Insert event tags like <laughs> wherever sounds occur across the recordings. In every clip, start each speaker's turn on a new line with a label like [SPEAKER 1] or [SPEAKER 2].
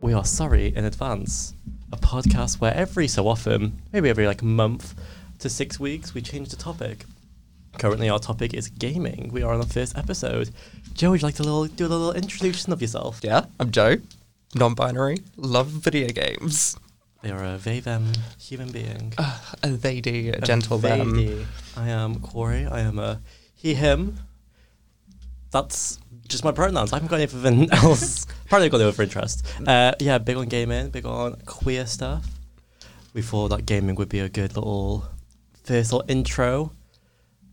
[SPEAKER 1] We are sorry in advance. A podcast where every so often, maybe every like month to six weeks, we change the topic. Currently, our topic is gaming. We are on the first episode. Joe, would you like to little, do a little introduction of yourself?
[SPEAKER 2] Yeah, I'm Joe, non binary, love video games.
[SPEAKER 1] They are a they them human being.
[SPEAKER 2] Ah, a they do, a
[SPEAKER 1] A
[SPEAKER 2] gentle them.
[SPEAKER 1] lady. I am Corey. I am a he, him. That's just my pronouns. I haven't got anything <laughs> else. Probably got over interest. Uh, yeah, big on gaming, big on queer stuff. We thought that gaming would be a good little first little intro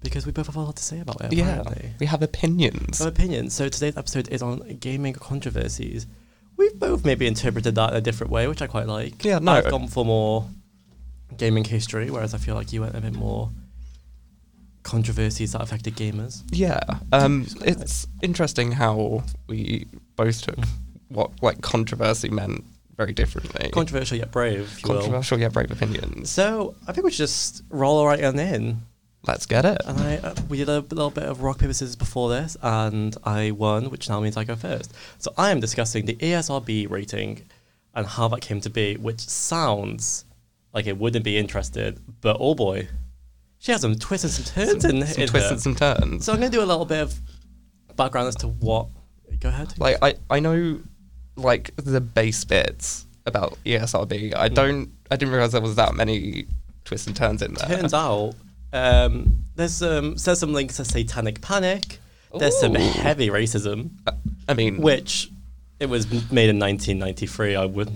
[SPEAKER 1] because we both have a lot to say about it.
[SPEAKER 2] Yeah,
[SPEAKER 1] Apparently.
[SPEAKER 2] we have opinions.
[SPEAKER 1] Some opinions. So today's episode is on gaming controversies. We've both maybe interpreted that in a different way, which I quite like.
[SPEAKER 2] Yeah, no.
[SPEAKER 1] I've gone for more gaming history, whereas I feel like you went a bit more controversies that affected gamers.
[SPEAKER 2] Yeah, um, it's interesting how we both took what like controversy meant very differently.
[SPEAKER 1] Controversial yet brave, if you will.
[SPEAKER 2] Controversial yet brave opinions.
[SPEAKER 1] So I think we should just roll right on in.
[SPEAKER 2] Let's get it.
[SPEAKER 1] And I uh, we did a little bit of rock paper scissors before this, and I won, which now means I go first. So I am discussing the E ESRB rating and how that came to be, which sounds like it wouldn't be interested, but oh boy, she has some twists and some turns in,
[SPEAKER 2] Some
[SPEAKER 1] in
[SPEAKER 2] twists
[SPEAKER 1] her.
[SPEAKER 2] and some turns.
[SPEAKER 1] So I'm going to do a little bit of background as to what. Go ahead.
[SPEAKER 2] like I, I know like the base bits about E ESRB.
[SPEAKER 1] Hmm.
[SPEAKER 2] I don't I didn't realize there was that many twists and turns in there.
[SPEAKER 1] Turns out um, there's um, says some links to satanic panic. There's some
[SPEAKER 2] Ooh.
[SPEAKER 1] heavy racism.
[SPEAKER 2] Uh, I mean,
[SPEAKER 1] which it was made in 1993. I would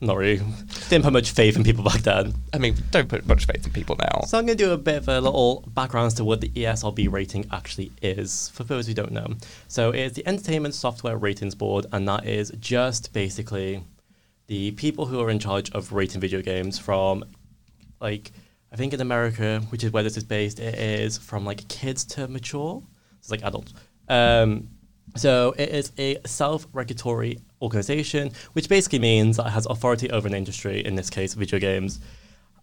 [SPEAKER 1] not really didn't put much faith in people back then.
[SPEAKER 2] I mean, don't put much faith in people now.
[SPEAKER 1] So I'm going to do a bit of a little background as to what the E ESRB rating actually is for those who don't know. So it's the Entertainment Software Ratings Board, and that is just basically the people who are in charge of rating video games from like I think in America, which is where this is based, it is from like kids to mature. It's like adults. Um, so it is a self-regulatory organization, which basically means that it has authority over an industry, in this case, video games.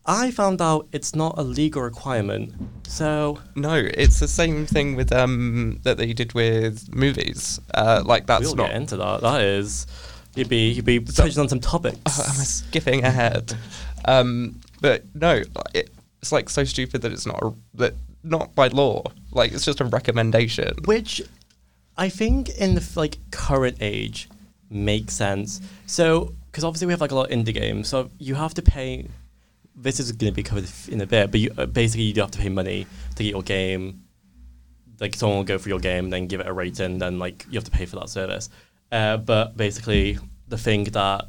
[SPEAKER 1] I found out it's not a legal requirement. So
[SPEAKER 2] No, it's the same thing with um that they did with movies. Uh, like that's
[SPEAKER 1] we'll
[SPEAKER 2] not.
[SPEAKER 1] get
[SPEAKER 2] <laughs>
[SPEAKER 1] into that. That is, you'd be you'd be touching on some topics.
[SPEAKER 2] Oh, am I skipping ahead? um, but no, like, it, it's like so stupid that it's not a, that not by law. Like it's just a recommendation.
[SPEAKER 1] which I think in the like current age makes sense. So because obviously we have like a lot of indie games, so you have to pay. This is going to be covered in a bit, but you, uh, basically you do have to pay money to get your game. Like someone will go for your game, then give it a rating, then like you have to pay for that service. Uh, but basically, the thing that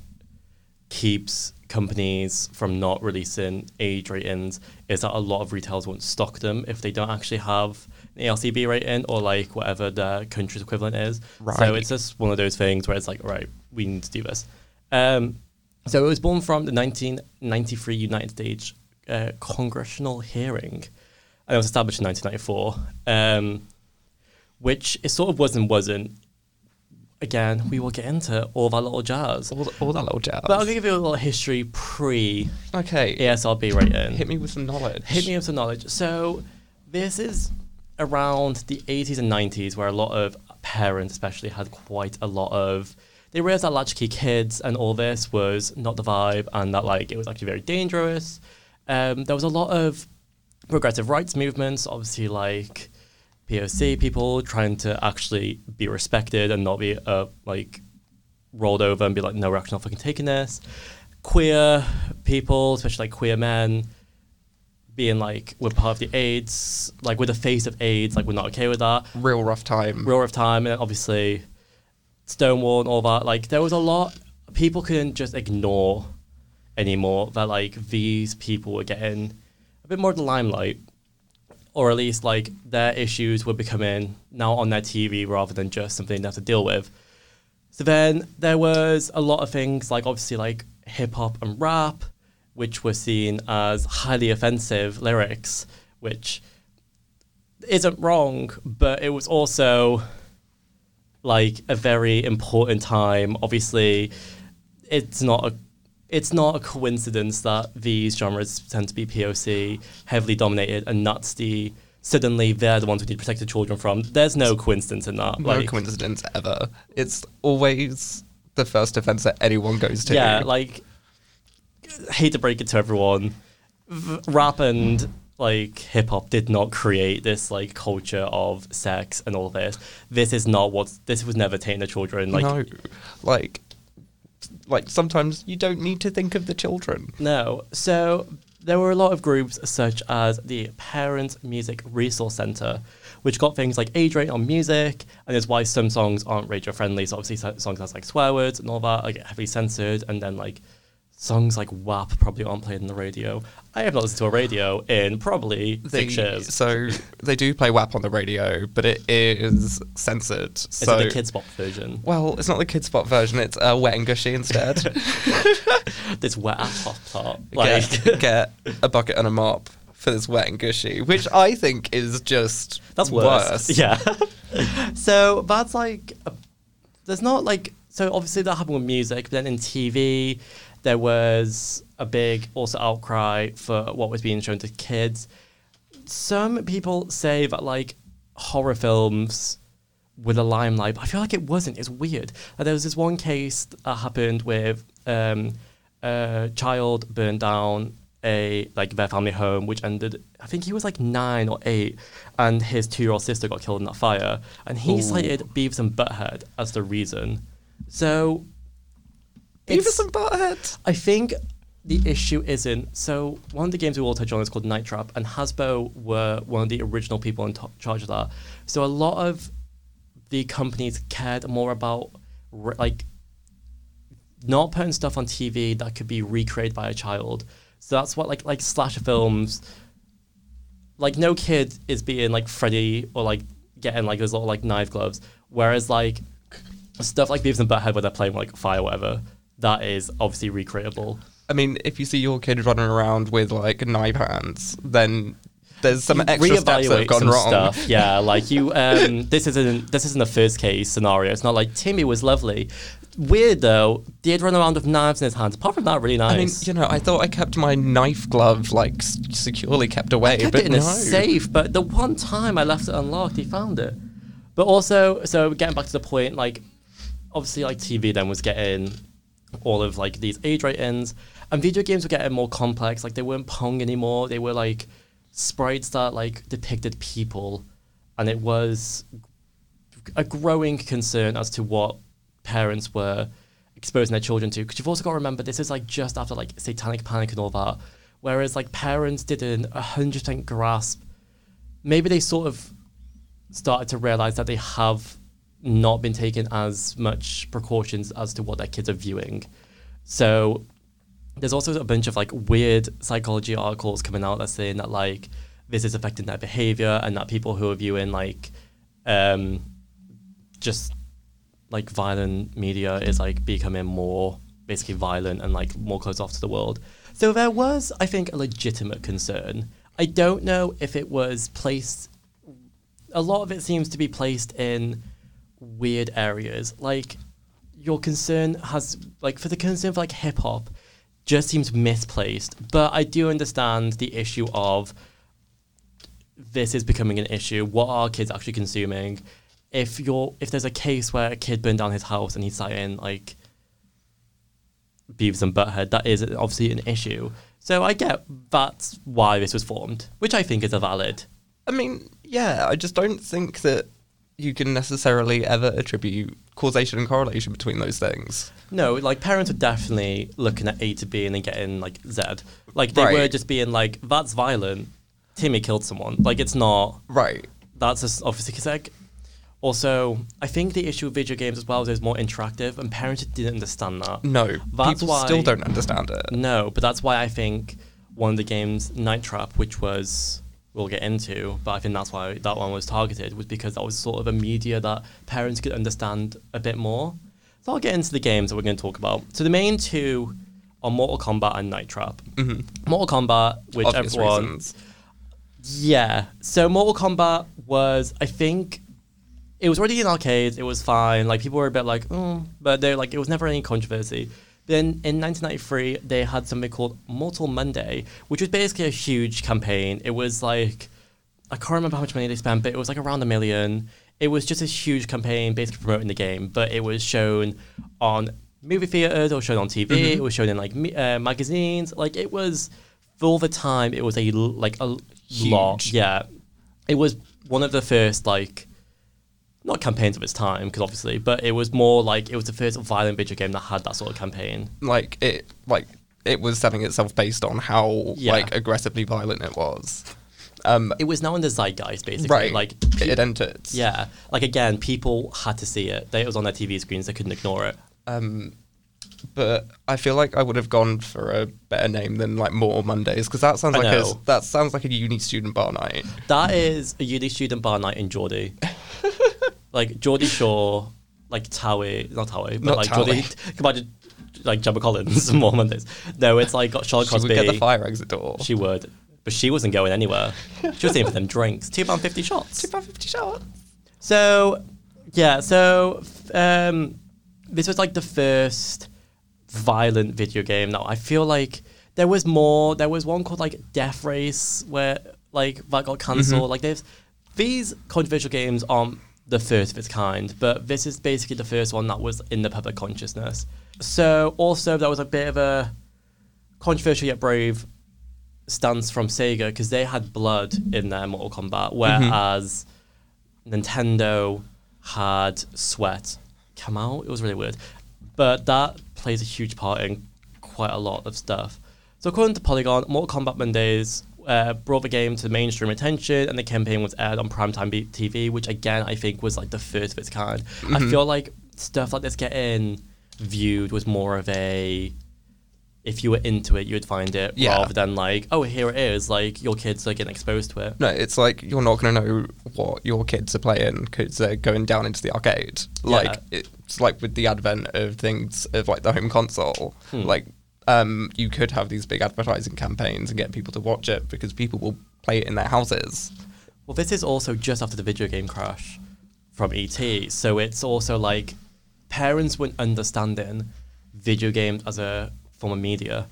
[SPEAKER 1] keeps companies from not releasing age ratings is that a lot of retailers won't stock them if they don't actually have an ALCB rating or like whatever the country's equivalent is. So
[SPEAKER 2] Right.
[SPEAKER 1] it's just one of those things where it's like, right, we need to do this. Um, so it was born from the 1993 United States uh, congressional hearing, and it was established in 1994, um, which it sort of was and wasn't. Again, we will get into all of our little jazz.
[SPEAKER 2] All, all that little jazz.
[SPEAKER 1] But I'll give you a little history pre
[SPEAKER 2] okay,
[SPEAKER 1] ESRB rating.
[SPEAKER 2] hit me with some knowledge.
[SPEAKER 1] Hit me with some knowledge. So this is around the 80s and 90s where a lot of parents especially had quite a lot of they realized that latchkey kids and all this was not the vibe and that like it was actually very dangerous um, there was a lot of progressive rights movements obviously like poc people trying to actually be respected and not be uh, like rolled over and be like, no, we're actually not fucking taking this. Queer people, especially like queer men, being like, we're part of the AIDS, like we're the face of AIDS, like we're not okay with that.
[SPEAKER 2] Real rough time.
[SPEAKER 1] Roar of Time, and obviously Stonewall and all that. Like there was a lot people couldn't just ignore anymore that like these people were getting a bit more of the limelight, or at least like their issues were becoming now on their TV rather than just something they have to deal with. So then there was a lot of things like obviously like hip hop and rap, which were seen as highly offensive lyrics, which isn't wrong, but it was also like a very important time. Obviously, it's not a it's not a coincidence that these genres tend to be POC heavily dominated, and that's the suddenly they're the ones we need to protect the children from. There's no coincidence in that.
[SPEAKER 2] no coincidence ever. It's always the first offense that anyone goes to.
[SPEAKER 1] Yeah, like hate to break it to everyone, v- rap and like hip hop did not create this like culture of sex and all this. This is not what this was never taken to children. Like
[SPEAKER 2] no, like, like sometimes you don't need to think of the children.
[SPEAKER 1] No. So there were a lot of groups such as the Parents Music Resource Center, which got things like age rate on music, and is why some songs aren't radio friendly. So obviously so- songs that's like swear words and all that are get heavily censored, and then like songs like WAP probably aren't played on the radio. I have not listened to a radio in probably
[SPEAKER 2] They-
[SPEAKER 1] six years.
[SPEAKER 2] So they do play WAP on the radio, but it is censored.
[SPEAKER 1] Is
[SPEAKER 2] so
[SPEAKER 1] it the kids' bop version?
[SPEAKER 2] Well, it's not the kids' spot version. It's uh, wet and gushy instead.
[SPEAKER 1] This wet ass pop top. <laughs> Like,
[SPEAKER 2] <laughs> get, get a bucket and a mop for this wet and gushy, which I think is just
[SPEAKER 1] That's worse. <laughs> Yeah. so that's like, a- there's not like, so obviously that happened with music, but then in TV, there was a big also outcry for what was being shown to kids. Some people say that like horror films with a limelight, but I feel like it wasn't. It's weird. Like, there was this one case that happened with um, a child burned down a like their family home, which ended. I think he was like nine or eight, and his two-year-old sister got killed in that fire, and he
[SPEAKER 2] Ooh.
[SPEAKER 1] cited Beavis and Butthead as the reason. So, it's-
[SPEAKER 2] Beavis and Butthead.
[SPEAKER 1] I think the issue isn't. So one of the games we will touch on is called Night Trap, and Hasbro were one of the original people in t- charge of that. So a lot of the companies cared more about re- like not putting stuff on TV that could be recreated by a child. So that's what like like slasher films. Like no kid is being like Freddy or like getting like those little like knife gloves, whereas like stuff like Beavis and Butthead where they're playing like fire, or whatever. That is obviously recreatable.
[SPEAKER 2] I mean, if you see your kid running around with like knife hands, then there's some extra steps that have
[SPEAKER 1] Reevaluate
[SPEAKER 2] gone
[SPEAKER 1] some
[SPEAKER 2] wrong. <laughs>
[SPEAKER 1] Stuff. Yeah, like you. Um, this isn't this isn't a first case scenario. It's not like Timmy was lovely. Weird though, did run around with knives in his hands. Apart from that, really nice.
[SPEAKER 2] I mean, you know, I thought I kept my knife glove like s- securely kept away,
[SPEAKER 1] kept
[SPEAKER 2] but
[SPEAKER 1] it in
[SPEAKER 2] no.
[SPEAKER 1] a safe, but the one time I left it unlocked, he found it. But also, so getting back to the point, like obviously, like TV then was getting all of like these age ratings, and video games were getting more complex. Like they weren't Pong anymore; they were like sprites that like depicted people, and it was a growing concern as to what parents were exposing their children to. Because you've also got to remember this is like just after like satanic panic and all that. Whereas like parents didn't hundred percent grasp. Maybe they sort of started to realize that they have not been taking as much precautions as to what their kids are viewing. So there's also a bunch of like weird psychology articles coming out that's saying that like this is affecting their behavior and that people who are viewing like um just like violent media is like becoming more basically violent and like more closed off to the world. So there was, I think, a legitimate concern. I don't know if it was placed a lot of it seems to be placed in weird areas. Like your concern has like for the concern for like hip hop just seems misplaced. But I do understand the issue of this is becoming an issue. What are kids actually consuming? If you're if there's a case where a kid burned down his house and he's citing like Beavis and Butthead, that is obviously an issue. So I get that's why this was formed, which I think is a valid
[SPEAKER 2] I mean, yeah, I just don't think that you can necessarily ever attribute causation and correlation between those things.
[SPEAKER 1] No, like parents are definitely looking at A to B and then getting like Z. Like they
[SPEAKER 2] Right.
[SPEAKER 1] were just being like, "That's violent." Timmy killed someone. Like it's not.
[SPEAKER 2] Right.
[SPEAKER 1] That's just obviously because like. Also, I think the issue with video games as well is it's more interactive, and parents didn't understand that.
[SPEAKER 2] No,
[SPEAKER 1] That's
[SPEAKER 2] people
[SPEAKER 1] why- Mm.
[SPEAKER 2] still don't understand it.
[SPEAKER 1] No, but that's why I think one of the games, Night Trap, which was we'll get into, but I think that's why that one was targeted, was because that was sort of a media that parents could understand a bit more. So I'll get into the games that we're going to talk about. So the main two are Mortal Kombat and Night Trap. Mm-hmm. Mortal Kombat, which
[SPEAKER 2] Obvious
[SPEAKER 1] everyone,
[SPEAKER 2] reasons.
[SPEAKER 1] yeah. So Mortal Kombat was, I think, it was already in arcades. It was fine. Like people were a bit like, mm, but they're like, it was never any controversy. Then in 1993, they had something called Mortal Monday, which was basically a huge campaign. It was like I can't remember how much money they spent, but it was like around a million. It was just this huge campaign basically promoting the game, but it was shown on movie theaters, it was shown on TV, it was shown in like me- uh, magazines. Like it was for the time, it was a l- like a l- lot.
[SPEAKER 2] Huge.
[SPEAKER 1] Yeah, it was one of the first like not campaigns of its time, because obviously, but it was more like it was the first violent video game that had that sort of campaign.
[SPEAKER 2] like it like it was selling itself based on how
[SPEAKER 1] Yeah.
[SPEAKER 2] like aggressively violent it was.
[SPEAKER 1] It was now in the zeitgeist, basically.
[SPEAKER 2] Right.
[SPEAKER 1] Like
[SPEAKER 2] it entered.
[SPEAKER 1] Yeah, like again, people had to see it. They, it was on their TV screens; they couldn't ignore it.
[SPEAKER 2] But I feel like I would have gone for a better name than like Mortal Mondays because that sounds
[SPEAKER 1] I
[SPEAKER 2] like a,
[SPEAKER 1] know.
[SPEAKER 2] that sounds like a uni student bar night.
[SPEAKER 1] That is a uni student bar night in
[SPEAKER 2] <laughs>
[SPEAKER 1] Geordie. like Geordie Shaw, like Towie, not Towie, but
[SPEAKER 2] Not
[SPEAKER 1] like Geordie. <laughs> Come on, like Gemma Collins <laughs> more Mondays. No, it's like got Charlotte
[SPEAKER 2] She would
[SPEAKER 1] Cosby.
[SPEAKER 2] get the fire exit door.
[SPEAKER 1] She would, but she wasn't going anywhere. She was in for them drinks, two pound fifty shots.
[SPEAKER 2] About 50 shots.
[SPEAKER 1] So, yeah, so f- um, this was like the first violent video game. Now I feel like there was more. There was one called like Death Race where like that got canceled Like there's these controversial games aren't the first of its kind, but this is basically the first one that was in the public consciousness. So also there was a bit of a controversial yet brave stance from Sega because they had blood in their Mortal Kombat, whereas Nintendo had Sweat come out. It was really weird. But that plays a huge part in quite a lot of stuff. So, according to Polygon, Mortal Kombat Mondays uh, brought the game to mainstream attention, and the campaign was aired on primetime B- TV, which again I think was like the first of its kind. I feel like stuff like this getting viewed was more of a if you were into it, you would find it
[SPEAKER 2] Yeah.
[SPEAKER 1] rather than like, oh, here it is. Like your kids are getting exposed to it.
[SPEAKER 2] No, it's like you're not going to know what your kids are playing because they're going down into the arcade. Like it's like with the advent of things of like the home console. Like um, you could have these big advertising campaigns and get people to watch it because people will play it in their houses.
[SPEAKER 1] Well, this is also just after the video game crash from ET, so it's also like parents weren't understanding video games as a form of media.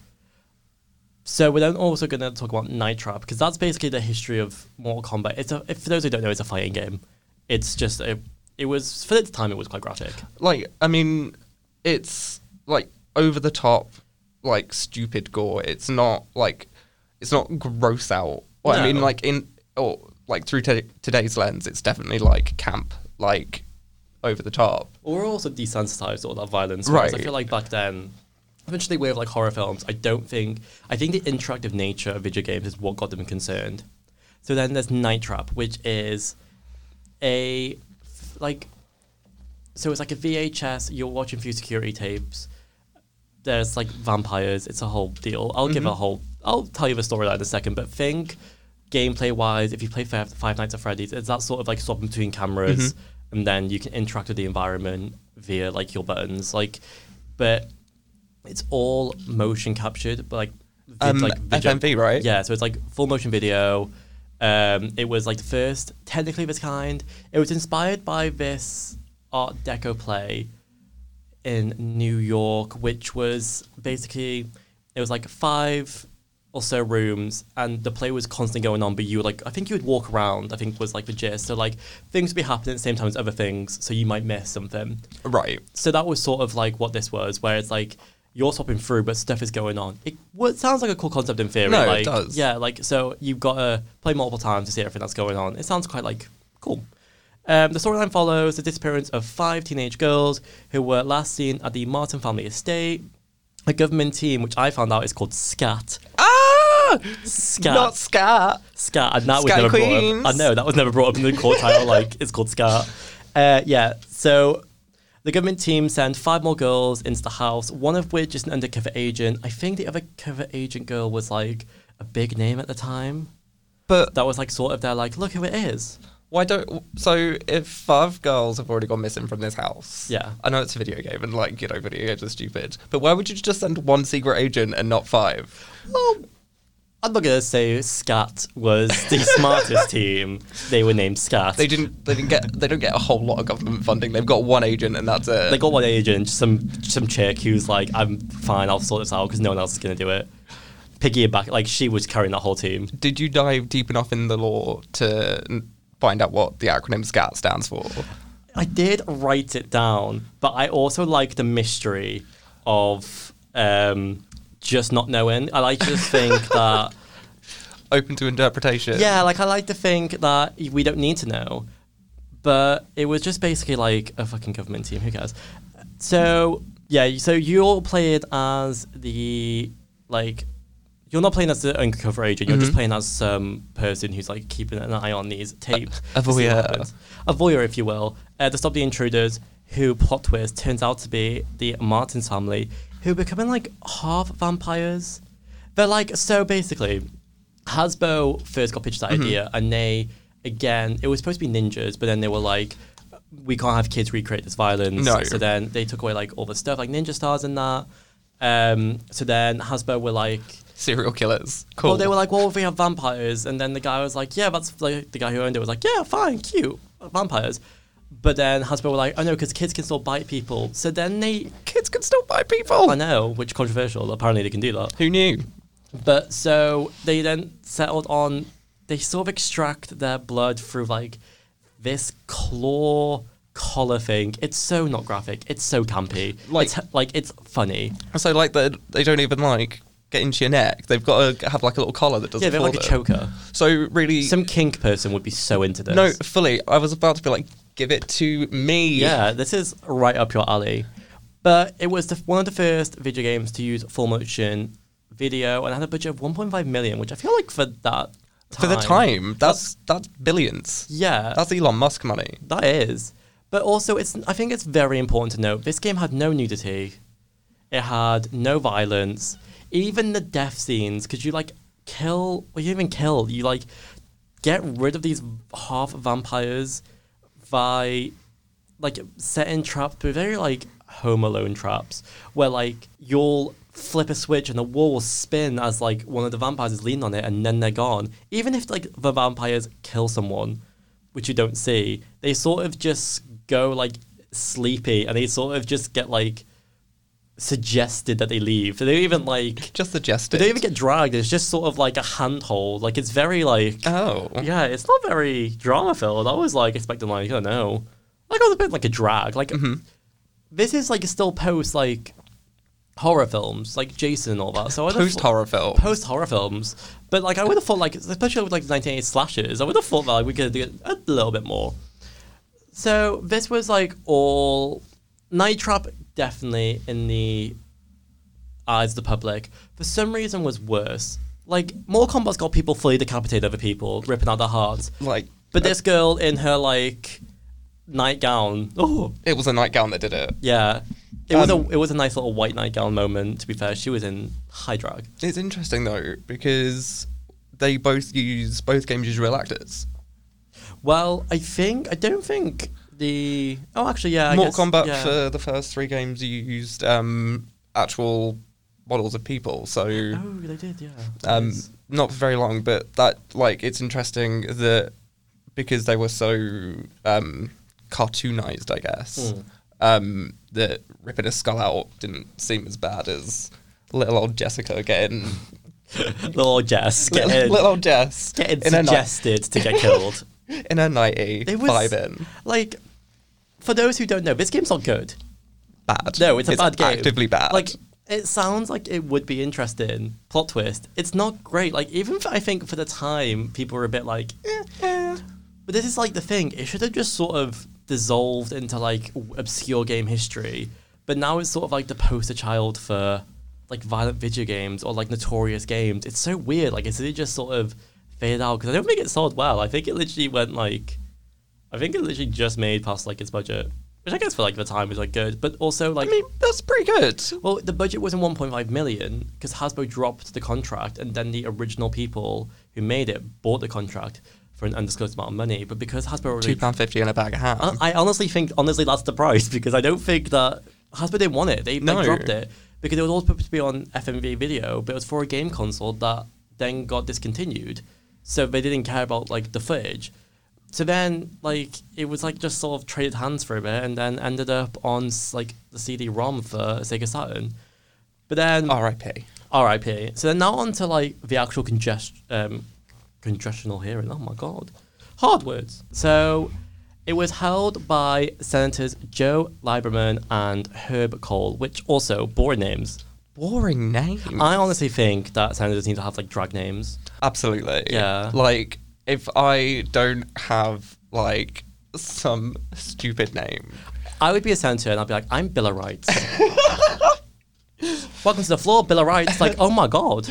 [SPEAKER 1] So we're then also going to talk about Night Trap because that's basically the history of Mortal Kombat. It's a, if, for those who don't know, it's a fighting game. It's just a, it was for its time, it was quite graphic.
[SPEAKER 2] Like I mean, it's like over the top, like stupid gore. It's not like it's not gross out. Well, I mean,
[SPEAKER 1] No.
[SPEAKER 2] like in or like through t- today's lens, it's definitely like camp, like over the top.
[SPEAKER 1] Well, we're also desensitized to all that violence. whereas I
[SPEAKER 2] Right.
[SPEAKER 1] feel like back then, eventually with like horror films, I don't think I think the interactive nature of video games is what got them concerned. So then there's Night Trap, which is a f- like so it's like a VHS. You're watching through security tapes. There's like vampires. It's a whole deal. I'll give a whole. I'll tell you the storyline in a second. But think gameplay wise, if you play Five, Five Nights at Freddy's, it's that sort of like swapping between cameras, and then you can interact with the environment via like your buttons. Like, but it's all motion captured. But like, vid-
[SPEAKER 2] Um,
[SPEAKER 1] video-
[SPEAKER 2] FMV, right?
[SPEAKER 1] Yeah, so it's like full motion video. Um, it was like the first technically of its kind. It was inspired by this Art Deco play in New York, which was basically it was like five or so rooms, and the play was constantly going on. But you were like, I think you would walk around. I think was like the gist. So like things would be happening at the same time as other things, so you might miss something
[SPEAKER 2] Right.
[SPEAKER 1] so that was sort of like what this was, where it's like you're swapping through, but stuff is going on. It well, it sounds like a cool concept in theory.
[SPEAKER 2] No, it
[SPEAKER 1] like,
[SPEAKER 2] does.
[SPEAKER 1] Yeah, like so you've got to play multiple times to see everything that's going on. It sounds quite like cool. Um, the storyline follows the disappearance of five teenage girls who were last seen at the Martin family estate. A government team, which I found out is called SCAT.
[SPEAKER 2] Ah!
[SPEAKER 1] SCAT.
[SPEAKER 2] Not scat.
[SPEAKER 1] Scat, and that was
[SPEAKER 2] Scat
[SPEAKER 1] never
[SPEAKER 2] Queens.
[SPEAKER 1] brought up. I know that was never brought up in the court title. Like it's called Scat. Uh, yeah. So the government team send five more girls into the house. One of which is an undercover agent. I think the other cover agent girl was like a big name at the time.
[SPEAKER 2] But
[SPEAKER 1] That was like sort of their like, look who it is.
[SPEAKER 2] why don't? So if five girls have already gone missing from this house,
[SPEAKER 1] Yeah.
[SPEAKER 2] I know it's a video game and like you know video games are stupid. But why would you just send one secret agent and not five?
[SPEAKER 1] Well, I'm not gonna say Scat was the
[SPEAKER 2] <laughs>
[SPEAKER 1] smartest team. They were named Scat.
[SPEAKER 2] They didn't. They didn't get. They don't get a whole lot of government funding. They've got one agent and that's it.
[SPEAKER 1] They got one agent, some some chick who's like, I'm fine, I'll sort this out because no one else is gonna do it. piggyback. Like she was carrying that whole team.
[SPEAKER 2] Did you dive deep enough in the lore to n- find out what the acronym SCAT stands for?
[SPEAKER 1] I did write it down, but I also like the mystery of um, just not knowing. I like to just think that
[SPEAKER 2] Open to interpretation.
[SPEAKER 1] yeah, like I like to think that we don't need to know, but it was just basically like a fucking government team. Who cares? So yeah, so you all played as the like. You're not playing as the undercover agent. You're just playing as some person who's like keeping an eye on these tapes.
[SPEAKER 2] a
[SPEAKER 1] to see what
[SPEAKER 2] voyeur.
[SPEAKER 1] happens. A voyeur, if you will, uh, to stop the intruders. Who plot twist turns out to be the Martins family, who are becoming like half vampires. They're like so basically, Hasbro first got pitched that idea, and they again it was supposed to be ninjas, but then they were like, we can't have kids recreate this violence.
[SPEAKER 2] No.
[SPEAKER 1] So then they took away like all the stuff like ninja stars and that. Um, so then Hasbro were like,
[SPEAKER 2] Serial killers. Cool.
[SPEAKER 1] well, they were like, "Well, if we have vampires," and then the guy was like, "Yeah, that's like the guy who owned it was like, yeah, fine, cute vampires." But then Hasbro were like, "Oh no, because kids can still bite people." So then they,
[SPEAKER 2] kids can still buy people.
[SPEAKER 1] I know, which controversial. Apparently, they can do that.
[SPEAKER 2] Who knew?
[SPEAKER 1] But so they then settled on they sort of extract their blood through like this claw collar thing. It's so not graphic. It's so campy.
[SPEAKER 2] Like-
[SPEAKER 1] it's, like it's funny.
[SPEAKER 2] So like they they don't even like get into your neck. They've got to have like a little collar that does
[SPEAKER 1] Yeah,
[SPEAKER 2] it
[SPEAKER 1] they're
[SPEAKER 2] for
[SPEAKER 1] like a
[SPEAKER 2] them.
[SPEAKER 1] choker.
[SPEAKER 2] So really,
[SPEAKER 1] Some kink person would be so into this.
[SPEAKER 2] no, fully. I was about to be like, give it to me.
[SPEAKER 1] Yeah, this is right up your alley. But it was the, one of the first video games to use full motion video and had a budget of 1.5 million, which I feel like for that
[SPEAKER 2] For the time, that's that's billions.
[SPEAKER 1] yeah,
[SPEAKER 2] That's Elon Musk money.
[SPEAKER 1] that is. But also, it's I think it's very important to note this game had no nudity, it had no violence, even the death scenes. Because you like kill, well, you even kill. You like get rid of these half vampires by like setting traps, but very like Home Alone traps, where like you'll flip a switch and the wall will spin as like one of the vampires is leaning on it, and then they're gone. Even if like the vampires kill someone, which you don't see, they sort of just go like sleepy, and they sort of just get like suggested that they leave. So they even like
[SPEAKER 2] Just suggested.
[SPEAKER 1] they don't even get dragged. It's just sort of like a handhold. Like it's very like
[SPEAKER 2] oh,
[SPEAKER 1] yeah, it's not very drama filled. I was like expecting like I don't know, like I was a bit like a drag. Like this is like still post like horror films, like Jason and all that. So I would've
[SPEAKER 2] post
[SPEAKER 1] thought-
[SPEAKER 2] horror film.
[SPEAKER 1] post horror films. But like I would have thought like especially with like the 1980s slashes, I would have thought that like, we could do a little bit more. So this was like all Night Trap definitely in the eyes of the public for some reason was worse. Like Mortal Kombat's got people fully decapitated over people, ripping out their hearts.
[SPEAKER 2] like, uh,
[SPEAKER 1] But this girl in her like nightgown, oh
[SPEAKER 2] it was a nightgown that did it.
[SPEAKER 1] yeah, it was
[SPEAKER 2] Um,
[SPEAKER 1] a it was a nice little white nightgown moment. To be fair, she was in high drag.
[SPEAKER 2] It's interesting though because they both use both games use real actors.
[SPEAKER 1] Well, I think I don't think the oh actually yeah, I
[SPEAKER 2] Mortal
[SPEAKER 1] guess,
[SPEAKER 2] Kombat
[SPEAKER 1] yeah.
[SPEAKER 2] for the first three games you used um, actual models of people, so
[SPEAKER 1] oh they did yeah.
[SPEAKER 2] um,
[SPEAKER 1] Nice.
[SPEAKER 2] not for very long. But that like it's interesting that because they were so um, cartoonized, I guess
[SPEAKER 1] Mm.
[SPEAKER 2] um, that ripping a skull out didn't seem as bad as little old Jessica getting
[SPEAKER 1] <laughs> little
[SPEAKER 2] <laughs>
[SPEAKER 1] Jess
[SPEAKER 2] little,
[SPEAKER 1] getting
[SPEAKER 2] little Jess
[SPEAKER 1] getting
[SPEAKER 2] in her, ni-
[SPEAKER 1] suggested to get
[SPEAKER 2] <laughs>
[SPEAKER 1] killed.
[SPEAKER 2] in her nighty
[SPEAKER 1] It was-
[SPEAKER 2] vibing.
[SPEAKER 1] Like for those who don't know, this game's not good.
[SPEAKER 2] Bad.
[SPEAKER 1] No, it's a bad game.
[SPEAKER 2] Actively bad.
[SPEAKER 1] Like it sounds like it would be interesting. Plot twist. It's not great. Like even for, I think for the time, people were a bit like, eh, eh. but this is like the thing. It should have just sort of dissolved into like w- obscure game history. But now it's sort of like the poster child for like violent video games or like notorious games. It's so weird. Like it's really just sort of faded out because I don't think it sold well. I think it literally went like. I think it literally just made past like its budget, which I guess for like the time was like good, but also
[SPEAKER 2] I
[SPEAKER 1] like
[SPEAKER 2] mean, that's pretty good.
[SPEAKER 1] well, the budget wasn't 1.5 million because Hasbro dropped the contract, and then the original people who made it bought the contract for an undisclosed amount of money. But because Hasbro
[SPEAKER 2] Two
[SPEAKER 1] already,
[SPEAKER 2] pound fifty and a bag of ham.
[SPEAKER 1] I, I honestly think honestly that's the price <laughs> because I don't think that Hasbro didn't want it. They, they
[SPEAKER 2] No.
[SPEAKER 1] dropped it because it was all supposed to be on FMV video, but it was for a game console that then got discontinued, so they didn't care about like the footage. So then, like, it was like just sort of traded hands for a bit, and then
[SPEAKER 2] Oh,
[SPEAKER 1] ended up on s- like the CD-ROM for Sega Saturn. But then,
[SPEAKER 2] R.I.P.
[SPEAKER 1] R.I.P. So then now on to like the actual congest- um, congressional hearing. Oh my god, hard words. So it was held by Senators Joe Lieberman and Herb Cole, which also boring names.
[SPEAKER 2] Boring name.
[SPEAKER 1] I honestly think that senators need to have like drag names.
[SPEAKER 2] Absolutely.
[SPEAKER 1] Yeah.
[SPEAKER 2] Like if I don't have like some stupid name.
[SPEAKER 1] I would be a senator and I'd be like, I'm Bill of Rights. <laughs> Welcome to the floor, Bill of Rights. Like, oh my god.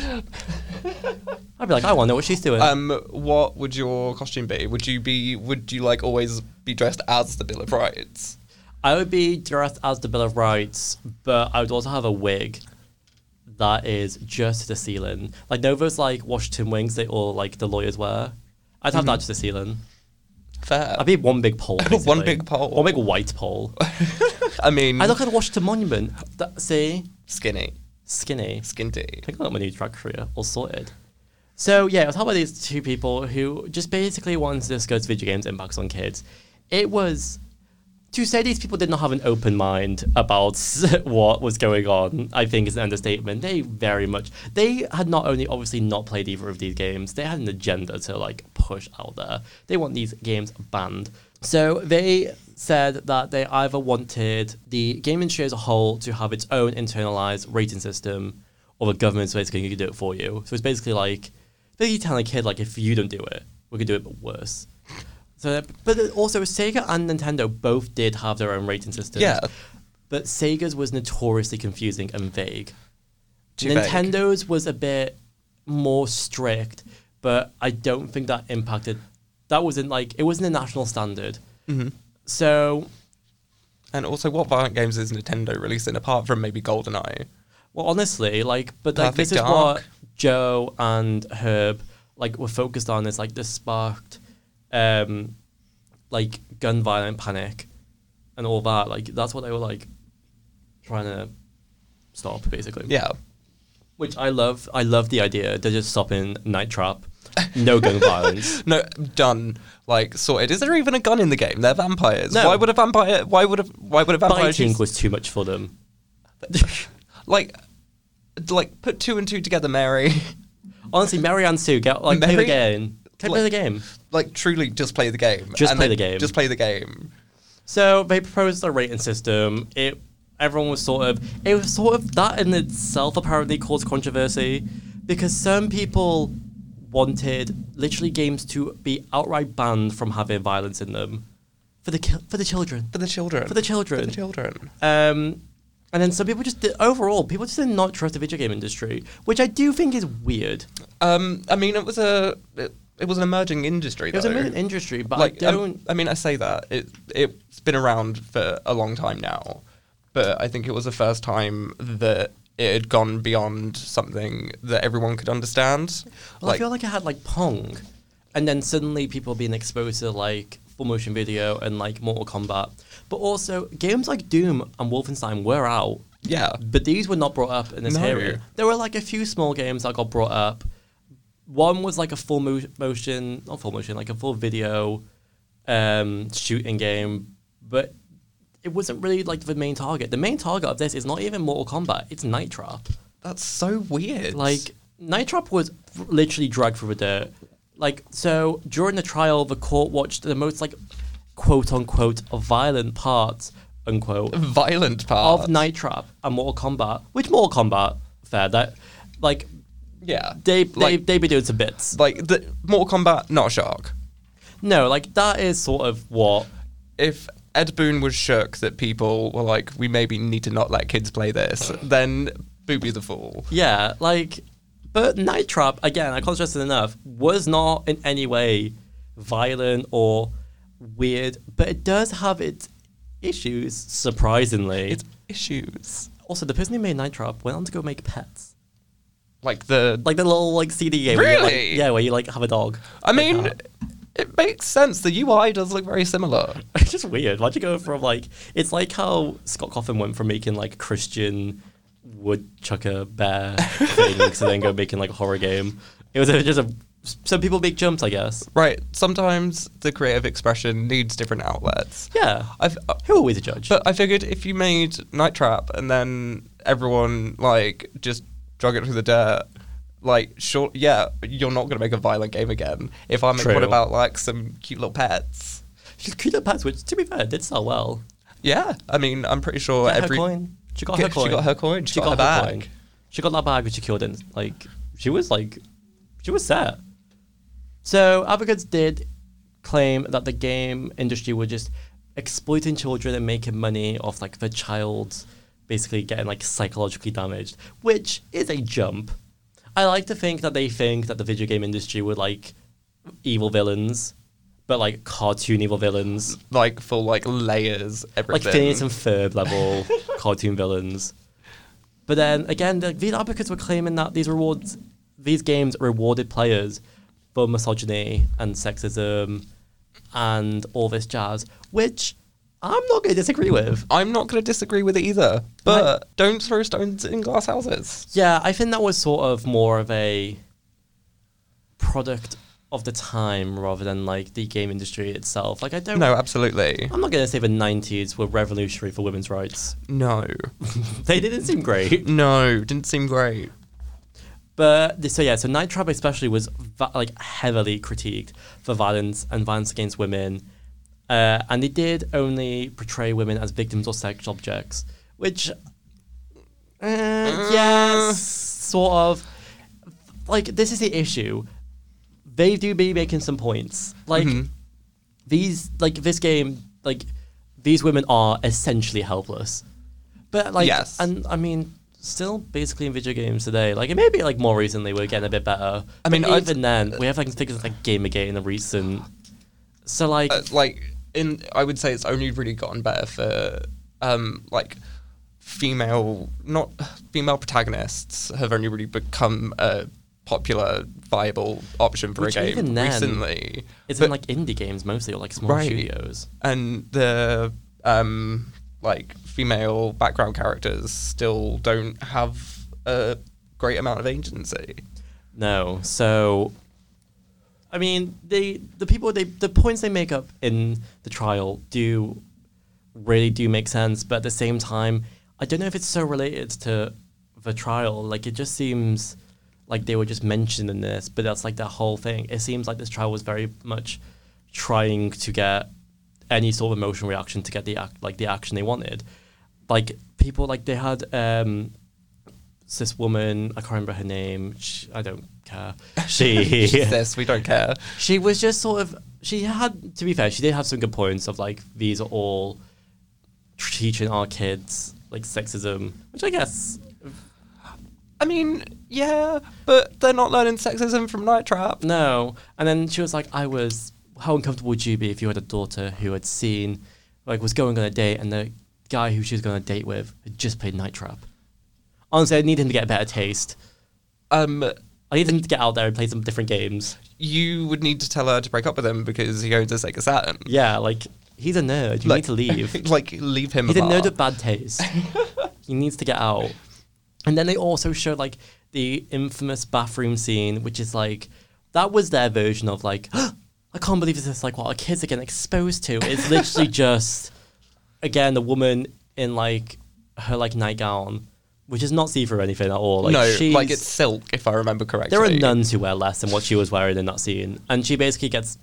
[SPEAKER 1] I'd be like, I want to know what she's doing.
[SPEAKER 2] Um, what would your costume be? Would you be? Would you like always be dressed as the Bill of Rights?
[SPEAKER 1] I would be dressed as the Bill of Rights, but I would also have a wig that is just to the ceiling. Like, know those like Washington wings that all like the lawyers wear? I'd
[SPEAKER 2] Mm-hmm.
[SPEAKER 1] have that to the ceiling.
[SPEAKER 2] Fair.
[SPEAKER 1] I'd be one big pole. basically.
[SPEAKER 2] big pole.
[SPEAKER 1] One big white pole.
[SPEAKER 2] <laughs> I mean,
[SPEAKER 1] I look at the Washington Monument. That, see?
[SPEAKER 2] skinny,
[SPEAKER 1] Skinny.
[SPEAKER 2] skinty.
[SPEAKER 1] I think I got my new drag career all sorted. So yeah, I was talking about these two people who just basically wanted to discuss video games' impacts on kids. It was to say these people did not have an open mind about <laughs> what was going on. I think is an understatement. They very much they had not only obviously not played either of these games. They had an agenda to like push out there. They want these games banned. So they said that they either wanted the game industry as a whole to have its own internalized rating system or the government's basically going to do it for you. So it's basically like, basically telling a kid, like, if you don't do it, we can do it but worse. So, but also Sega and Nintendo both did have their own rating systems.
[SPEAKER 2] Yeah.
[SPEAKER 1] But Sega's was notoriously confusing and vague.
[SPEAKER 2] Too vague.
[SPEAKER 1] Nintendo's was a bit more strict, but I don't think that impacted. That wasn't like it wasn't a national standard.
[SPEAKER 2] Mm-hmm.
[SPEAKER 1] So
[SPEAKER 2] And also, what violent games is Nintendo releasing apart from maybe GoldenEye?
[SPEAKER 1] Well, honestly, like, but like, this
[SPEAKER 2] Perfect
[SPEAKER 1] is what
[SPEAKER 2] Dark.
[SPEAKER 1] Joe and Herb like were focused on is like this sparked, um, like gun violent panic, and all that. Like that's what they were like trying to stop, basically.
[SPEAKER 2] Yeah,
[SPEAKER 1] Which I love. I love the idea. They're just stopping night trap, no
[SPEAKER 2] <laughs>
[SPEAKER 1] gun violence.
[SPEAKER 2] no, done. Like sorted. Is there even a gun in the game? They're vampires.
[SPEAKER 1] No.
[SPEAKER 2] Why would a vampire? Why would a? Why would a vampire?
[SPEAKER 1] Biting
[SPEAKER 2] choose-
[SPEAKER 1] was too much for them.
[SPEAKER 2] like, like put two and two together, Mary. <laughs>
[SPEAKER 1] Honestly, Mary and Sue get like play the
[SPEAKER 2] Mary-
[SPEAKER 1] game. Can I play the
[SPEAKER 2] like-
[SPEAKER 1] game?
[SPEAKER 2] like truly, just play the game.
[SPEAKER 1] Just play
[SPEAKER 2] then
[SPEAKER 1] the game.
[SPEAKER 2] Just play the game.
[SPEAKER 1] So they proposed a rating system. It everyone was sort of it was sort of that in itself apparently caused controversy because some people wanted literally games to be outright banned from having violence in them for the ki- for the children.
[SPEAKER 2] For the children.
[SPEAKER 1] For the children.
[SPEAKER 2] For the children.
[SPEAKER 1] Um, and then some people just did, overall people just did not trust the video game industry, which I do think is weird.
[SPEAKER 2] Um, I mean, it was a it, it was an emerging industry.
[SPEAKER 1] It was a
[SPEAKER 2] though.
[SPEAKER 1] moving industry, but
[SPEAKER 2] Like,
[SPEAKER 1] I
[SPEAKER 2] um,
[SPEAKER 1] don't.
[SPEAKER 2] I mean, I say that it it's been around for a long time now, but I think it was the first time that it had gone beyond something that everyone could understand.
[SPEAKER 1] Well, I feel like I had like Pong, and then suddenly people being exposed to like full motion video and like Mortal Kombat, but also games like Doom and Wolfenstein were out,
[SPEAKER 2] yeah,
[SPEAKER 1] but these were not brought up in this
[SPEAKER 2] No.
[SPEAKER 1] area. There were like a few small games that got brought up. One was like a full mo- motion, not full motion, like a full video um, shooting game, but it wasn't really like the main target. The main target of this is not even Mortal Kombat; it's Night Trap.
[SPEAKER 2] that's so weird.
[SPEAKER 1] Like Nitrop was literally dragged through the dirt. Like so during the trial, the court watched the most like quote unquote violent parts unquote
[SPEAKER 2] violent part.
[SPEAKER 1] of Night Trap and Mortal Kombat. Which Mortal Kombat fair that like
[SPEAKER 2] yeah,
[SPEAKER 1] they they
[SPEAKER 2] like
[SPEAKER 1] they be doing some bits.
[SPEAKER 2] like the Mortal Kombat, not a shark.
[SPEAKER 1] No, like that is sort of what
[SPEAKER 2] if Ed Boon was shook that people were like, we maybe need to not let kids play this, then Booby the Fool.
[SPEAKER 1] Yeah, like, but Night Trap again. I can't stress it enough. Was not in any way violent or weird, but it does have its issues. Surprisingly,
[SPEAKER 2] It's issues.
[SPEAKER 1] also the person who made Night Trap went on to go make pets,
[SPEAKER 2] Like the.
[SPEAKER 1] like the little like CD game. where you, like-
[SPEAKER 2] Really?
[SPEAKER 1] yeah, where you like have a dog.
[SPEAKER 2] I
[SPEAKER 1] Like
[SPEAKER 2] mean,
[SPEAKER 1] that.
[SPEAKER 2] it makes sense. The UI does look very similar.
[SPEAKER 1] <laughs> it's just weird. Why'd you go from like it's like how Scott Coffin went from making like Christian woodchucker
[SPEAKER 2] <laughs>
[SPEAKER 1] bear things to then go making like a horror game. It was a, just a some people make jumps, I guess.
[SPEAKER 2] Right. Sometimes the creative expression needs different outlets.
[SPEAKER 1] Yeah,
[SPEAKER 2] I've, uh,
[SPEAKER 1] who are we to judge?
[SPEAKER 2] but I figured if you made Night Trap and then everyone, like, just drug it through the dirt. Like, sure, yeah, you're not gonna make a violent game again. If I make one
[SPEAKER 1] True.
[SPEAKER 2] about like some cute little pets,
[SPEAKER 1] She's cute at pets, which to be fair did sell well.
[SPEAKER 2] yeah, I mean, I'm pretty sure
[SPEAKER 1] Got her
[SPEAKER 2] every
[SPEAKER 1] coin. She got
[SPEAKER 2] Yeah,
[SPEAKER 1] her coin.
[SPEAKER 2] She got her coin. She, got, her bag.
[SPEAKER 1] coin. She got that bag which she killed in. Like she was like, she was set. So advocates did claim that the game industry were just exploiting children and making money off like the child basically getting like psychologically damaged, which is a jump. I like to think that they think that the video game industry were like evil villains, but like cartoon evil villains
[SPEAKER 2] Like full like layers,
[SPEAKER 1] like
[SPEAKER 2] everything.
[SPEAKER 1] Phineas and Ferb level <laughs> cartoon villains. But then again, the, these advocates were claiming that these rewards, these games rewarded players for misogyny and sexism and all this jazz, which I'm not going to disagree with.
[SPEAKER 2] I'm not going to disagree with it either, but don't throw stones in glass houses.
[SPEAKER 1] Yeah, I think that was sort of more of a product of the time rather than like the game industry itself. Like I don't.
[SPEAKER 2] No, absolutely.
[SPEAKER 1] I'm not going to say the 90s were revolutionary for women's rights. <laughs>
[SPEAKER 2] No.
[SPEAKER 1] They didn't seem great.
[SPEAKER 2] No, didn't seem great.
[SPEAKER 1] But th- so yeah, so Night Trap especially was va- like heavily critiqued for violence and violence against women, uh, and they did only portray women as victims or sex objects, which, uh, yes, sort of. Like this is the issue. They do be making some points. Like these, like this game, like these women are essentially helpless. But like,
[SPEAKER 2] Yes.
[SPEAKER 1] and I mean, still basically in video games today. Like, maybe like more recently we're getting a bit better. I
[SPEAKER 2] mean,
[SPEAKER 1] mean,
[SPEAKER 2] I'd-
[SPEAKER 1] even then we have like things like Gamergate in the recent. So like,
[SPEAKER 2] Uh, like in, I would say it's only really gotten better for um like female, not female protagonists have only really become a popular, viable option for
[SPEAKER 1] Which
[SPEAKER 2] a game
[SPEAKER 1] even then
[SPEAKER 2] recently.
[SPEAKER 1] it's
[SPEAKER 2] But-
[SPEAKER 1] in like indie games mostly or like small
[SPEAKER 2] Right.
[SPEAKER 1] studios.
[SPEAKER 2] and the um like female background characters still don't have a great amount of agency.
[SPEAKER 1] No, so. I mean, they the people they the points they make up in the trial do really do make sense, but at the same time, I don't know if it's so related to the trial. Like it just seems like they were just mentioned in this, but that's like that whole thing. It seems like this trial was very much trying to get any sort of emotional reaction to get the act, like the action they wanted. Like people like they had um this woman, I can't remember her name. Sh I don't care. She
[SPEAKER 2] This we don't care.
[SPEAKER 1] she was just sort of she had to be fair she did have some good points of like these are all teaching our kids like sexism which i guess
[SPEAKER 2] I mean, yeah, but they're not learning sexism from Night Trap.
[SPEAKER 1] no and then she was like i was how uncomfortable would you be if you had a daughter who had seen like was going on a date and the guy who she was going on a date with had just played night trap honestly i need him to get a better taste
[SPEAKER 2] Um,
[SPEAKER 1] i need him to get out there and play some different games
[SPEAKER 2] you would need to tell her to break up with him because he owns a Sega Saturn.
[SPEAKER 1] yeah like he's a nerd you need
[SPEAKER 2] Like-
[SPEAKER 1] to
[SPEAKER 2] <laughs>
[SPEAKER 1] leave
[SPEAKER 2] like leave him.
[SPEAKER 1] He's a nerd
[SPEAKER 2] apart.
[SPEAKER 1] of bad
[SPEAKER 2] <laughs>
[SPEAKER 1] taste. he needs to get out. And then they also show like the infamous bathroom scene, which is like that was their version of like <gasps> I can't believe this is like what our kids are getting exposed to. It's
[SPEAKER 2] <laughs>
[SPEAKER 1] literally just again the woman in like her like nightgown, which is not see through anything at all. Like,
[SPEAKER 2] no,
[SPEAKER 1] she's,
[SPEAKER 2] like it's silk, if I remember correctly.
[SPEAKER 1] there are nuns who wear less than what she was wearing in that scene, and she basically gets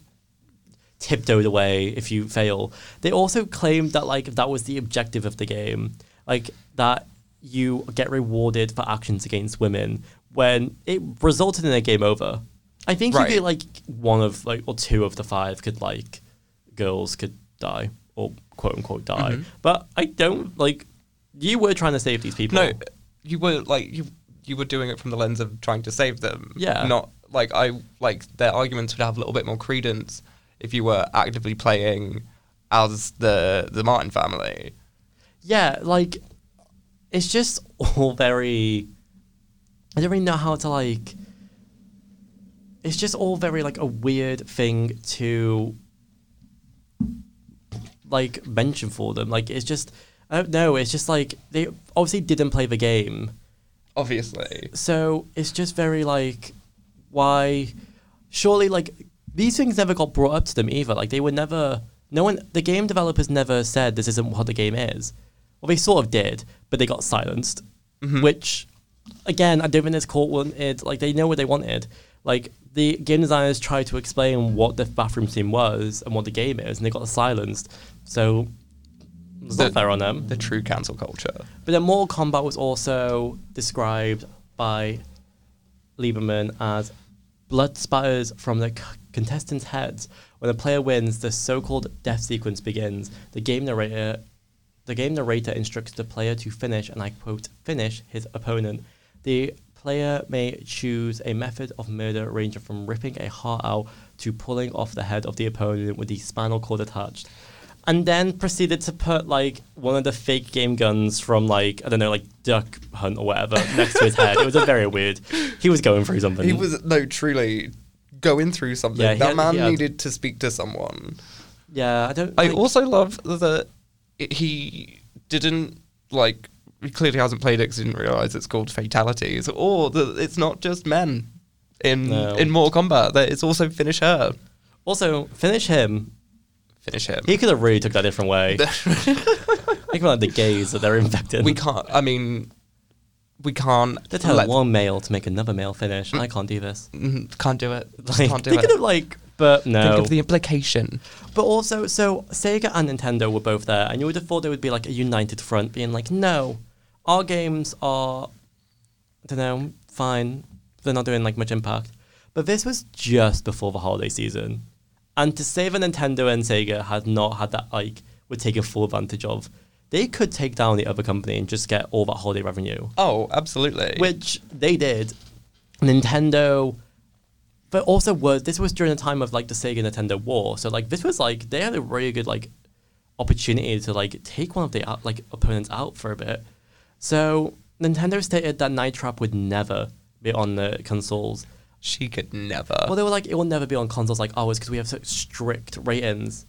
[SPEAKER 1] tiptoed away if you fail. They also claimed that like that was the objective of the game, like that you get rewarded for actions against women when it resulted in a game over. I think
[SPEAKER 2] Right.
[SPEAKER 1] you could like one of like or two of the five could like girls could die or quote unquote die,
[SPEAKER 2] Mm-hmm.
[SPEAKER 1] but I don't like. You were trying to save these people.
[SPEAKER 2] No, you were like you you were doing it from the lens of trying to save them.
[SPEAKER 1] Yeah.
[SPEAKER 2] Not like I like their arguments would have a little bit more credence if you were actively playing as the the Martin family.
[SPEAKER 1] yeah, like it's just all very. I don't really know how to like. It's just all very like a weird thing to like mention for them. Like it's just I don't know. It's just like they obviously didn't play the game,
[SPEAKER 2] Obviously.
[SPEAKER 1] so it's just very like why? Surely like these things never got brought up to them either. Like they were never. No one. The game developers never said this isn't what the game is. Well, they sort of did, but they got silenced, which again, I don't think this court wanted like they know what they wanted. Like the game designers tried to explain what the bathroom scene was and what the game is, and they got silenced. So it's
[SPEAKER 2] The-
[SPEAKER 1] not fair on them.
[SPEAKER 2] The true cancel culture.
[SPEAKER 1] But then Mortal Kombat was also described by Lieberman as blood spatters from the c- contestants' heads. When a player wins, the so-called death sequence begins. The game narrator, the game narrator instructs the player to finish, and I quote, "finish his opponent." The player may choose a method of murder ranging from ripping a heart out to pulling off the head of the opponent with the spinal cord attached and then proceeded to put like one of the fake game guns from like I don't know like Duck Hunt or
[SPEAKER 2] <laughs>
[SPEAKER 1] whatever next to his head. It was a very weird. He was going through something.
[SPEAKER 2] He was no truly going through something.
[SPEAKER 1] Yeah, he
[SPEAKER 2] that
[SPEAKER 1] had-
[SPEAKER 2] man
[SPEAKER 1] he had-
[SPEAKER 2] needed to speak to someone.
[SPEAKER 1] yeah, I don't.
[SPEAKER 2] I
[SPEAKER 1] think-
[SPEAKER 2] also love that it- he didn't like. He clearly hasn't played it. 'cause he didn't realize it's called fatalities, or that it's not just men in
[SPEAKER 1] No.
[SPEAKER 2] in Mortal Kombat. That it's also finish her,
[SPEAKER 1] also finish him.
[SPEAKER 2] finish him.
[SPEAKER 1] He could have really took that a different way. <laughs> Think about the gays that they're infected.
[SPEAKER 2] <laughs> we can't. I mean, we can't.
[SPEAKER 1] They tell
[SPEAKER 2] let-
[SPEAKER 1] one male to make another male finish. I can't do this.
[SPEAKER 2] Mm, can't do it.
[SPEAKER 1] <laughs>
[SPEAKER 2] Just
[SPEAKER 1] Like,
[SPEAKER 2] can't do
[SPEAKER 1] they
[SPEAKER 2] it.
[SPEAKER 1] could have like, but no.
[SPEAKER 2] Think of the implication.
[SPEAKER 1] But also, so Sega and Nintendo were both there, and you would have thought there would be like a united front, being like, "No, our games are, I don't know, fine. They're not doing like much impact." But this was just before the holiday season, and to say that Nintendo and Sega had not had that like were taking full advantage of, they could take down the other company and just get all that holiday revenue
[SPEAKER 2] Oh, absolutely.
[SPEAKER 1] which they did. Nintendo, but also was this was during the time of like the Sega Nintendo war, so like this was like they had a really good like opportunity to like take one of the out- like opponents out for a bit. So Nintendo stated that Night Trap would never be on the consoles.
[SPEAKER 2] she could never.
[SPEAKER 1] Well, they were like it will never be on consoles like ours because we have such strict ratings.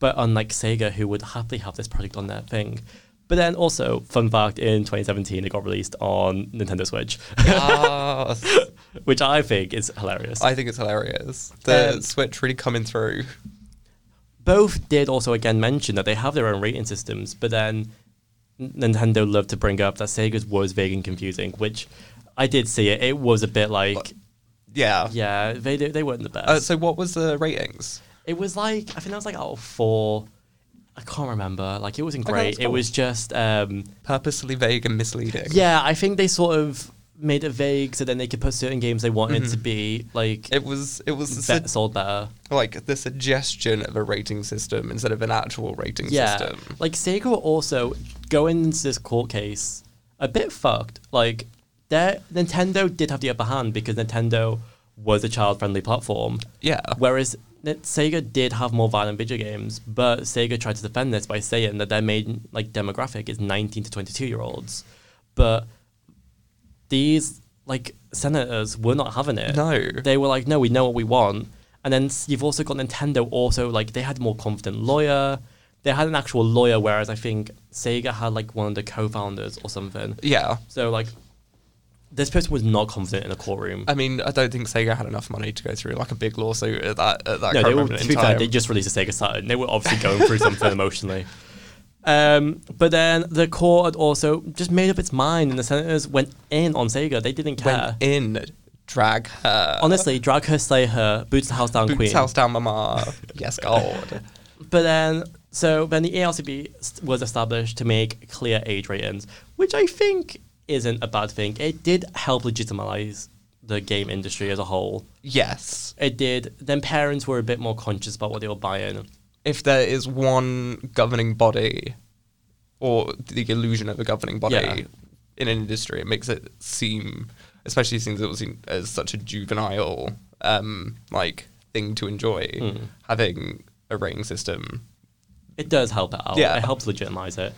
[SPEAKER 1] But unlike Sega, who would happily have this project on their thing. But then also, fun fact, in 2017, it got released on Nintendo Switch. <laughs>
[SPEAKER 2] Ah,
[SPEAKER 1] which I think is hilarious.
[SPEAKER 2] I think it's hilarious. The
[SPEAKER 1] Um,
[SPEAKER 2] Switch really coming through.
[SPEAKER 1] Both did also again mention that they have their own rating systems, but then N- Nintendo loved to bring up that Sega's was vague and confusing, which I did see it. It was a bit like,
[SPEAKER 2] Yeah.
[SPEAKER 1] yeah, they they weren't the best.
[SPEAKER 2] Uh, so what was the ratings?
[SPEAKER 1] it was like I think that was like out of four. I can't remember. Like it wasn't
[SPEAKER 2] Okay,
[SPEAKER 1] great.
[SPEAKER 2] that's
[SPEAKER 1] It
[SPEAKER 2] cool.
[SPEAKER 1] was just um,
[SPEAKER 2] Purposely vague and misleading.
[SPEAKER 1] yeah. I think they sort of made it vague so then they could put certain games they wanted to be like
[SPEAKER 2] Mm-hmm. It was it was the
[SPEAKER 1] bet-
[SPEAKER 2] su-
[SPEAKER 1] sold better.
[SPEAKER 2] like the suggestion of a rating system instead of an actual rating system.
[SPEAKER 1] Like Sega were also going into this court case a bit fucked. Like their Nintendo did have the upper hand because Nintendo was a child friendly platform.
[SPEAKER 2] Yeah.
[SPEAKER 1] Whereas N- Sega did have more violent video games, but Sega tried to defend this by saying that their main like demographic is 19 to 22 year olds. But these like senators were not having it.
[SPEAKER 2] No.
[SPEAKER 1] they were like, no, we know what we want. And then s- you've also got Nintendo. Also, like they had a more confident lawyer. They had an actual lawyer, whereas I think Sega had like one of the co-founders or something.
[SPEAKER 2] Yeah.
[SPEAKER 1] So like, this person was not confident in a courtroom.
[SPEAKER 2] I mean, I don't think Sega had enough money to go through like a big lawsuit at that at that
[SPEAKER 1] no, they
[SPEAKER 2] current
[SPEAKER 1] were,
[SPEAKER 2] moment
[SPEAKER 1] to
[SPEAKER 2] in
[SPEAKER 1] be fair,
[SPEAKER 2] time.
[SPEAKER 1] they just released a Sega Saturn. They were obviously going
[SPEAKER 2] <laughs>
[SPEAKER 1] through something emotionally. Um, but then the court had also just made up its mind, and the senators went in on Sega. They didn't
[SPEAKER 2] went
[SPEAKER 1] care.
[SPEAKER 2] in drag her.
[SPEAKER 1] Honestly, drag her, slay her, boots the house down,
[SPEAKER 2] Boots
[SPEAKER 1] queen.
[SPEAKER 2] house down, mama. yes,
[SPEAKER 1] <laughs>
[SPEAKER 2] God.
[SPEAKER 1] But then, so then the ALCB s- was established to make clear age ratings, which I think isn't a bad thing. It did help legitimize the game industry as a whole.
[SPEAKER 2] Yes.
[SPEAKER 1] It did. Then parents were a bit more conscious about what they were buying.
[SPEAKER 2] if there is one governing body or the illusion of a governing body
[SPEAKER 1] Yeah.
[SPEAKER 2] in an industry, it makes it seem, especially since it was seen as such a juvenile um, like thing to enjoy,
[SPEAKER 1] Hmm.
[SPEAKER 2] having a rating system.
[SPEAKER 1] It does help it out.
[SPEAKER 2] Yeah.
[SPEAKER 1] It helps legitimize it.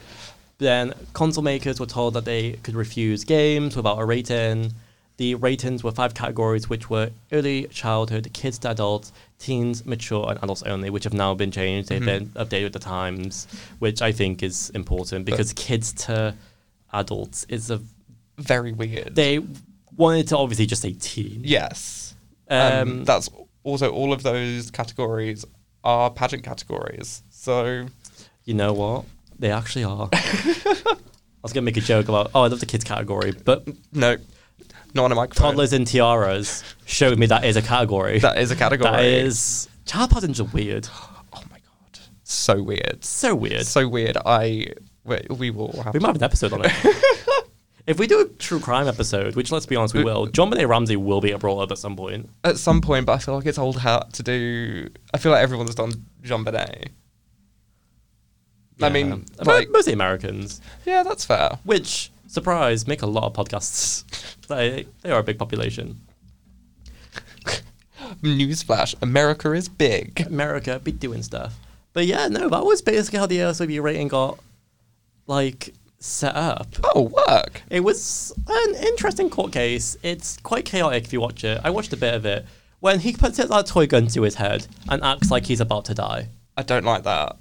[SPEAKER 1] Then console makers were told that they could refuse games without a rating. The ratings were five categories, which were early childhood, kids to adults, teens, mature, and adults only, which have now been changed. They've been updated with the times, which I think is important because kids to adults is a.
[SPEAKER 2] Very weird.
[SPEAKER 1] They wanted to obviously just say teen.
[SPEAKER 2] yes.
[SPEAKER 1] Um,
[SPEAKER 2] Um, that's also all of those categories are pageant categories. So
[SPEAKER 1] You know what? They actually are. was gonna make a joke about oh I love the kids category, but
[SPEAKER 2] No, not on a microphone.
[SPEAKER 1] toddlers in tiaras showed me that is a category.
[SPEAKER 2] That is a category.
[SPEAKER 1] That is child patterns are weird.
[SPEAKER 2] Oh my god, so weird.
[SPEAKER 1] So weird.
[SPEAKER 2] So weird. I we, we will have.
[SPEAKER 1] we might have an episode on it.
[SPEAKER 2] <laughs>
[SPEAKER 1] if we do a true crime episode, which let's be honest, we will. John Benet Ramsey will be brought up at some point.
[SPEAKER 2] at some point, but I feel like it's old hat to do. I feel like everyone's done Jean Benet. I mean,
[SPEAKER 1] Yeah. Amer-
[SPEAKER 2] like,
[SPEAKER 1] mostly Americans,
[SPEAKER 2] yeah, that's fair.
[SPEAKER 1] which surprise make a lot of podcasts. <laughs> they they are a big population.
[SPEAKER 2] Newsflash: America is big.
[SPEAKER 1] America be doing stuff. But yeah, no, that was basically how the SWB rating got like set up.
[SPEAKER 2] Oh, work.
[SPEAKER 1] It was an interesting court case. It's quite chaotic if you watch it. I watched a bit of it. When he puts that toy gun to his head and acts like he's about to die.
[SPEAKER 2] I don't like that.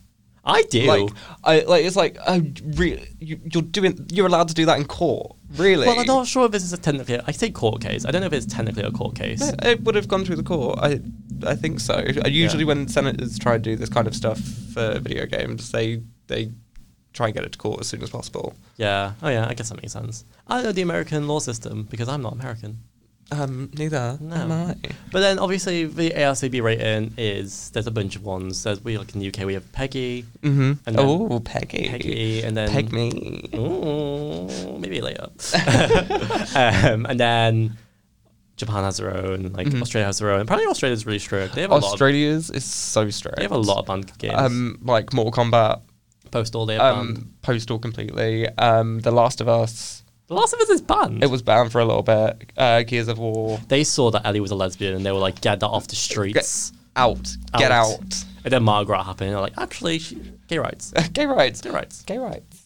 [SPEAKER 1] I do.
[SPEAKER 2] Like, I like. It's like, oh, re- you, you're doing. You're allowed to do that in court, really?
[SPEAKER 1] well, I'm not sure if this is a technically. I say court case. I don't know if it's technically a court case.
[SPEAKER 2] Yeah, It would have gone through the court. I, I think so. Uh, Usually,
[SPEAKER 1] Yeah.
[SPEAKER 2] when senators try to do this kind of stuff for video games, they they try and get it to court as soon as possible.
[SPEAKER 1] Yeah. Oh, yeah. I guess that makes sense. I know the American law system because I'm not American.
[SPEAKER 2] Um, neither
[SPEAKER 1] No.
[SPEAKER 2] am I.
[SPEAKER 1] But then obviously the ARCB rating is there's a bunch of ones. There's we like in the UK we have Peggy.
[SPEAKER 2] Mm-hmm.
[SPEAKER 1] And then
[SPEAKER 2] Oh, Peggy.
[SPEAKER 1] Peggy, and then-
[SPEAKER 2] Peg me.
[SPEAKER 1] Ooh, maybe later. <laughs> um, and then Japan has their own. Like
[SPEAKER 2] Mhm.
[SPEAKER 1] Australia has their own. Apparently Australia's really strict. They have a lot. Of,
[SPEAKER 2] Australia's is so strict.
[SPEAKER 1] they have a lot of banned games.
[SPEAKER 2] Um, like Mortal Kombat,
[SPEAKER 1] Postal they have banned.
[SPEAKER 2] um, Postal completely. Um, The Last of Us.
[SPEAKER 1] The Last of Us is banned.
[SPEAKER 2] It was banned for a little bit. Uh, Gears of War.
[SPEAKER 1] they saw that Ellie was a lesbian and they were like, get that off the streets.
[SPEAKER 2] Out. Get
[SPEAKER 1] Out.
[SPEAKER 2] out.
[SPEAKER 1] And then Margaret happened. And they're like, actually, she, gay
[SPEAKER 2] <laughs>
[SPEAKER 1] rights.
[SPEAKER 2] Gay rights.
[SPEAKER 1] Gay rights.
[SPEAKER 2] Gay rights.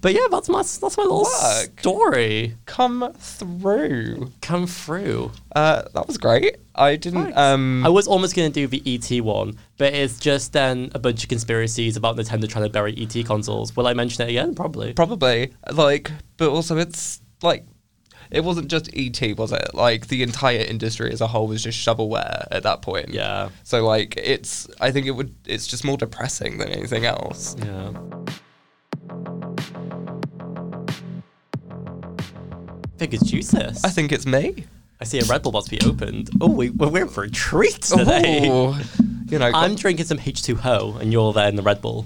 [SPEAKER 1] But yeah, that's my that's my little
[SPEAKER 2] Work.
[SPEAKER 1] story.
[SPEAKER 2] Come through.
[SPEAKER 1] Come through.
[SPEAKER 2] Uh, that was great. I didn't.
[SPEAKER 1] Thanks.
[SPEAKER 2] Um,
[SPEAKER 1] I was almost gonna do the ET one, but it's just then a bunch of conspiracies about Nintendo trying to bury ET consoles. Will I mention it again? Probably.
[SPEAKER 2] probably like, but also it's like. It wasn't just ET, was it? Like the entire industry as a whole was just shovelware at that point.
[SPEAKER 1] yeah.
[SPEAKER 2] So like it's I think it would it's just more depressing than anything else.
[SPEAKER 1] Yeah. Figures juice this.
[SPEAKER 2] I think it's me.
[SPEAKER 1] I see a Red Bull box be opened. Oh, we, we're in for a treat
[SPEAKER 2] Oh,
[SPEAKER 1] today.
[SPEAKER 2] Ooh, you know,
[SPEAKER 1] I'm drinking some H2O, and you're there in the Red Bull.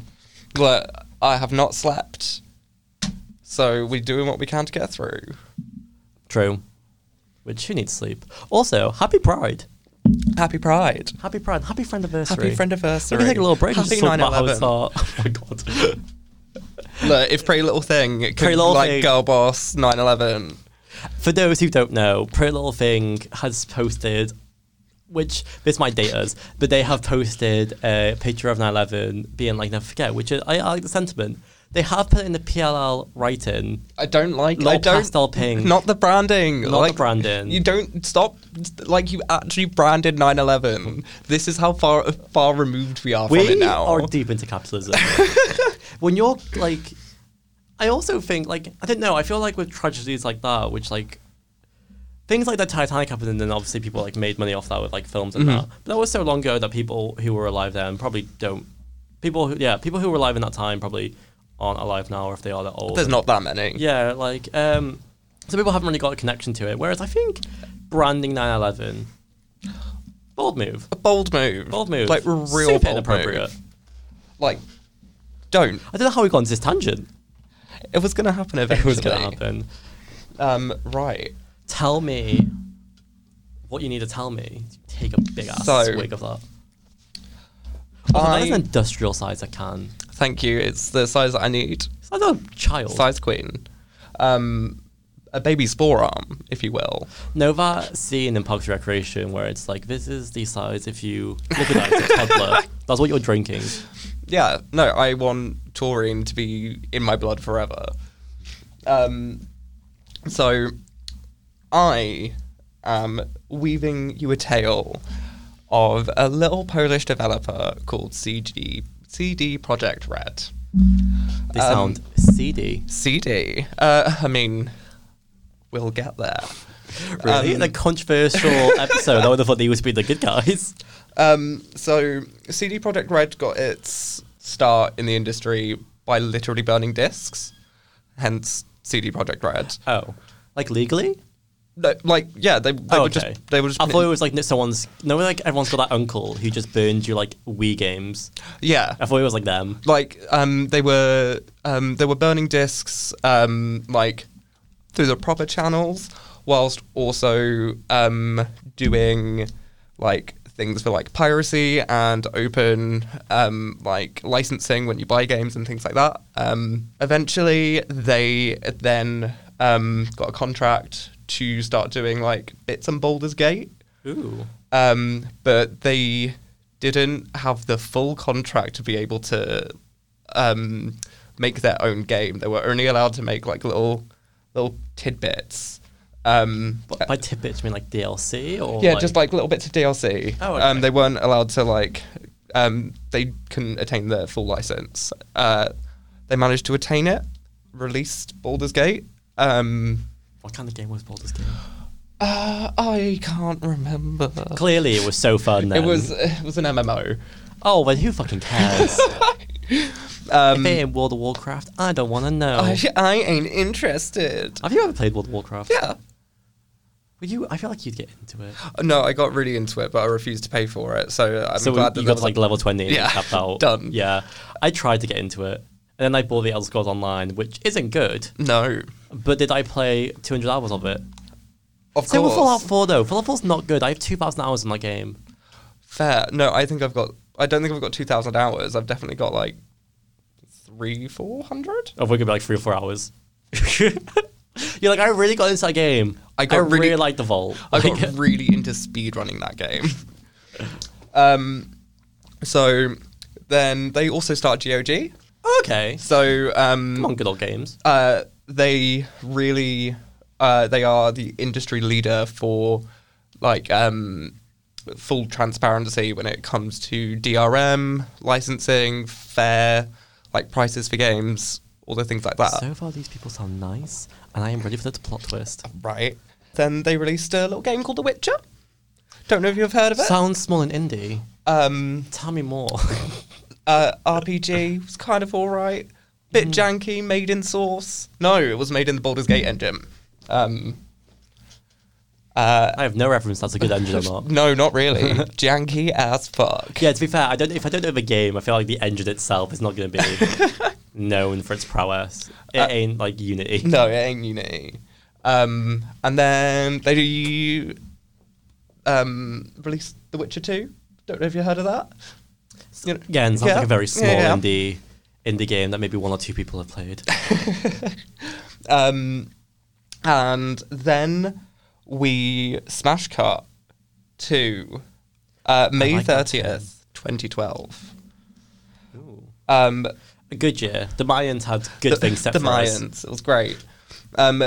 [SPEAKER 2] look, I have not slept. So we're doing what we can to get through.
[SPEAKER 1] True. Which who needs sleep? Also, happy Pride.
[SPEAKER 2] Happy Pride.
[SPEAKER 1] Happy Pride. Happy friend anniversary.
[SPEAKER 2] Happy friend anniversary.
[SPEAKER 1] We're gonna take a little break. and just
[SPEAKER 2] Happy
[SPEAKER 1] talk about how
[SPEAKER 2] 9/11.
[SPEAKER 1] it's our- <laughs> Oh my god.
[SPEAKER 2] Look, if Pretty Little Thing could
[SPEAKER 1] Pretty Little
[SPEAKER 2] like
[SPEAKER 1] Thing.
[SPEAKER 2] Girl Boss 911.
[SPEAKER 1] For those who don't know, Pretty Little Thing has posted, which this might date us, but they have posted a picture of 9/11 being like never forget, which is, I, I like the sentiment. They have put in the PLL writing.
[SPEAKER 2] I don't like I
[SPEAKER 1] Little
[SPEAKER 2] don't
[SPEAKER 1] pastel pink.
[SPEAKER 2] Not the branding.
[SPEAKER 1] the
[SPEAKER 2] like,
[SPEAKER 1] branding.
[SPEAKER 2] You don't stop like you actually branded 911. This is how far far removed we are from it
[SPEAKER 1] We
[SPEAKER 2] now.
[SPEAKER 1] are deep into
[SPEAKER 2] <laughs>
[SPEAKER 1] capitalism. when you're like, I also think like I don't know. I feel like with tragedies like that, which like things like the Titanic happened, and then obviously people like made money off that with like films
[SPEAKER 2] Mm-hmm.
[SPEAKER 1] and that. But that was so long ago that people who were alive then probably don't. People who yeah, people who were alive in that time probably aren't alive now, or if they are, they're old.
[SPEAKER 2] There's not that many.
[SPEAKER 1] Yeah, like um, so people haven't really got a connection to it. Whereas I think branding 9/11, bold move.
[SPEAKER 2] A bold move.
[SPEAKER 1] Bold move.
[SPEAKER 2] Like real
[SPEAKER 1] Super
[SPEAKER 2] bold
[SPEAKER 1] inappropriate.
[SPEAKER 2] move. Like, don't.
[SPEAKER 1] I don't know how we got into this tangent.
[SPEAKER 2] It was gonna happen
[SPEAKER 1] <laughs>
[SPEAKER 2] eventually.
[SPEAKER 1] It was going to happen.
[SPEAKER 2] Um, right.
[SPEAKER 1] Tell me what you need to tell me. Take a big ass
[SPEAKER 2] So,
[SPEAKER 1] swig of that. Also, that is
[SPEAKER 2] I-
[SPEAKER 1] an industrial size I can.
[SPEAKER 2] Thank you. It's the size that I need.
[SPEAKER 1] Size of a child.
[SPEAKER 2] Size queen. Um, a baby's forearm, if you will.
[SPEAKER 1] No, that scene in Parks and Recreation where it's like, this is the size if you liquidize a <laughs> toddler. That's what you're drinking.
[SPEAKER 2] Yeah. No, I want taurine to be in my blood forever. Um, so I am weaving you a tale of a little Polish developer called CD CD Project Red.
[SPEAKER 1] They sound seedy.
[SPEAKER 2] CD. Uh, I mean, we'll get there. Um,
[SPEAKER 1] Really? in a controversial episode. I would have thought they would be the good guys.
[SPEAKER 2] Um, so CD Projekt Red got its start in the industry by literally burning discs, hence CD Project Red.
[SPEAKER 1] Oh, like legally?
[SPEAKER 2] No, like yeah, they they
[SPEAKER 1] Oh,
[SPEAKER 2] were
[SPEAKER 1] okay.
[SPEAKER 2] just they were just
[SPEAKER 1] I thought it was like someone's. No, like everyone's got that uncle who just burned you like Wii games.
[SPEAKER 2] yeah.
[SPEAKER 1] I thought it was like them.
[SPEAKER 2] like um, they were um, they were burning discs um, like through the proper channels, whilst also um, doing like things for like piracy and open um, like licensing when you buy games and things like that. Um, eventually, they then um, got a contract to start doing like bits and Baldur's Gate
[SPEAKER 1] Ooh.
[SPEAKER 2] um, but they didn't have the full contract to be able to um, make their own game. They were only allowed to make like little little tidbits. Um,
[SPEAKER 1] But by tidbits, you mean like DLC or?
[SPEAKER 2] yeah, just like little bits of DLC.
[SPEAKER 1] Oh, okay.
[SPEAKER 2] um, they weren't allowed to like. Um, they couldn't attain their full license. Uh, they managed to attain it. Released Baldur's Gate. Um,
[SPEAKER 1] What kind of game was Baldur's Gate?
[SPEAKER 2] uh, I can't remember.
[SPEAKER 1] Clearly, it was so fun. Then.
[SPEAKER 2] It was it was an MMO.
[SPEAKER 1] Oh, well, who fucking cares?
[SPEAKER 2] <laughs> Um, Oh,
[SPEAKER 1] if it ain't World of Warcraft, I don't want to know.
[SPEAKER 2] I, <laughs> I ain't interested.
[SPEAKER 1] Have you ever played World of Warcraft?
[SPEAKER 2] Yeah.
[SPEAKER 1] Were you? I feel like you'd get into it.
[SPEAKER 2] No, I got really into it, but I refused to pay for it. So I'm
[SPEAKER 1] so
[SPEAKER 2] glad
[SPEAKER 1] you
[SPEAKER 2] that
[SPEAKER 1] got
[SPEAKER 2] that
[SPEAKER 1] to like level twenty and
[SPEAKER 2] Yeah,
[SPEAKER 1] tapped out.
[SPEAKER 2] <laughs> done.
[SPEAKER 1] Yeah, I tried to get into it, and then I bought the Elder Scrolls Online, which isn't good.
[SPEAKER 2] no.
[SPEAKER 1] But did I play 200 hours of it?
[SPEAKER 2] Of
[SPEAKER 1] Same with
[SPEAKER 2] course.
[SPEAKER 1] Fallout 4 though. Fallout 4's not good. I have 2,000 hours in that game.
[SPEAKER 2] Fair. No, I think I've got. I don't think I've got two thousand hours. I've definitely got like three, four hundred.
[SPEAKER 1] Of which could be like three or four hours. <laughs> You're like, I really got into that game.
[SPEAKER 2] I got
[SPEAKER 1] really,
[SPEAKER 2] really-
[SPEAKER 1] like the vault.
[SPEAKER 2] I
[SPEAKER 1] Like,
[SPEAKER 2] got really into speedrunning
[SPEAKER 1] <laughs>
[SPEAKER 2] that game. um, so then they also start GOG.
[SPEAKER 1] <laughs> okay.
[SPEAKER 2] So um,
[SPEAKER 1] Come on, good old games.
[SPEAKER 2] uh, they really uh, they are the industry leader for like um, full transparency when it comes to DRM licensing, fair like prices for games, all the things like that.
[SPEAKER 1] so far, these people sound nice, and I am ready for the plot <laughs> twist.
[SPEAKER 2] right. Then they released a little game called The Witcher. Don't know if you've heard of it.
[SPEAKER 1] Sounds small and indie.
[SPEAKER 2] um,
[SPEAKER 1] Tell me more. <laughs>
[SPEAKER 2] uh, RPG was kind of all right. Bit janky, made in source. No, it was made in the Baldur's Gate engine. Um,
[SPEAKER 1] I have no reference. That's a good engine or <laughs> not.
[SPEAKER 2] No, not really. Janky as fuck.
[SPEAKER 1] Yeah, to be fair, I don't. If I don't know the game, I feel like the engine itself is not <laughs> going to be known for its prowess. It ain't like Unity.
[SPEAKER 2] No, it ain't Unity. Um, and then they um, released The Witcher 2. Don't know if you heard of that. You know-
[SPEAKER 1] Again, sounds like a very
[SPEAKER 2] Yeah,
[SPEAKER 1] small
[SPEAKER 2] yeah.
[SPEAKER 1] indie indie game that maybe one or two people have played.
[SPEAKER 2] Um, and then we smash cut to uh, May
[SPEAKER 1] like that
[SPEAKER 2] 30th, 2012. Um,
[SPEAKER 1] A good year. The Mayans had good
[SPEAKER 2] the,
[SPEAKER 1] things set
[SPEAKER 2] the
[SPEAKER 1] for us.
[SPEAKER 2] Mayans. It was great. Um,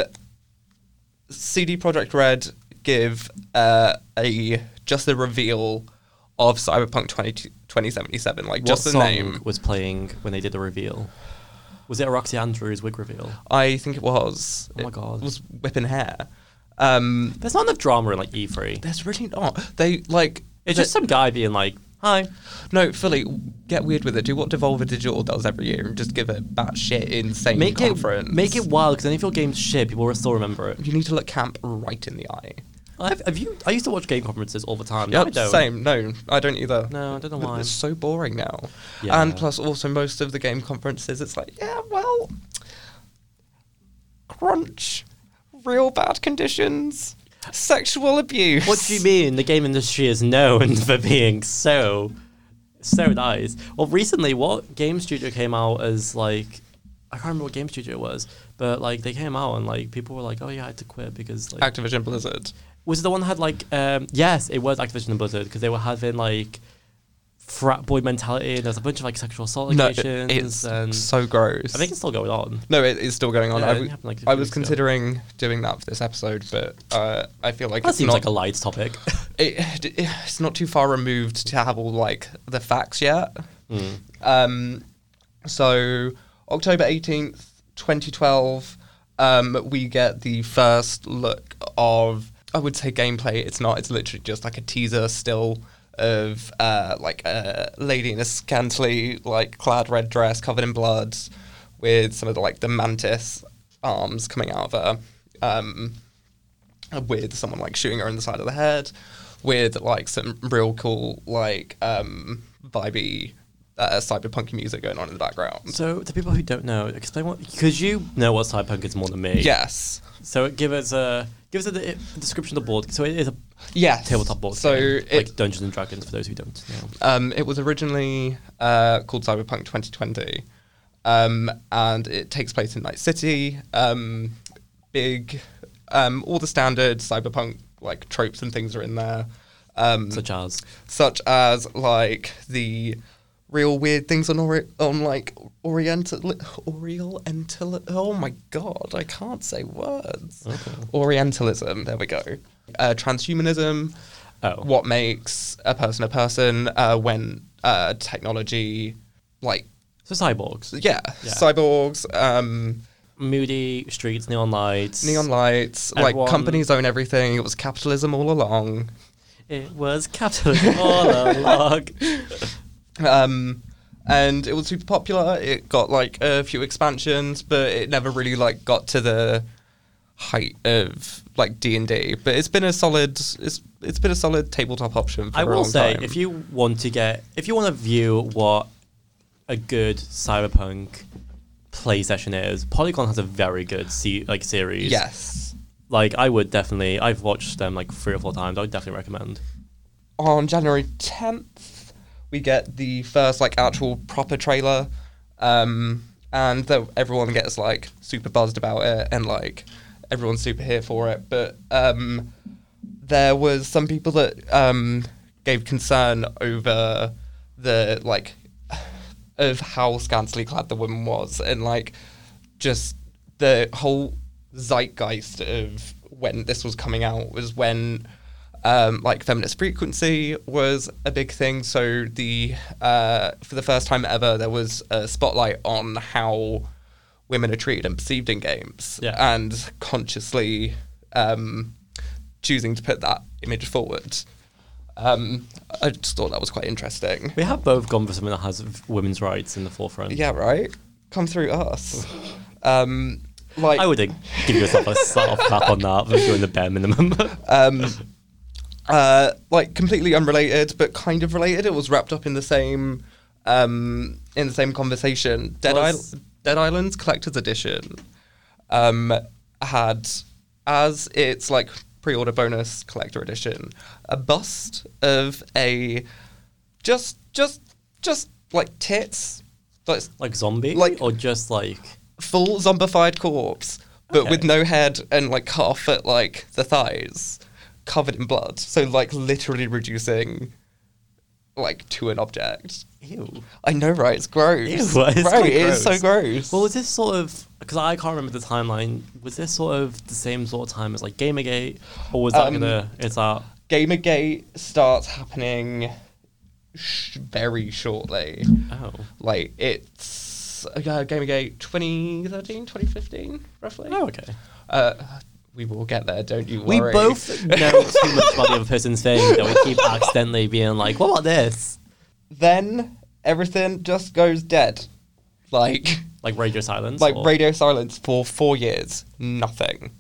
[SPEAKER 2] CD Projekt Red give uh, a just the reveal of Cyberpunk 20, 2077, like
[SPEAKER 1] What
[SPEAKER 2] just the
[SPEAKER 1] song
[SPEAKER 2] name.
[SPEAKER 1] was playing when they did the reveal? Was it a Roxy Andrews wig reveal?
[SPEAKER 2] I think it was.
[SPEAKER 1] Oh my
[SPEAKER 2] It
[SPEAKER 1] God.
[SPEAKER 2] was whipping hair. Um,
[SPEAKER 1] There's not enough drama in like E3.
[SPEAKER 2] there's really not. They like
[SPEAKER 1] It's just some guy being like, "Hi."
[SPEAKER 2] no fully get weird with it. Do what Devolver Digital does every year and just give it batshit insane
[SPEAKER 1] Make
[SPEAKER 2] conference.
[SPEAKER 1] it make it wild because then if your game's shit, people will still remember it.
[SPEAKER 2] You need to look camp right in the eye.
[SPEAKER 1] I've, have you? I used to watch game conferences all the time. Now I
[SPEAKER 2] Yep,
[SPEAKER 1] don't.
[SPEAKER 2] same. No, I don't either.
[SPEAKER 1] No, I don't know
[SPEAKER 2] But
[SPEAKER 1] why.
[SPEAKER 2] It's so boring now.
[SPEAKER 1] Yeah.
[SPEAKER 2] And plus, also, most of the game conferences, it's like, yeah, well, crunch, real bad conditions, sexual abuse.
[SPEAKER 1] What do you mean? The game industry is known <laughs> for being so, so nice. Well, recently, what game studio came out as like, I can't remember what game studio it was, but like they came out and like people were like, oh yeah, I had to quit because like,
[SPEAKER 2] Activision Blizzard.
[SPEAKER 1] was it the one that had like, um, yes, it was Activision and Blizzard because they were having like frat boy mentality and there's a bunch of like sexual assault
[SPEAKER 2] No, it-
[SPEAKER 1] allegations
[SPEAKER 2] it's
[SPEAKER 1] and
[SPEAKER 2] so gross.
[SPEAKER 1] I think it's still going on.
[SPEAKER 2] no, it is still going on.
[SPEAKER 1] Yeah,
[SPEAKER 2] I
[SPEAKER 1] it
[SPEAKER 2] w-
[SPEAKER 1] happened, like, a
[SPEAKER 2] I
[SPEAKER 1] few
[SPEAKER 2] was
[SPEAKER 1] weeks ago.
[SPEAKER 2] considering doing that for this episode, but uh, I feel like
[SPEAKER 1] That
[SPEAKER 2] it's
[SPEAKER 1] seems
[SPEAKER 2] not
[SPEAKER 1] like a light topic.
[SPEAKER 2] <laughs> it, it's not too far removed to have all like the facts yet. Um, so October eighteenth, twenty twelve, um, we get the first look of I would say gameplay. It's not. It's literally just like a teaser still of uh, like a lady in a scantily like clad red dress covered in blood. with some of the like the mantis arms coming out of her, um, with someone like shooting her in the side of the head, with like some real cool like um, vibey uh, cyberpunk music going on in the background.
[SPEAKER 1] So, to people who don't know, explain what because you know what cyberpunk is more than me.
[SPEAKER 2] Yes.
[SPEAKER 1] So, give us a give us a, a description of the board. So, it is a
[SPEAKER 2] Yes.
[SPEAKER 1] tabletop board.
[SPEAKER 2] So
[SPEAKER 1] game,
[SPEAKER 2] it,
[SPEAKER 1] like Dungeons and Dragons for those who don't know.
[SPEAKER 2] Um, it was originally uh, called Cyberpunk 2020, um, and it takes place in Night City. Um, big, um, all the standard cyberpunk like tropes and things are in there, um,
[SPEAKER 1] Such as
[SPEAKER 2] such as like the real weird things on ori- on like Oriental Oriental. Oh my god, I can't say words. Orientalism. There we go. Uh, transhumanism
[SPEAKER 1] oh,
[SPEAKER 2] what makes a person a person uh, when uh, technology, like,
[SPEAKER 1] so cyborgs,
[SPEAKER 2] yeah,
[SPEAKER 1] Yeah.
[SPEAKER 2] cyborgs, um,
[SPEAKER 1] moody streets, neon lights,
[SPEAKER 2] neon lights,
[SPEAKER 1] Everyone-
[SPEAKER 2] like companies own everything. It was capitalism all along.
[SPEAKER 1] It was <laughs> capitalism all along.
[SPEAKER 2] Um, and it was super popular. It got like a few expansions, but it never really like got to the height of like D and D. But it's been a solid, it's it's been a solid tabletop option. For
[SPEAKER 1] I
[SPEAKER 2] a
[SPEAKER 1] will
[SPEAKER 2] long
[SPEAKER 1] say,
[SPEAKER 2] time.
[SPEAKER 1] if you want to get, if you want to view what a good cyberpunk play session is, Polygon has a very good se- like series.
[SPEAKER 2] yes,
[SPEAKER 1] Like I would definitely, I've watched them like three or four times. I would definitely recommend.
[SPEAKER 2] on January 10th, we get the first like actual proper trailer, um, and the, everyone gets like super buzzed about it, and like everyone's super here for it. But um, there was some people that um, gave concern over the like of how scantily clad the woman was, and like just the whole zeitgeist of when this was coming out was when um, like feminist frequency was a big thing. So the uh, for the first time ever, there was a spotlight on how women are treated and perceived in games,
[SPEAKER 1] Yeah.
[SPEAKER 2] and consciously um, choosing to put that image forward. Um, I just thought that was quite interesting.
[SPEAKER 1] We have both gone for something that has v- women's rights in the forefront.
[SPEAKER 2] Yeah, right. Come through us. um, like
[SPEAKER 1] I would uh, give yourself a soft clap on that for doing the bare minimum. <laughs>
[SPEAKER 2] um, uh, like completely unrelated, but kind of related. It was wrapped up in the same um, in the same conversation. Dead,
[SPEAKER 1] Was-
[SPEAKER 2] Isl- Dead Island's Collector's Edition um, had as its like pre-order bonus collector edition a bust of a just just just like tits that's
[SPEAKER 1] like zombie,
[SPEAKER 2] Like-
[SPEAKER 1] or just like
[SPEAKER 2] full zombified corpse, but
[SPEAKER 1] Okay.
[SPEAKER 2] with no head and like cut off at like the thighs, covered in blood. So like literally reducing like to an object.
[SPEAKER 1] ew.
[SPEAKER 2] I know, right? It's gross.
[SPEAKER 1] Ew, it's
[SPEAKER 2] right,
[SPEAKER 1] quite
[SPEAKER 2] it is so
[SPEAKER 1] gross.
[SPEAKER 2] gross.
[SPEAKER 1] Well, was this sort of because I can't remember the timeline? Was this sort of the same sort of time as like Gamergate, or was that
[SPEAKER 2] Um,
[SPEAKER 1] gonna? Is that
[SPEAKER 2] Gamergate starts happening sh- very shortly.
[SPEAKER 1] oh
[SPEAKER 2] Like it's uh, Gamergate 2013, 2015, roughly.
[SPEAKER 1] oh okay?
[SPEAKER 2] Uh, we will get there. Don't you
[SPEAKER 1] We
[SPEAKER 2] worry. <laughs>
[SPEAKER 1] both <laughs> know too much about the other person's thing that we keep accidentally being like, "What about this?"
[SPEAKER 2] then everything just goes dead. Like
[SPEAKER 1] Like radio silence.
[SPEAKER 2] like
[SPEAKER 1] or-
[SPEAKER 2] radio silence for four years, nothing.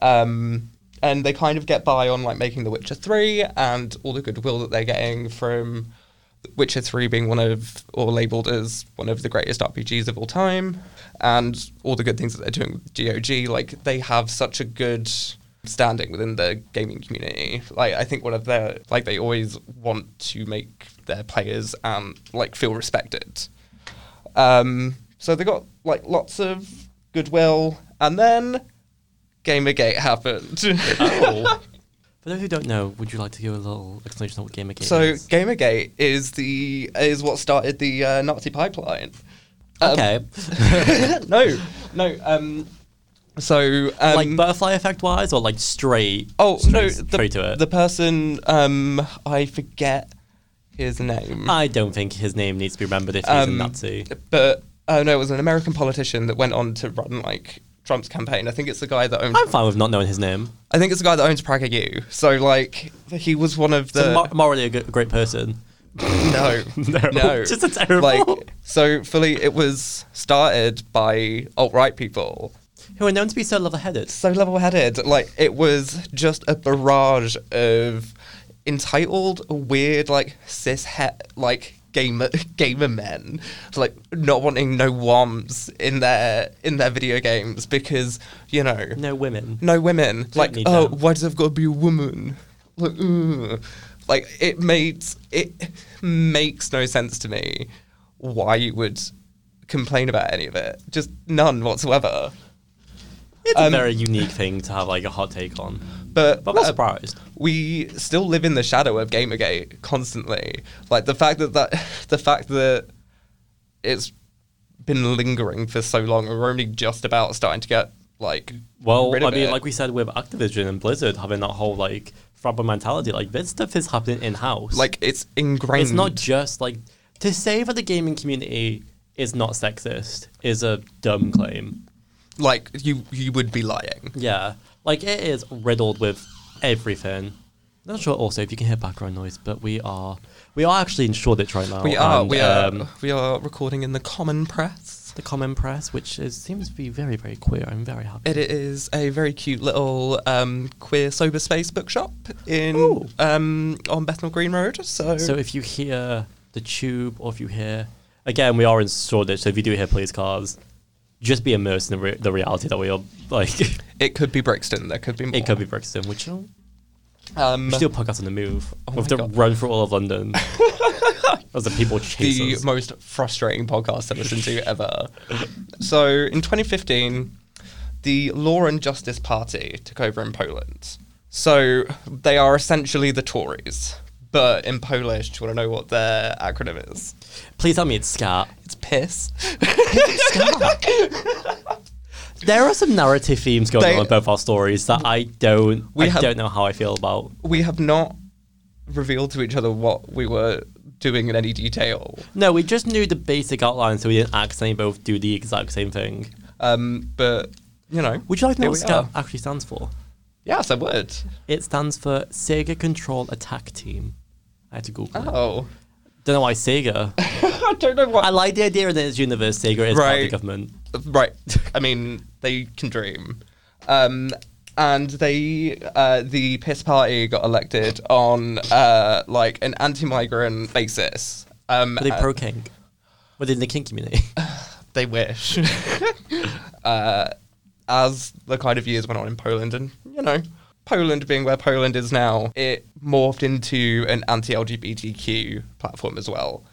[SPEAKER 2] Um, and they kind of get by on like making The Witcher three and all the goodwill that they're getting from Witcher three being one of or labeled as one of the greatest RPGs of all time, and all the good things that they're doing with GOG. Like they have such a good standing within the gaming community. Like I think one of their like they always want to make their players um like feel respected. Um, so they got like lots of goodwill, and then Gamergate happened.
[SPEAKER 1] Oh. For those who don't know, would you like to give a little explanation of what Gamergate
[SPEAKER 2] <laughs> so
[SPEAKER 1] is?
[SPEAKER 2] Gamergate is the is what started the uh, Nazi pipeline. Um,
[SPEAKER 1] okay,
[SPEAKER 2] <laughs>
[SPEAKER 1] <laughs>
[SPEAKER 2] no, no. Um, so um,
[SPEAKER 1] like butterfly effect wise, or like straight.
[SPEAKER 2] oh
[SPEAKER 1] straight,
[SPEAKER 2] no, the,
[SPEAKER 1] straight to uh, it.
[SPEAKER 2] the person um, I forget his name.
[SPEAKER 1] I don't think his name needs to be remembered if Ah, he's a
[SPEAKER 2] Um,
[SPEAKER 1] Nazi.
[SPEAKER 2] but oh no, it was an American politician that went on to run like Trump's campaign. I think it's the guy that owned.
[SPEAKER 1] I'm fine with not knowing his name.
[SPEAKER 2] I think it's the guy that owns Praga U. So like he was one of
[SPEAKER 1] He's
[SPEAKER 2] the
[SPEAKER 1] a mor- morally a good, great person,
[SPEAKER 2] <laughs> No,
[SPEAKER 1] <laughs> No.
[SPEAKER 2] no,
[SPEAKER 1] Just a terrible-
[SPEAKER 2] Like, so fully, it was started by alt right people,
[SPEAKER 1] who are known to be so level-headed.
[SPEAKER 2] so level-headed. Like, it was just a barrage of entitled, weird, like cis het, like gamer <laughs> gamer men, like not wanting no woms in their in their video games because you know
[SPEAKER 1] No women.
[SPEAKER 2] no women. like,
[SPEAKER 1] need
[SPEAKER 2] oh,
[SPEAKER 1] them.
[SPEAKER 2] why does I've got to be a woman? Like, ugh. like it makes it makes no sense to me why you would complain about any of it. Just none whatsoever.
[SPEAKER 1] It's a
[SPEAKER 2] Um,
[SPEAKER 1] very unique thing to have like a hot take on.
[SPEAKER 2] But,
[SPEAKER 1] But I'm not
[SPEAKER 2] uh,
[SPEAKER 1] surprised.
[SPEAKER 2] we still live in the shadow of Gamergate constantly. Like the fact that, <laughs> that the fact that it's been lingering for so long, and we're only just about starting to get like
[SPEAKER 1] Well,
[SPEAKER 2] rid
[SPEAKER 1] I
[SPEAKER 2] of
[SPEAKER 1] mean,
[SPEAKER 2] it.
[SPEAKER 1] like we said with Activision and Blizzard having that whole like frapper mentality, like this stuff is happening in house.
[SPEAKER 2] like it's ingrained.
[SPEAKER 1] it's not just like to say that the gaming community is not sexist is a dumb claim.
[SPEAKER 2] like you you would be lying.
[SPEAKER 1] Yeah, like it is riddled with everything. Not sure. Also, if you can hear background noise, but we are we are actually in Shoreditch right now.
[SPEAKER 2] We are
[SPEAKER 1] Oh, and,
[SPEAKER 2] we are
[SPEAKER 1] um,
[SPEAKER 2] we are recording in the common press.
[SPEAKER 1] the common press, which is, seems to be very very queer. I'm very happy.
[SPEAKER 2] It is a very cute little um, queer sober space bookshop
[SPEAKER 1] Ooh.
[SPEAKER 2] in um, on Bethnal Green Road. So,
[SPEAKER 1] So if you hear the tube or if you hear, again, we are in Shoreditch, so if you do hear police cars, just be immersed in the, re- the reality that we are, <laughs> like,
[SPEAKER 2] it could be Brixton. There could be more.
[SPEAKER 1] it could be Brixton, which oh,
[SPEAKER 2] um,
[SPEAKER 1] we should do a podcast on the move.
[SPEAKER 2] Oh
[SPEAKER 1] we have to
[SPEAKER 2] my God.
[SPEAKER 1] run through all of
[SPEAKER 2] <laughs>
[SPEAKER 1] London as the people chase
[SPEAKER 2] the
[SPEAKER 1] us.
[SPEAKER 2] most frustrating podcast to listen to ever. So in 2015, the Law and Justice Party took over in Poland. So they are essentially the Tories, but in Polish. Do you want to know what their acronym is?
[SPEAKER 1] Please tell me it's scat.
[SPEAKER 2] It's piss.
[SPEAKER 1] There are some narrative themes going
[SPEAKER 2] They-
[SPEAKER 1] on in both our stories that I don't,
[SPEAKER 2] We
[SPEAKER 1] I
[SPEAKER 2] have-
[SPEAKER 1] don't know how I feel about.
[SPEAKER 2] <laughs> we have not revealed to each other what we were doing in any detail.
[SPEAKER 1] No, we just knew the basic outline, so we didn't accidentally both do the exact same thing.
[SPEAKER 2] Um, but you know,
[SPEAKER 1] Would you like to know
[SPEAKER 2] here
[SPEAKER 1] what
[SPEAKER 2] we
[SPEAKER 1] scat
[SPEAKER 2] are.
[SPEAKER 1] actually stands for?
[SPEAKER 2] Yes, I would.
[SPEAKER 1] It stands for Sega Control Attack Team. I had to Google it.
[SPEAKER 2] Oh, <laughs>
[SPEAKER 1] Don't know why Sega.
[SPEAKER 2] I don't know what.
[SPEAKER 1] I like the idea that it's universe. Sega is part of the
[SPEAKER 2] Right.
[SPEAKER 1] government.
[SPEAKER 2] right. I mean, they can dream. Um, and they, uh, the piss party, got elected on uh, like an anti-migrant basis. Um,
[SPEAKER 1] Are they
[SPEAKER 2] uh,
[SPEAKER 1] pro kink? Within the kink community.
[SPEAKER 2] <laughs> they wish. <laughs> uh, as the kind of years went on in Poland, and you know, Poland being where Poland is now, it morphed into an anti LGBTQ platform as well.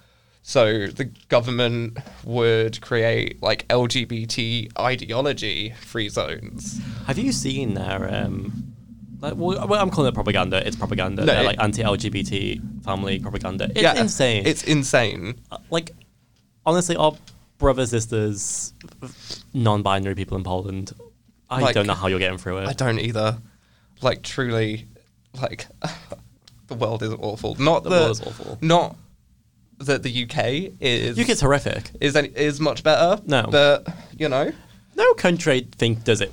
[SPEAKER 2] So the government would create like LGBT ideology free zones.
[SPEAKER 1] Have you seen their. Um, like, well, well, I'm calling it propaganda. It's propaganda.
[SPEAKER 2] No,
[SPEAKER 1] They're
[SPEAKER 2] it-
[SPEAKER 1] like anti LGBT family propaganda. It's
[SPEAKER 2] Yeah,
[SPEAKER 1] insane.
[SPEAKER 2] It's insane.
[SPEAKER 1] Uh, like, honestly, our brothers, sisters, non binary people in Poland, I
[SPEAKER 2] Like,
[SPEAKER 1] don't know how you're getting through it.
[SPEAKER 2] I don't either. Like truly, like <laughs> the world is awful. Not
[SPEAKER 1] The
[SPEAKER 2] the,
[SPEAKER 1] world is awful.
[SPEAKER 2] Not that the UK is
[SPEAKER 1] You kids horrific.
[SPEAKER 2] is any, is much better.
[SPEAKER 1] No.
[SPEAKER 2] but you know,
[SPEAKER 1] No country I think does it.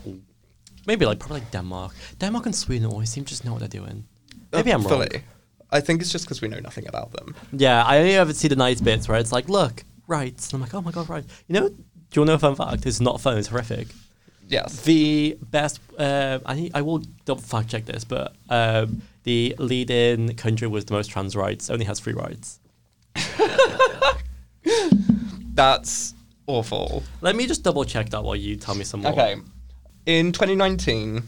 [SPEAKER 1] Maybe like probably like Denmark. Denmark and Sweden always seem to just know what they're doing. Maybe I'm wrong.
[SPEAKER 2] Oh, fully. I think it's just because we know nothing about them.
[SPEAKER 1] Yeah, I only ever see the nice bits where it's like, look, rights. And I'm like, oh my god, rights. You know, do you want to know a fun fact? It's not fun. It's horrific.
[SPEAKER 2] Yes,
[SPEAKER 1] The best. Uh, I think- I will double fact check this, but um, the leading country with the most trans rights only has three rights.
[SPEAKER 2] that's awful.
[SPEAKER 1] Let me just double check that while you tell me some more.
[SPEAKER 2] Okay, in 2019,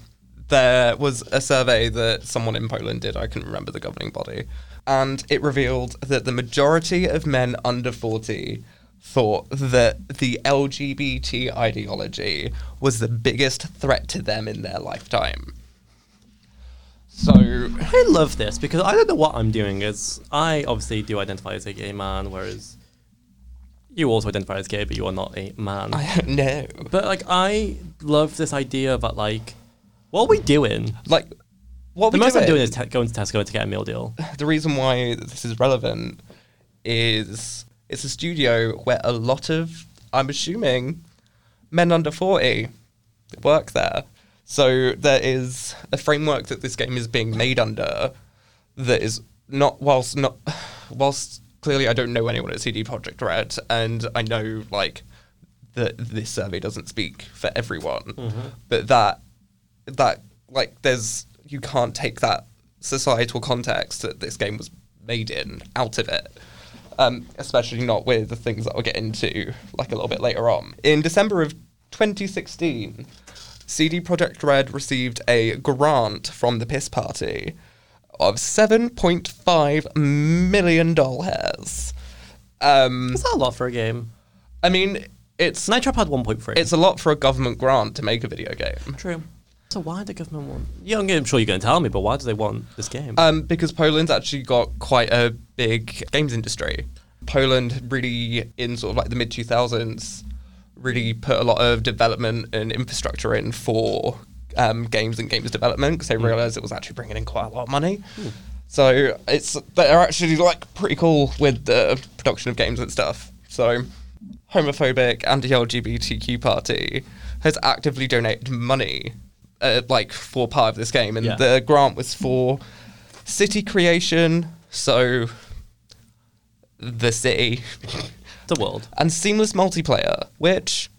[SPEAKER 2] there was a survey that someone in Poland did. I can remember the governing body, and it revealed that the majority of men under 40 thought that the LGBT ideology was the biggest threat to them in their lifetime. So <laughs>
[SPEAKER 1] I love this because I don't know what I'm doing. Is I obviously do identify as a gay man, whereas you also identify as gay, but you are not a man.
[SPEAKER 2] I don't know.
[SPEAKER 1] but like, I love this idea that like, what are we doing?
[SPEAKER 2] Like, what
[SPEAKER 1] The
[SPEAKER 2] we
[SPEAKER 1] most
[SPEAKER 2] do
[SPEAKER 1] I'm doing is te- going to Tesco to get a meal deal.
[SPEAKER 2] the reason why this is relevant is it's a studio where a lot of, I'm assuming, men under 40 work there. So there is a framework that this game is being made under that is not, whilst not, whilst clearly I don't know anyone at CD Project Red, and I know like that this survey doesn't speak for everyone, but that that like there's you can't take that societal context that this game was made in out of it. Um, especially not with the things that I'll get into like a little bit later on. In December of 2016, CD Projekt Red received a grant from the Piss Party of 7.5 million doll hairs. Um,
[SPEAKER 1] Is that a lot for a game?
[SPEAKER 2] I mean, it's
[SPEAKER 1] Nitro had 1.3.
[SPEAKER 2] it's a lot for a government grant to make a video game.
[SPEAKER 1] true. So why did the government want? Yeah, I'm, I'm sure you're going to tell me, but why do they want this game?
[SPEAKER 2] Um, because Poland's actually got quite a big games industry. Poland really, in sort of like the mid 2000s, really put a lot of development and infrastructure in for um, games and games development because they realized it was actually bringing in quite a lot of money. So it's they're actually like pretty cool with the production of games and stuff. So homophobic anti-LGBTQ party has actively donated money, uh, like for part of this game, and
[SPEAKER 1] Yeah.
[SPEAKER 2] the grant was for city creation. So the city <laughs>
[SPEAKER 1] the world.
[SPEAKER 2] and seamless multiplayer, which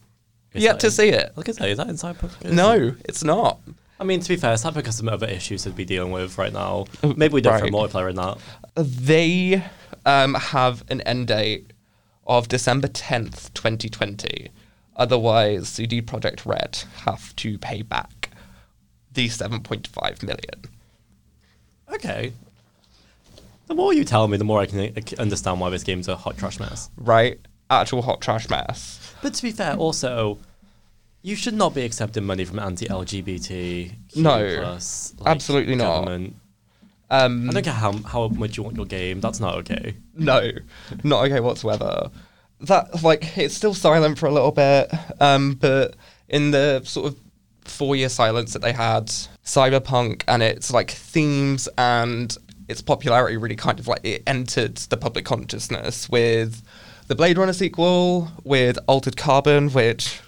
[SPEAKER 2] yet
[SPEAKER 1] that
[SPEAKER 2] to
[SPEAKER 1] in-
[SPEAKER 2] see it.
[SPEAKER 1] Like I say, is that inside Pokemon?
[SPEAKER 2] No, it's not.
[SPEAKER 1] I mean, to be fair, Cyberpunk has some other issues to be dealing with right now. Maybe we don't
[SPEAKER 2] Oh, right.
[SPEAKER 1] throw multiplayer in that.
[SPEAKER 2] They um, have an end date of December 10th, 2020. Otherwise, CD Projekt Red have to pay back the 7.5 million.
[SPEAKER 1] Okay. The more you tell me, the more I can uh, understand why this game's a hot trash mess.
[SPEAKER 2] Right? Actual hot trash mess.
[SPEAKER 1] But to be fair, also, you should not be accepting money from anti-LGBT.
[SPEAKER 2] No,
[SPEAKER 1] plus,
[SPEAKER 2] absolutely not.
[SPEAKER 1] government.
[SPEAKER 2] Um,
[SPEAKER 1] I don't care how how much you want your game. That's not okay.
[SPEAKER 2] <laughs> no, not okay whatsoever. That like it's still silent for a little bit, um, but in the sort of four-year silence that they had, cyberpunk and its like themes and its popularity really kind of like it entered the public consciousness with the Blade Runner sequel, with Altered Carbon, which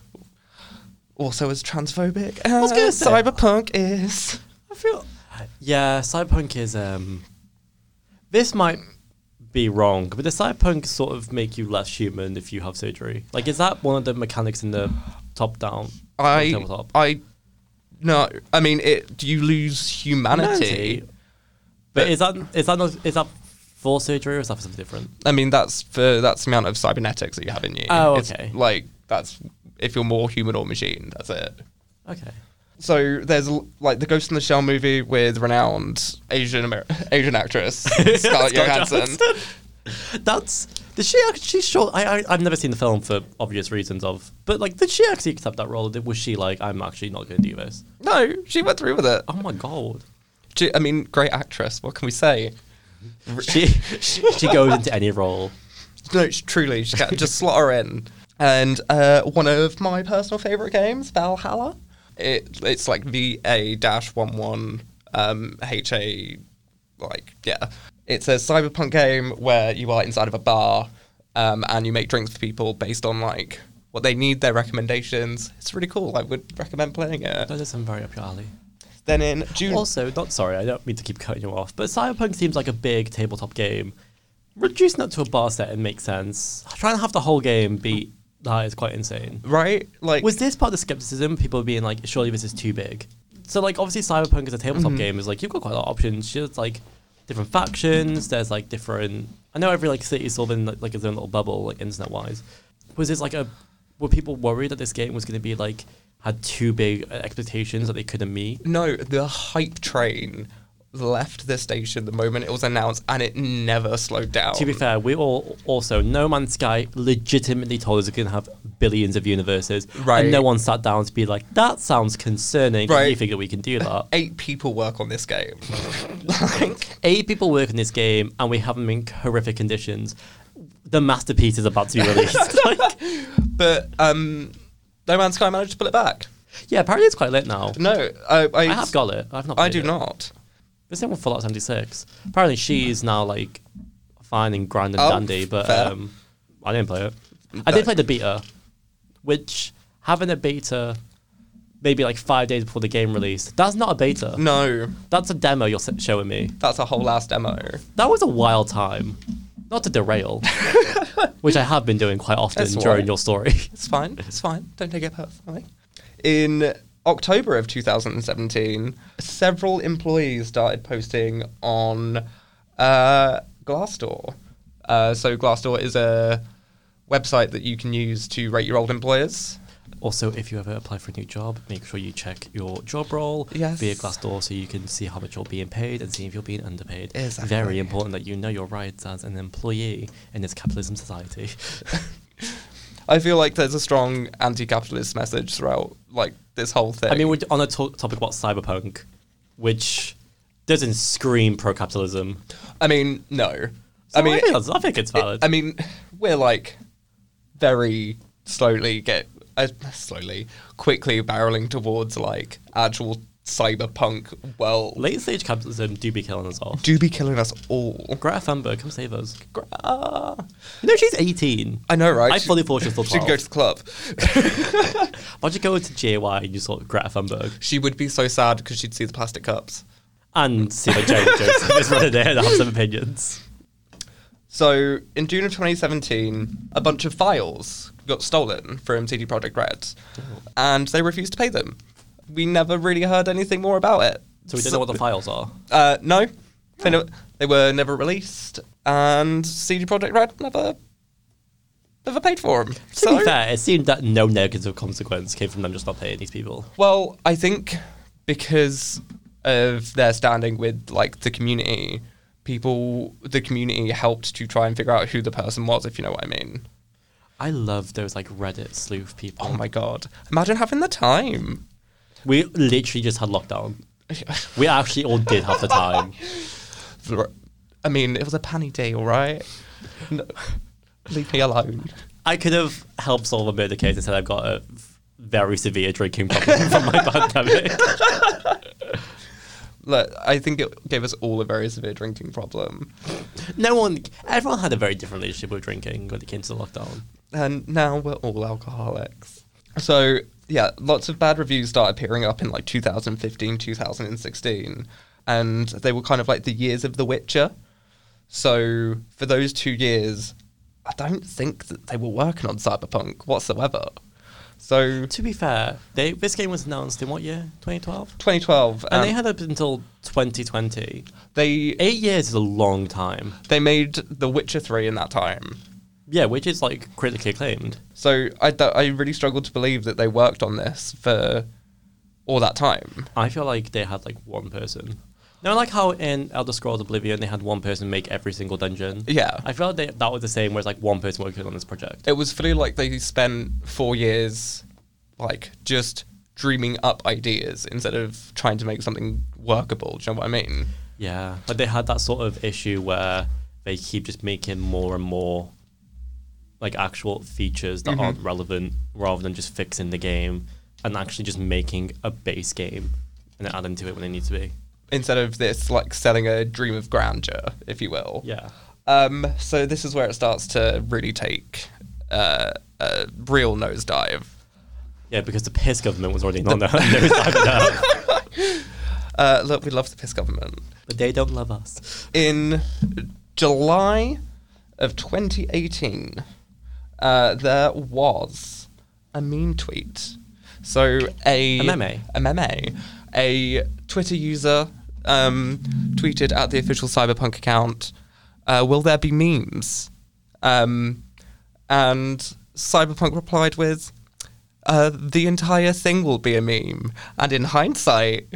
[SPEAKER 2] also is transphobic. I
[SPEAKER 1] was gonna say-
[SPEAKER 2] cyberpunk is.
[SPEAKER 1] I feel. Yeah, cyberpunk is. um This might be wrong, but does cyberpunk sort of make you less human if you have surgery? Like, is that one of the mechanics in the top down?
[SPEAKER 2] I, I, no, I mean, it. You lose humanity.
[SPEAKER 1] Humanity. But is that is that not is that for surgery or is that for something different?
[SPEAKER 2] I mean, that's for that's the amount of cybernetics that you have in you.
[SPEAKER 1] Oh,
[SPEAKER 2] It's
[SPEAKER 1] okay.
[SPEAKER 2] like that's if you're more human or machine. That's it.
[SPEAKER 1] Okay.
[SPEAKER 2] So there's l- like the Ghost in the Shell movie with renowned Asian Amer- <laughs> Asian actress
[SPEAKER 1] <laughs>
[SPEAKER 2] Scarlett
[SPEAKER 1] Scarlett
[SPEAKER 2] Johansson.
[SPEAKER 1] That's did she actually she's short? I, I I've never seen the film for obvious reasons of, but like did she actually accept that role? Or did- was she like I'm actually not going to do this?
[SPEAKER 2] No, she went through with it.
[SPEAKER 1] Oh my god.
[SPEAKER 2] She, I mean, great actress. What can we say?
[SPEAKER 1] She <laughs> she goes into any role.
[SPEAKER 2] No, sh- truly, she can just slot her in. And uh, one of my personal favorite games, Valhalla. It it's like VA dash one one um HA like yeah. It's a cyberpunk game where you are inside of a bar um, and you make drinks for people based on like what they need, their recommendations. It's really cool. I would recommend playing it.
[SPEAKER 1] That does sound very up your alley.
[SPEAKER 2] Then in June,
[SPEAKER 1] Also, not sorry, I don't mean to keep cutting you off, but Cyberpunk seems like a big tabletop game. Reducing it to a bar setting makes sense. Trying to have the whole game be that is quite insane.
[SPEAKER 2] right? Like
[SPEAKER 1] Was this part of the skepticism? People being like, surely this is too big. So like, obviously, Cyberpunk is a tabletop game. Is like you've got quite a lot of options. There's like different factions. There's like different. I know every like city is sort of in like, like its own little bubble, like internet wise. Was this like a? Were people worried that this game was going to be like had too big uh, expectations that they couldn't meet?
[SPEAKER 2] No, the hype train left the station the moment it was announced, and it never slowed down.
[SPEAKER 1] To be fair, we all also No Man's Sky legitimately told us it's going to have billions of universes,
[SPEAKER 2] Right.
[SPEAKER 1] And no one sat down to be like, "That sounds concerning." Right. You
[SPEAKER 2] Right.
[SPEAKER 1] think that we can do that?
[SPEAKER 2] eight people work on this game. <laughs> like,
[SPEAKER 1] Eight people work on this game, and we have them in horrific conditions. The masterpiece is about to be
[SPEAKER 2] <laughs>
[SPEAKER 1] released. like,
[SPEAKER 2] but um, No Man's Sky managed to pull it back.
[SPEAKER 1] yeah, apparently it's quite late now.
[SPEAKER 2] No, I I,
[SPEAKER 1] I have got it. I've not.
[SPEAKER 2] I
[SPEAKER 1] played
[SPEAKER 2] do
[SPEAKER 1] it.
[SPEAKER 2] not.
[SPEAKER 1] The same with Fallout 76. Apparently, she is now like fine and grand and
[SPEAKER 2] Oh,
[SPEAKER 1] dandy, but
[SPEAKER 2] fair.
[SPEAKER 1] um, I didn't play it. I did
[SPEAKER 2] That-
[SPEAKER 1] play the beta, which having a beta maybe like five days before the game release, that's not a beta.
[SPEAKER 2] No,
[SPEAKER 1] That's a demo you're s- showing me.
[SPEAKER 2] that's a whole last demo.
[SPEAKER 1] That was a wild time. Not to
[SPEAKER 2] <laughs>
[SPEAKER 1] derail, which I have been doing quite often
[SPEAKER 2] That's all
[SPEAKER 1] during
[SPEAKER 2] right.
[SPEAKER 1] your story. <laughs>
[SPEAKER 2] It's fine. It's fine. Don't take it personally. In October of 2017, several employees started posting on uh, Glassdoor. Uh, so Glassdoor is a website that you can use to rate your old employers.
[SPEAKER 1] Also, if you ever apply for a new job, make sure you check your job role
[SPEAKER 2] Yes.
[SPEAKER 1] via Glassdoor so you can see how much you're being paid and see if you're being underpaid.
[SPEAKER 2] Exactly.
[SPEAKER 1] Very important that you know your rights as an employee in this capitalism society. <laughs>
[SPEAKER 2] I feel like there's a strong anti-capitalist message throughout like this whole thing.
[SPEAKER 1] I mean, we're on a to- topic about cyberpunk, which doesn't scream pro capitalism.
[SPEAKER 2] I mean, no.
[SPEAKER 1] I mean, I think, that's- I think it's valid.
[SPEAKER 2] I mean, we're like very slowly get uh, slowly, quickly barreling towards like actual cyberpunk world.
[SPEAKER 1] Late stage capitalism do be killing us
[SPEAKER 2] <laughs>
[SPEAKER 1] off.
[SPEAKER 2] Do be killing us all.
[SPEAKER 1] Greta Thunberg, come save us.
[SPEAKER 2] Ah,
[SPEAKER 1] You know she's 18.
[SPEAKER 2] I know, right?
[SPEAKER 1] I
[SPEAKER 2] She-
[SPEAKER 1] fully thought she was still
[SPEAKER 2] She'd go
[SPEAKER 1] 12.
[SPEAKER 2] to the club. <laughs>
[SPEAKER 1] Why don't you go into JY and you sort Greta Thunberg
[SPEAKER 2] she would be so sad because she'd see the plastic cups.
[SPEAKER 1] and see what Jane Joseph is running there and have some opinions?
[SPEAKER 2] So in June of 2017, a bunch of files got stolen from CD Projekt Red,
[SPEAKER 1] Oh.
[SPEAKER 2] and they refused to pay them. We never really heard anything more about it.
[SPEAKER 1] So we don't know what the files are.
[SPEAKER 2] Uh, no, they, never, they were never released, and CD Projekt Red never never paid for them.
[SPEAKER 1] To be fair, it seemed that no negative consequence came from them just not paying these people.
[SPEAKER 2] well, I think because of their standing with like the community, people the community helped to try and figure out who the person was, if you know what I mean.
[SPEAKER 1] I love those like Reddit sleuth people.
[SPEAKER 2] Oh my god! Imagine having the time. <laughs>
[SPEAKER 1] We literally just had lockdown. We actually all did have the time.
[SPEAKER 2] I mean, it was a panny day, all right. No, leave me alone.
[SPEAKER 1] I could have helped solve a murder case and said I've got a very severe drinking problem from my <laughs> pandemic.
[SPEAKER 2] Look, I think it gave us all a very severe drinking problem.
[SPEAKER 1] No one, everyone had a very different relationship with drinking when it came to the lockdown.
[SPEAKER 2] and now we're all alcoholics. So, yeah, lots of bad reviews started appearing up in like 2015, 2016, and they were kind of like the years of The Witcher. So, for those two years, I don't think that they were working on Cyberpunk whatsoever. So,
[SPEAKER 1] To be fair, they, this game was announced in what year? 2012?
[SPEAKER 2] 2012,
[SPEAKER 1] And
[SPEAKER 2] um,
[SPEAKER 1] they had up until 2020.
[SPEAKER 2] they
[SPEAKER 1] Eight years is a long time.
[SPEAKER 2] they made The Witcher 3 in that time.
[SPEAKER 1] Yeah, which is like critically acclaimed.
[SPEAKER 2] So, I, th- I really struggled to believe that they worked on this for all that time.
[SPEAKER 1] I feel like they had like one person. No, like how in Elder Scrolls Oblivion they had one person make every single dungeon.
[SPEAKER 2] Yeah.
[SPEAKER 1] I feel like they, that was the same. Where it's like one person working on this project.
[SPEAKER 2] it was fully like they spent four years like just dreaming up ideas instead of trying to make something workable. Do you know what I mean?
[SPEAKER 1] Yeah, but they had that sort of issue where they keep just making more and more like actual features
[SPEAKER 2] Mm-hmm.
[SPEAKER 1] that aren't relevant, rather than just fixing the game and actually just making a base game and then adding to it when they need to be.
[SPEAKER 2] Instead of this like selling a dream of grandeur, if you will.
[SPEAKER 1] Yeah.
[SPEAKER 2] Um, so this is where it starts to really take uh, a real nosedive.
[SPEAKER 1] Yeah, because the piss government was already on their <laughs> nose down.
[SPEAKER 2] Uh, look, we love the piss government.
[SPEAKER 1] but they don't love us.
[SPEAKER 2] in July of 2018, uh, there was a mean tweet. So a
[SPEAKER 1] A meme?
[SPEAKER 2] a meme, a Twitter user um, tweeted at the official Cyberpunk account, uh, "Will there be memes?" Um, and Cyberpunk replied with, uh, "The entire thing will be a meme." And in hindsight,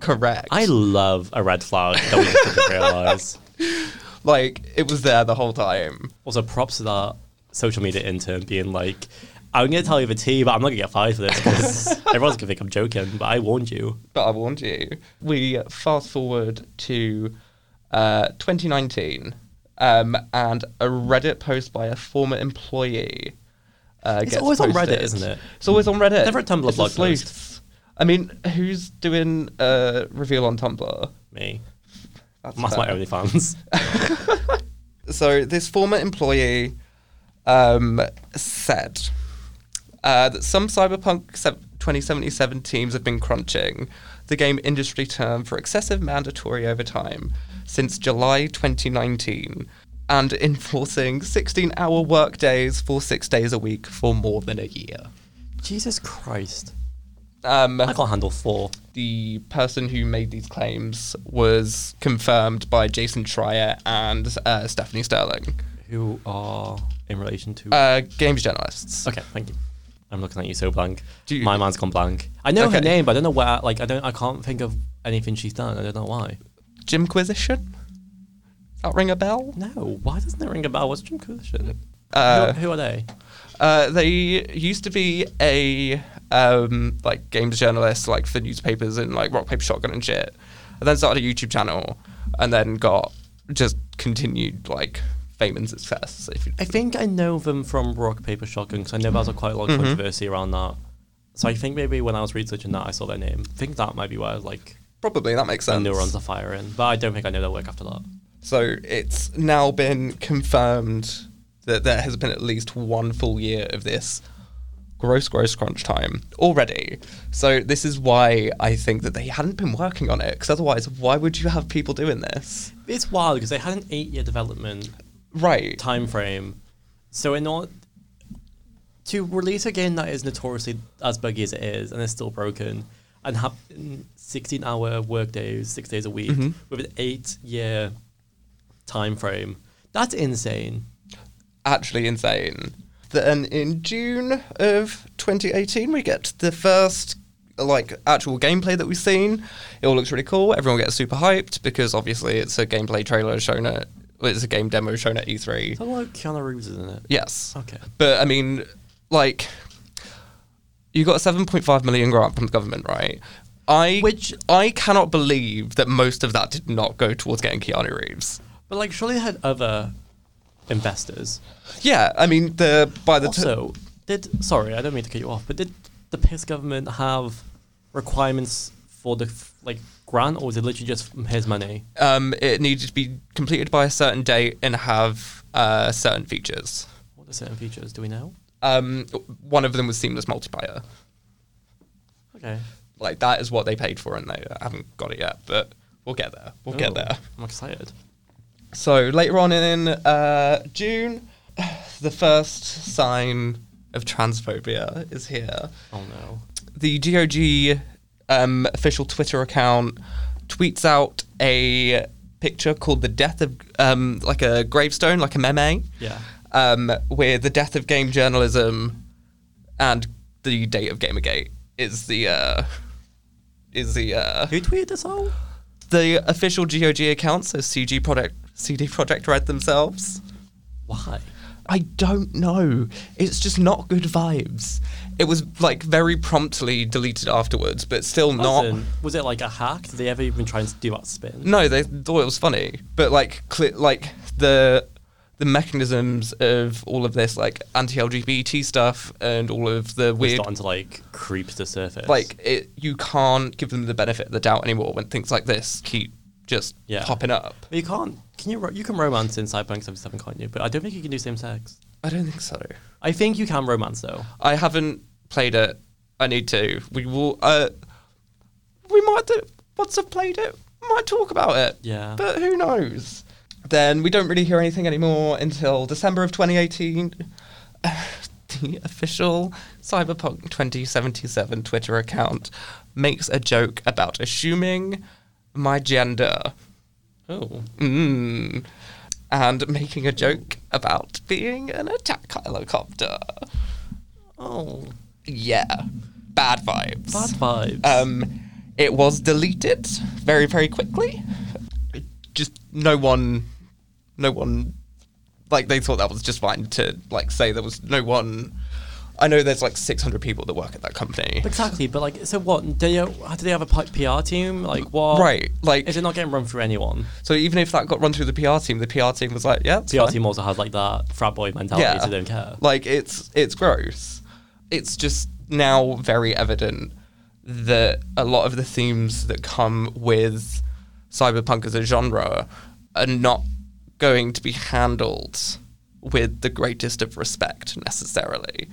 [SPEAKER 2] correct.
[SPEAKER 1] I love a red flag that we just didn't realise.
[SPEAKER 2] like it was there the whole time.
[SPEAKER 1] Also, props to that social media intern being like, I'm going to tell you the tea, but I'm not going to get fired for this because <laughs> everyone's going to think I'm joking, but I warned you.
[SPEAKER 2] but I warned you. We fast forward to uh, 2019 um, and a Reddit post by a former employee. Uh,
[SPEAKER 1] It's
[SPEAKER 2] gets
[SPEAKER 1] always on
[SPEAKER 2] posted.
[SPEAKER 1] Reddit, isn't it?
[SPEAKER 2] It's always on Reddit.
[SPEAKER 1] Never a Tumblr
[SPEAKER 2] It's the
[SPEAKER 1] blog post.
[SPEAKER 2] sleuths. I mean, who's doing a reveal on Tumblr?
[SPEAKER 1] Me.
[SPEAKER 2] That's
[SPEAKER 1] That's
[SPEAKER 2] fair.
[SPEAKER 1] my only <laughs> fans.
[SPEAKER 2] so this former employee um, said uh, that some Cyberpunk se- 2077 teams have been crunching the game industry term for excessive mandatory overtime since July 2019. and enforcing 16 hour work days for six days a week for more than a year.
[SPEAKER 1] Jesus Christ.
[SPEAKER 2] Um,
[SPEAKER 1] I can't handle four.
[SPEAKER 2] the person who made these claims was confirmed by Jason Schreier and uh, Stephanie Sterling,
[SPEAKER 1] Who are in relation to.
[SPEAKER 2] uh, games journalists.
[SPEAKER 1] okay, thank you. I'm looking at you so blank.
[SPEAKER 2] Do you-
[SPEAKER 1] My mind's gone blank. I know her
[SPEAKER 2] Okay.
[SPEAKER 1] name, but I don't know where. Like, I don't. I can't think of anything she's done. I don't know why.
[SPEAKER 2] Jimquisition? That ring a bell?
[SPEAKER 1] No, why doesn't it ring a bell? What's Jim Cushion?
[SPEAKER 2] Uh,
[SPEAKER 1] who, who are they?
[SPEAKER 2] Uh, they used to be a um, like games journalist, like for newspapers and like rock paper shotgun and shit, and then started a YouTube channel, and then got just continued like fame and success. If you,
[SPEAKER 1] I think I know them from Rock Paper Shotgun because I know there was a quite a lot of controversy around that. So I think maybe when I was researching that, I saw their name. I think that might be where like
[SPEAKER 2] probably that makes
[SPEAKER 1] the
[SPEAKER 2] sense.
[SPEAKER 1] neurons are firing, but I don't think I know their work after that.
[SPEAKER 2] So it's now been confirmed that there has been at least one full year of this gross, gross crunch time already. So this is why I think that they hadn't been working on it, because otherwise, why would you have people doing this?
[SPEAKER 1] It's wild because they had an eight-year development
[SPEAKER 2] Right.
[SPEAKER 1] time frame, so in order to release a game that is notoriously as buggy as it is and is still broken, and have sixteen-hour work days, six days a week,
[SPEAKER 2] Mm-hmm.
[SPEAKER 1] with an eight-year time frame, that's insane.
[SPEAKER 2] actually insane. Then in June of 2018, we get the first like actual gameplay that we've seen. It all looks really cool. Everyone gets super hyped because obviously it's a gameplay trailer shown at well, it's a game demo shown at E E3.
[SPEAKER 1] It's a lot of Keanu Reeves, isn't it?
[SPEAKER 2] Yes.
[SPEAKER 1] Okay.
[SPEAKER 2] But I mean, like, you got a 7.5 million grant from the government, right? I
[SPEAKER 1] Which-
[SPEAKER 2] I cannot believe that most of that did not go towards getting Keanu Reeves.
[SPEAKER 1] But like, surely they had other investors.
[SPEAKER 2] Yeah, I mean the by the t-
[SPEAKER 1] Also, did sorry, I don't mean to cut you off, but did the piss government have requirements for the f- like grant, or was it literally just here's money?
[SPEAKER 2] um, it needed to be completed by a certain date and have uh, certain features.
[SPEAKER 1] What are certain features? Do we know?
[SPEAKER 2] Um, one of them was seamless multiplayer.
[SPEAKER 1] Okay,
[SPEAKER 2] Like that is what they paid for, and they haven't got it yet. But we'll get there. We'll
[SPEAKER 1] Oh,
[SPEAKER 2] get there.
[SPEAKER 1] I'm excited.
[SPEAKER 2] So later on in uh, June, <sighs> the first sign of transphobia is here.
[SPEAKER 1] Oh no.
[SPEAKER 2] the GOG um, official Twitter account tweets out a picture called the death of um, like a gravestone, like a meme.
[SPEAKER 1] Yeah.
[SPEAKER 2] Um, where the death of game journalism and the date of Gamergate is the uh, is the uh,
[SPEAKER 1] Who tweeted this all?
[SPEAKER 2] the official GOG account, so CG product CD Project Red themselves.
[SPEAKER 1] Why?
[SPEAKER 2] I don't know. It's just not good vibes. It was like very promptly deleted afterwards, but still not.
[SPEAKER 1] As in, was it like a hack? Did they ever even try and do that spin?
[SPEAKER 2] No, they thought it was funny, but like, cli like the the mechanisms of all of this, like anti-LGBT stuff and all of the
[SPEAKER 1] We're
[SPEAKER 2] weird,
[SPEAKER 1] starting to like creep to the surface.
[SPEAKER 2] like it, you can't give them the benefit of the doubt anymore when things like this keep just
[SPEAKER 1] Yeah.
[SPEAKER 2] popping up.
[SPEAKER 1] But you can't. Can you? ro- You can romance in Cyberpunk 77, can't you? But I don't think you can do same sex.
[SPEAKER 2] I don't think so.
[SPEAKER 1] I think you can romance though.
[SPEAKER 2] I haven't played it. I need to. We will. Uh, we might do, once I've played it, might talk about it.
[SPEAKER 1] Yeah.
[SPEAKER 2] But who knows? Then we don't really hear anything anymore until December of 2018. <sighs> the official Cyberpunk 2077 Twitter account makes a joke about assuming my gender.
[SPEAKER 1] Oh,
[SPEAKER 2] Mm. And making a joke about being an attack helicopter.
[SPEAKER 1] oh,
[SPEAKER 2] Yeah. Bad vibes.
[SPEAKER 1] bad vibes.
[SPEAKER 2] Um, it was deleted very, very quickly. It just no one, no one, like they thought that was just fine to like say there was no one. I know there's like 600 people that work at that company.
[SPEAKER 1] exactly, but like, so what? Do they do they have a pi- PR team? Like what?
[SPEAKER 2] Right, like-
[SPEAKER 1] is it not getting run through anyone?
[SPEAKER 2] So even if that got run through the PR team, the PR team was like, yeah, it's
[SPEAKER 1] PR
[SPEAKER 2] fine.
[SPEAKER 1] team also has like that frat boy mentality,
[SPEAKER 2] yeah,
[SPEAKER 1] so they Oh, don't care.
[SPEAKER 2] Like it's it's gross. It's just now very evident that a lot of the themes that come with cyberpunk as a genre are not going to be handled with the greatest of respect necessarily.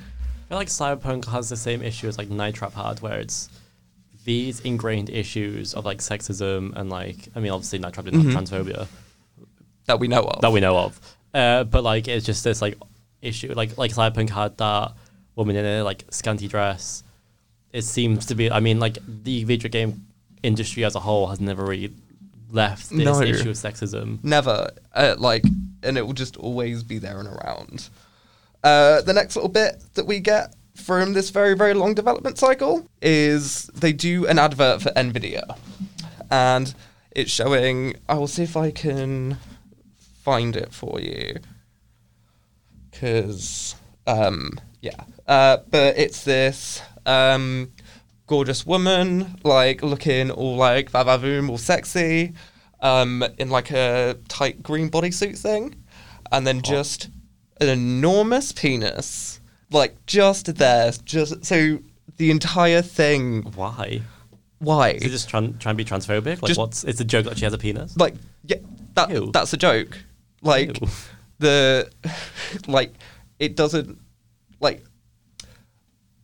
[SPEAKER 1] I feel like cyberpunk has the same issue as like Night Trap had, where it's these ingrained issues of like
[SPEAKER 2] Mm-hmm.
[SPEAKER 1] sexism and like I mean, obviously Night Trap didn't have transphobia
[SPEAKER 2] That we know of.
[SPEAKER 1] that we know of, Uh, but like it's just this like issue. Like like Cyberpunk had that woman in a like scanty dress. It seems to be. I mean, like the video game industry as a whole has never really left this
[SPEAKER 2] No.
[SPEAKER 1] issue of sexism.
[SPEAKER 2] Never. Uh, like, and it will just always be there and around. Uh, the next little bit that we get from this very, very long development cycle is they do an advert for NVIDIA. And it's showing, I will see if I can find it for you. Because, um, yeah. Uh, but it's this um, gorgeous woman, like looking all like vavavoom, all sexy, um, in like a tight green bodysuit thing. And then just an enormous penis, like just there. Just so the entire thing.
[SPEAKER 1] Why?
[SPEAKER 2] Why?
[SPEAKER 1] Is it just trying trying to be transphobic? Like
[SPEAKER 2] Just-
[SPEAKER 1] what's? It's a joke that she has a penis.
[SPEAKER 2] like yeah that
[SPEAKER 1] Ew.
[SPEAKER 2] that's a joke like
[SPEAKER 1] Ew.
[SPEAKER 2] the <laughs> like it doesn't like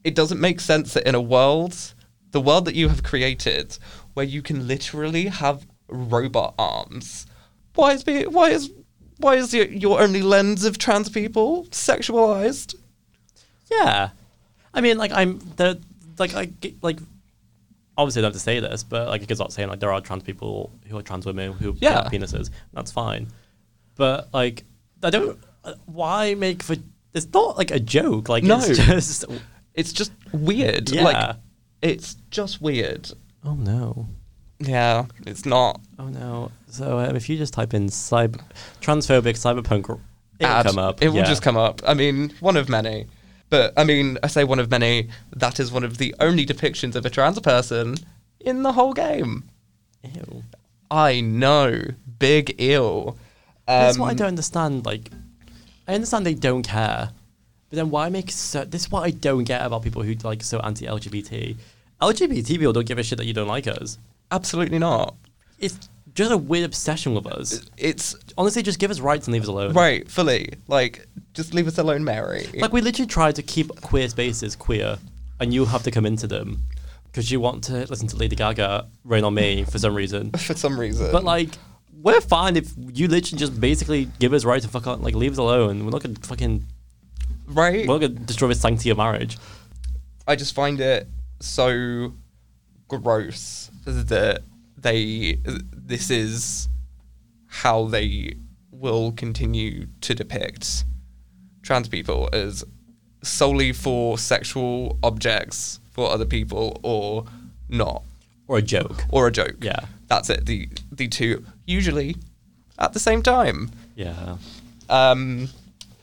[SPEAKER 2] it doesn't make sense that in a world the world that you have created where you can literally have robot arms why is be why is why is your, your only lens of trans people sexualized
[SPEAKER 1] Yeah, I mean, like I'm there. Like I g- like obviously I don't have to say this, but like it goes without saying like there are trans people who are trans women who
[SPEAKER 2] Yeah.
[SPEAKER 1] have penises. That's fine, but like I don't. uh, Why make for? It's not like a joke. Like
[SPEAKER 2] No.
[SPEAKER 1] it's <laughs> just.
[SPEAKER 2] it's just weird
[SPEAKER 1] Yeah.
[SPEAKER 2] like it's just weird
[SPEAKER 1] Oh no.
[SPEAKER 2] yeah it's not
[SPEAKER 1] Oh no. So um, if you just type in cyber transphobic cyberpunk, it will
[SPEAKER 2] ad.
[SPEAKER 1] come up.
[SPEAKER 2] It will
[SPEAKER 1] yeah.
[SPEAKER 2] just come up. I mean, one of many. But I mean, I say one of many. That is one of the only depictions of a trans person in the whole game.
[SPEAKER 1] Ew.
[SPEAKER 2] I know, big ill.
[SPEAKER 1] That's
[SPEAKER 2] Um,
[SPEAKER 1] what I don't understand. Like, I understand they don't care, but then why make so? This is what I don't get about people who like so anti-LGBT. LGBT people don't give a shit that you don't like us.
[SPEAKER 2] Absolutely not.
[SPEAKER 1] It's just a weird obsession with us.
[SPEAKER 2] It's
[SPEAKER 1] Honestly, just give us rights and leave us alone.
[SPEAKER 2] right, fully. Like, just leave us alone, Mary.
[SPEAKER 1] Like we literally try to keep queer spaces queer, and you have to come into them because you want to listen to Lady Gaga rain on me for some reason.
[SPEAKER 2] for some reason.
[SPEAKER 1] But like, we're fine if you literally just basically give us rights and fuck on, like leave us alone. We're not gonna fucking
[SPEAKER 2] right?
[SPEAKER 1] We're not going to destroy the sanctity of marriage.
[SPEAKER 2] I just find it so gross that they this is how they will continue to depict trans people as solely for sexual objects for other people or not
[SPEAKER 1] Or a joke.
[SPEAKER 2] or a joke.
[SPEAKER 1] Yeah.
[SPEAKER 2] That's it. The the two usually at the same time
[SPEAKER 1] Yeah.
[SPEAKER 2] um,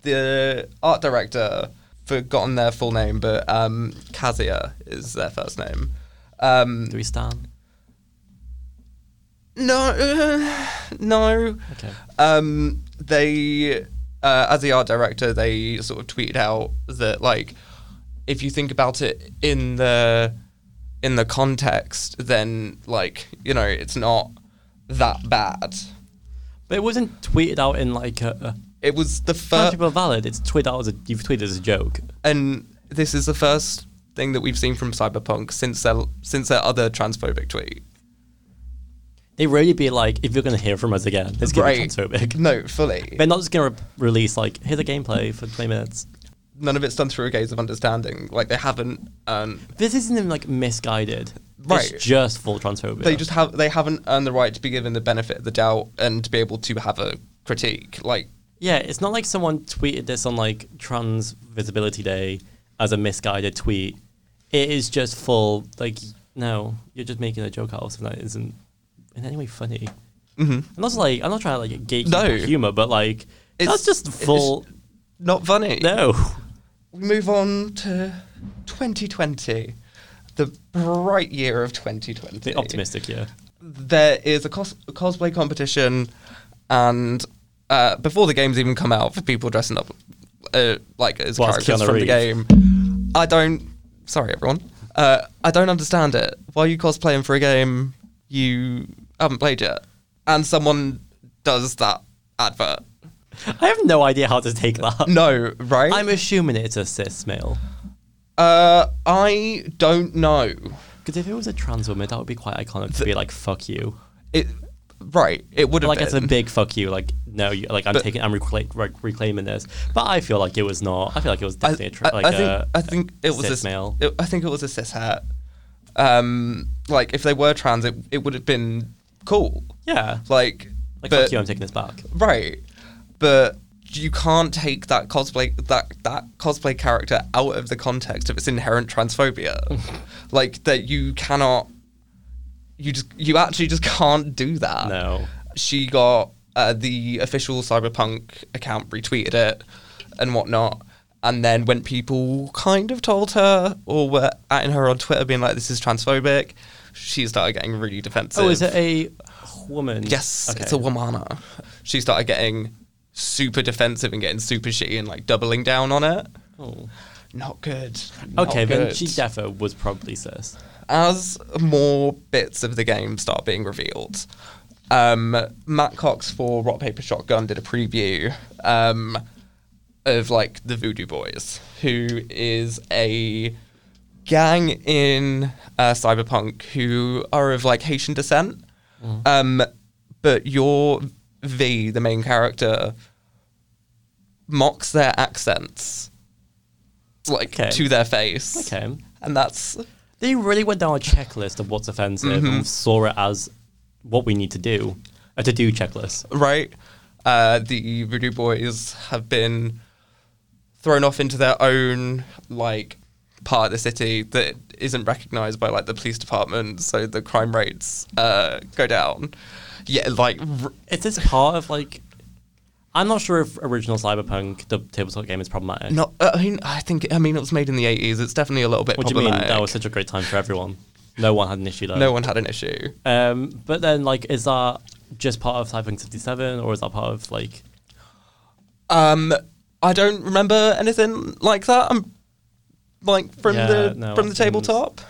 [SPEAKER 2] the art director forgotten their full name, but um, Kazia is their first name. Um,
[SPEAKER 1] Do we stand?
[SPEAKER 2] no, <sighs> uh, no.
[SPEAKER 1] Okay.
[SPEAKER 2] Um, they, uh, as the art director, they sort of tweeted out that like, if you think about it in the in the context, then like you know it's not that bad.
[SPEAKER 1] But it wasn't tweeted out in like a.
[SPEAKER 2] It was the
[SPEAKER 1] Trans
[SPEAKER 2] first.
[SPEAKER 1] people are valid. It's tweeted out as a. You've tweeted as a joke.
[SPEAKER 2] and this is the first thing that we've seen from Cyberpunk since their since their other transphobic tweet.
[SPEAKER 1] They really be like, if you're going to hear from us again, it's going
[SPEAKER 2] Right.
[SPEAKER 1] to be transphobic.
[SPEAKER 2] No, fully.
[SPEAKER 1] They're not just going to re- release like, here's a gameplay for 20 minutes.
[SPEAKER 2] None of it's done through a gaze of understanding. Like they haven't. Um,
[SPEAKER 1] This isn't even like misguided.
[SPEAKER 2] Right.
[SPEAKER 1] It's just full transphobia.
[SPEAKER 2] They just have. They haven't earned the right to be given the benefit of the doubt and to be able to have a critique. Like
[SPEAKER 1] Yeah, it's not like someone tweeted this on like Trans Visibility Day as a misguided tweet. It is just full like no, you're just making a joke out of something that isn't in any way funny. Mm-hmm. And also like I'm not trying to like gatekeep
[SPEAKER 2] No.
[SPEAKER 1] humor, but like that's
[SPEAKER 2] It's-
[SPEAKER 1] just
[SPEAKER 2] it's-
[SPEAKER 1] full.
[SPEAKER 2] not funny.
[SPEAKER 1] no, <laughs>
[SPEAKER 2] We move on to 2020, the bright year of 2020.
[SPEAKER 1] the optimistic
[SPEAKER 2] <laughs>
[SPEAKER 1] yeah.
[SPEAKER 2] there is a, cos- a cosplay competition, and uh, before the game's even come out, for people dressing up uh, like as
[SPEAKER 1] Well, it's Keanu
[SPEAKER 2] characters from the
[SPEAKER 1] Reeves.
[SPEAKER 2] game, I don't. Sorry, everyone. Uh, I don't understand it. Why are you cosplaying for a game you haven't played yet? And someone does that advert.
[SPEAKER 1] I have no idea how to take that.
[SPEAKER 2] No, right?
[SPEAKER 1] I'm assuming it's a cis male.
[SPEAKER 2] uh, I don't know.
[SPEAKER 1] Because if it was a trans woman, that would be quite iconic to be like, fuck you.
[SPEAKER 2] It right, it would have
[SPEAKER 1] like
[SPEAKER 2] been.
[SPEAKER 1] it's a big fuck you. Like no, you, like I'm
[SPEAKER 2] But-
[SPEAKER 1] taking, I'm recla- re- reclaiming this. But I feel like it was not. I feel like it was
[SPEAKER 2] I,
[SPEAKER 1] definitely a tra-
[SPEAKER 2] I-
[SPEAKER 1] like
[SPEAKER 2] I think
[SPEAKER 1] a-
[SPEAKER 2] I think it was
[SPEAKER 1] cis
[SPEAKER 2] this.
[SPEAKER 1] male.
[SPEAKER 2] It, I think it was a cishet. Um, like if they were trans, it it would have been cool.
[SPEAKER 1] yeah,
[SPEAKER 2] Like,
[SPEAKER 1] like
[SPEAKER 2] but,
[SPEAKER 1] fuck you, I'm taking this back.
[SPEAKER 2] right, but you can't take that cosplay that that cosplay character out of the context of its inherent
[SPEAKER 1] <laughs>
[SPEAKER 2] transphobia. like that you cannot. You just you actually just can't do that
[SPEAKER 1] No,
[SPEAKER 2] she got uh, the official cyberpunk account retweeted it and whatnot and then when people kind of told her or were atting her on twitter being like this is transphobic she started getting really defensive
[SPEAKER 1] oh, is it a woman?
[SPEAKER 2] yes
[SPEAKER 1] Okay.
[SPEAKER 2] it's a womana she started getting super defensive and getting super shitty and like doubling down on it
[SPEAKER 1] Oh.
[SPEAKER 2] not good Not
[SPEAKER 1] Okay, then
[SPEAKER 2] good.
[SPEAKER 1] she defo was probably cis.
[SPEAKER 2] as more bits of the game start being revealed, um, Matt Cox for Rock Paper Shotgun did a preview um, of like the Voodoo Boys, who is a gang in uh, cyberpunk who are of like Haitian descent.
[SPEAKER 1] Mm-hmm.
[SPEAKER 2] Um, but your V, the main character, mocks their accents like
[SPEAKER 1] Okay.
[SPEAKER 2] to their face.
[SPEAKER 1] Okay,
[SPEAKER 2] And that's
[SPEAKER 1] they really went down a checklist of what's offensive and saw it as what we need to do, a to do checklist.
[SPEAKER 2] right? Uh, the Voodoo Boys have been thrown off into their own like part of the city that isn't recognised by like the police department, so the crime rates uh, go down. Yeah, like r-
[SPEAKER 1] Is this part of like? I'm not sure if original Cyberpunk the tabletop game is problematic.
[SPEAKER 2] not. I mean, I think I mean it was made in the eighties. It's definitely a little bit
[SPEAKER 1] What do you mean?
[SPEAKER 2] problematic.
[SPEAKER 1] That was such a great time for everyone. No one had an issue though.
[SPEAKER 2] no one had an issue.
[SPEAKER 1] Um, but then, like, is that just part of Cyberpunk 67, or is that part of like?
[SPEAKER 2] Um, I don't remember anything like that. I'm like from
[SPEAKER 1] Yeah,
[SPEAKER 2] the
[SPEAKER 1] no,
[SPEAKER 2] from
[SPEAKER 1] I
[SPEAKER 2] the
[SPEAKER 1] think-
[SPEAKER 2] tabletop.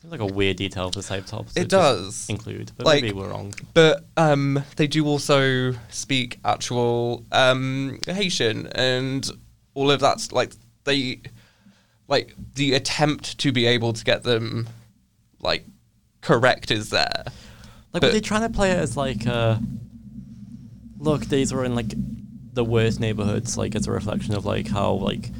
[SPEAKER 1] Seems like a weird detail for Cybertop. to just
[SPEAKER 2] It does.
[SPEAKER 1] include, but
[SPEAKER 2] Like-
[SPEAKER 1] maybe we're wrong.
[SPEAKER 2] But um, they do also speak actual um, Haitian and all of that's like they like the attempt to be able to get them like correct is there.
[SPEAKER 1] Like,
[SPEAKER 2] But-
[SPEAKER 1] were they trying to play it as like, uh, look, these were in like the worst neighborhoods, like as a reflection of like how like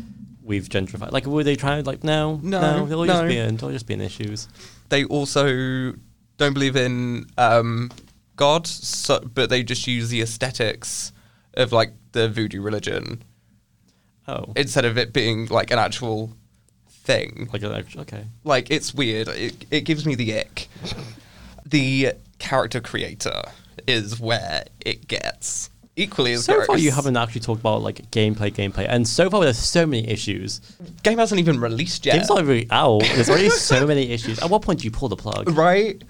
[SPEAKER 1] we've gentrified. Like, were they trying to like no,
[SPEAKER 2] No,
[SPEAKER 1] they'll
[SPEAKER 2] no.
[SPEAKER 1] just be in, they'll just be in issues.
[SPEAKER 2] They also don't believe in um, God, so, but they just use the aesthetics of like the voodoo religion
[SPEAKER 1] Oh,
[SPEAKER 2] instead of it being like an actual thing.
[SPEAKER 1] like an act- okay,
[SPEAKER 2] like it's weird. It, it gives me the ick. the character creator is where it gets equally as
[SPEAKER 1] so far
[SPEAKER 2] gross.
[SPEAKER 1] you haven't actually talked about like gameplay, gameplay, and so far there's so many issues.
[SPEAKER 2] Game hasn't even released yet,
[SPEAKER 1] Game's not really out. There's
[SPEAKER 2] <laughs>
[SPEAKER 1] already so many issues. At what point do you pull the plug?
[SPEAKER 2] right?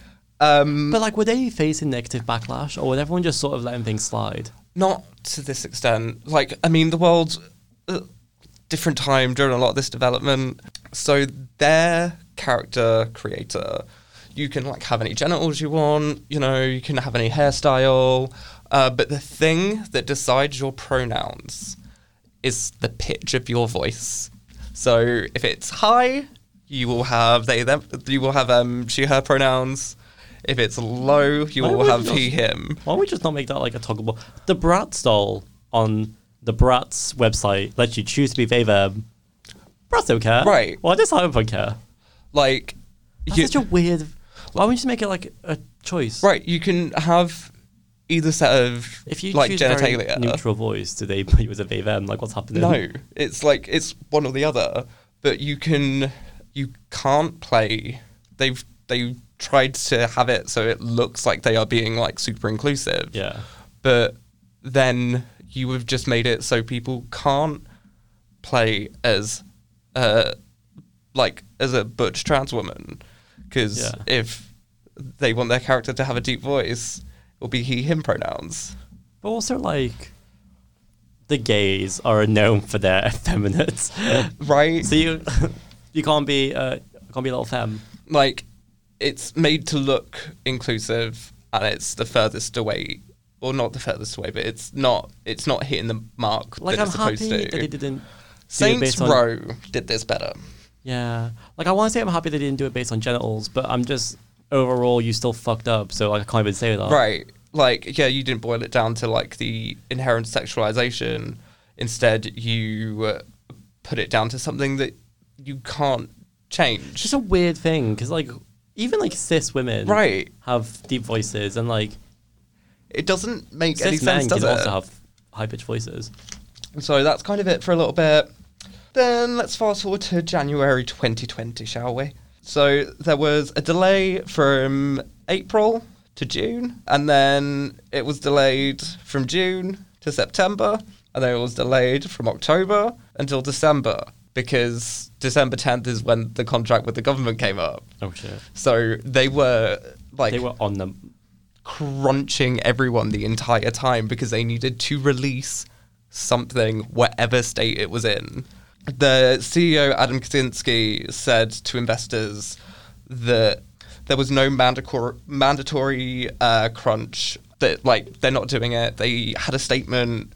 [SPEAKER 2] Um,
[SPEAKER 1] But like, were they facing negative backlash, or was everyone just sort of letting things slide?
[SPEAKER 2] not to this extent. Like, I mean, the world's uh, different time during a lot of this development. So their character creator, you can like have any genitals you want. You know, you can have any hairstyle. Uh, but the thing that decides your pronouns is the pitch of your voice. So if it's high, you will have they them. You will have um she her pronouns. If it's low, you
[SPEAKER 1] Why
[SPEAKER 2] will
[SPEAKER 1] would
[SPEAKER 2] have
[SPEAKER 1] you-
[SPEAKER 2] he him.
[SPEAKER 1] Why don't we just not make that like a toggleable? The Bratz doll on the Bratz website lets you choose to be they them. Bratz don't care.
[SPEAKER 2] Right.
[SPEAKER 1] Well, this Cyberpunk care.
[SPEAKER 2] Like
[SPEAKER 1] That's such a weird. Why wouldn't you just make it like a choice?
[SPEAKER 2] Right, you can have either set of
[SPEAKER 1] If you
[SPEAKER 2] like
[SPEAKER 1] choose
[SPEAKER 2] genitalia.
[SPEAKER 1] a very neutral voice, do they put you as a they them? Like what's happening?
[SPEAKER 2] No, it's like it's one or the other. But you can you can't play. They've they tried to have it so it looks like they are being like super inclusive.
[SPEAKER 1] Yeah.
[SPEAKER 2] But then you have just made it so people can't play as uh like as a butch trans woman because
[SPEAKER 1] Yeah.
[SPEAKER 2] if they want their character to have a deep voice, it'll be he him pronouns.
[SPEAKER 1] But also like the gays are known for their <laughs> effeminates.
[SPEAKER 2] <laughs> right?
[SPEAKER 1] so you <laughs> you can't be uh can't be a little femme.
[SPEAKER 2] like, it's made to look inclusive, and it's the furthest away, or not the furthest away, but it's not. It's not hitting the mark
[SPEAKER 1] Like
[SPEAKER 2] that
[SPEAKER 1] I'm
[SPEAKER 2] it's supposed
[SPEAKER 1] happy
[SPEAKER 2] to.
[SPEAKER 1] that they didn't do it
[SPEAKER 2] Saints
[SPEAKER 1] based on
[SPEAKER 2] Row did this better.
[SPEAKER 1] Yeah. Like, I want to say I'm happy they didn't do it based on genitals, but I'm just, overall, you still fucked up, so I can't even say that.
[SPEAKER 2] Right. like yeah, you didn't boil it down to like the inherent sexualization. Instead, you uh, put it down to something that you can't change.
[SPEAKER 1] just a weird thing because like even like cis women
[SPEAKER 2] Right.
[SPEAKER 1] have deep voices and like
[SPEAKER 2] It doesn't make any
[SPEAKER 1] cis
[SPEAKER 2] sense,
[SPEAKER 1] men
[SPEAKER 2] does
[SPEAKER 1] can
[SPEAKER 2] it?
[SPEAKER 1] also have high pitched voices.
[SPEAKER 2] So that's kind of it for a little bit. Then let's fast forward to January 2020, shall we? So there was a delay from April to June, and then it was delayed from June to September, and then it was delayed from October until December because December 10th is when the contract with the government came up.
[SPEAKER 1] Oh shit!
[SPEAKER 2] So they were like
[SPEAKER 1] They were on the
[SPEAKER 2] crunching everyone the entire time because they needed to release something, whatever state it was in. The CEO, Adam Kaczynski, said to investors that there was no mandacor- mandatory uh, crunch, that, like, they're not doing it. They had a statement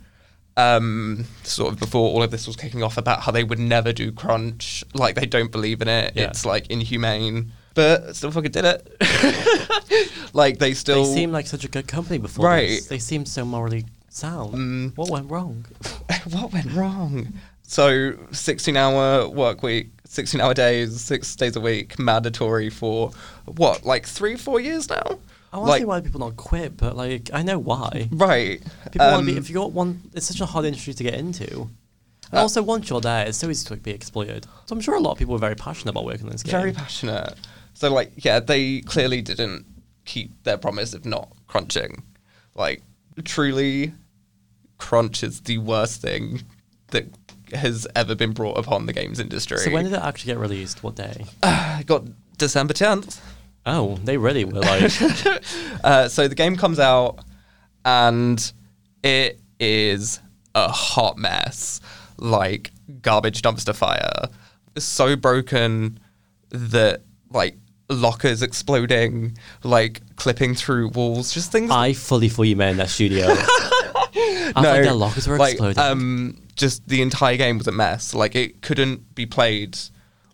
[SPEAKER 2] um, sort of before all of this was kicking off about how they would never do crunch. Like, they don't believe in it.
[SPEAKER 1] Yeah.
[SPEAKER 2] It's, like, inhumane. But still fucking did it. <laughs> like, they still.
[SPEAKER 1] They seemed like such a good company before.
[SPEAKER 2] Right. Mm.
[SPEAKER 1] this. They seemed so morally sound. What went wrong?
[SPEAKER 2] <laughs> what went wrong? So, 16 hour work week, 16 hour days, six days a week, mandatory for what, like three, four years now?
[SPEAKER 1] Oh, I want to
[SPEAKER 2] like,
[SPEAKER 1] see why people not quit, but like I know why.
[SPEAKER 2] Right.
[SPEAKER 1] People want to
[SPEAKER 2] um,
[SPEAKER 1] be. If you got one, it's such a hard industry to get into. And
[SPEAKER 2] Uh,
[SPEAKER 1] also, once you're there, it's so easy to be exploited. So I'm sure a lot of people were very passionate about working in this game.
[SPEAKER 2] very passionate. So, like, yeah, they clearly didn't keep their promise of not crunching. Like, truly, crunch is the worst thing that has ever been brought upon the games industry.
[SPEAKER 1] So when
[SPEAKER 2] <sighs>
[SPEAKER 1] did it actually get released? What day?
[SPEAKER 2] I got December 10th.
[SPEAKER 1] Oh, they really were
[SPEAKER 2] <laughs>
[SPEAKER 1] like,
[SPEAKER 2] Uh, so the game comes out and it is a hot mess, like garbage dumpster fire. It's so broken that like lockers exploding, like clipping through walls, just things.
[SPEAKER 1] I fully thought you meant in that
[SPEAKER 2] <laughs>
[SPEAKER 1] studio. I thought their lockers were
[SPEAKER 2] like,
[SPEAKER 1] exploding.
[SPEAKER 2] Um, just the entire game was a mess. Like it couldn't be played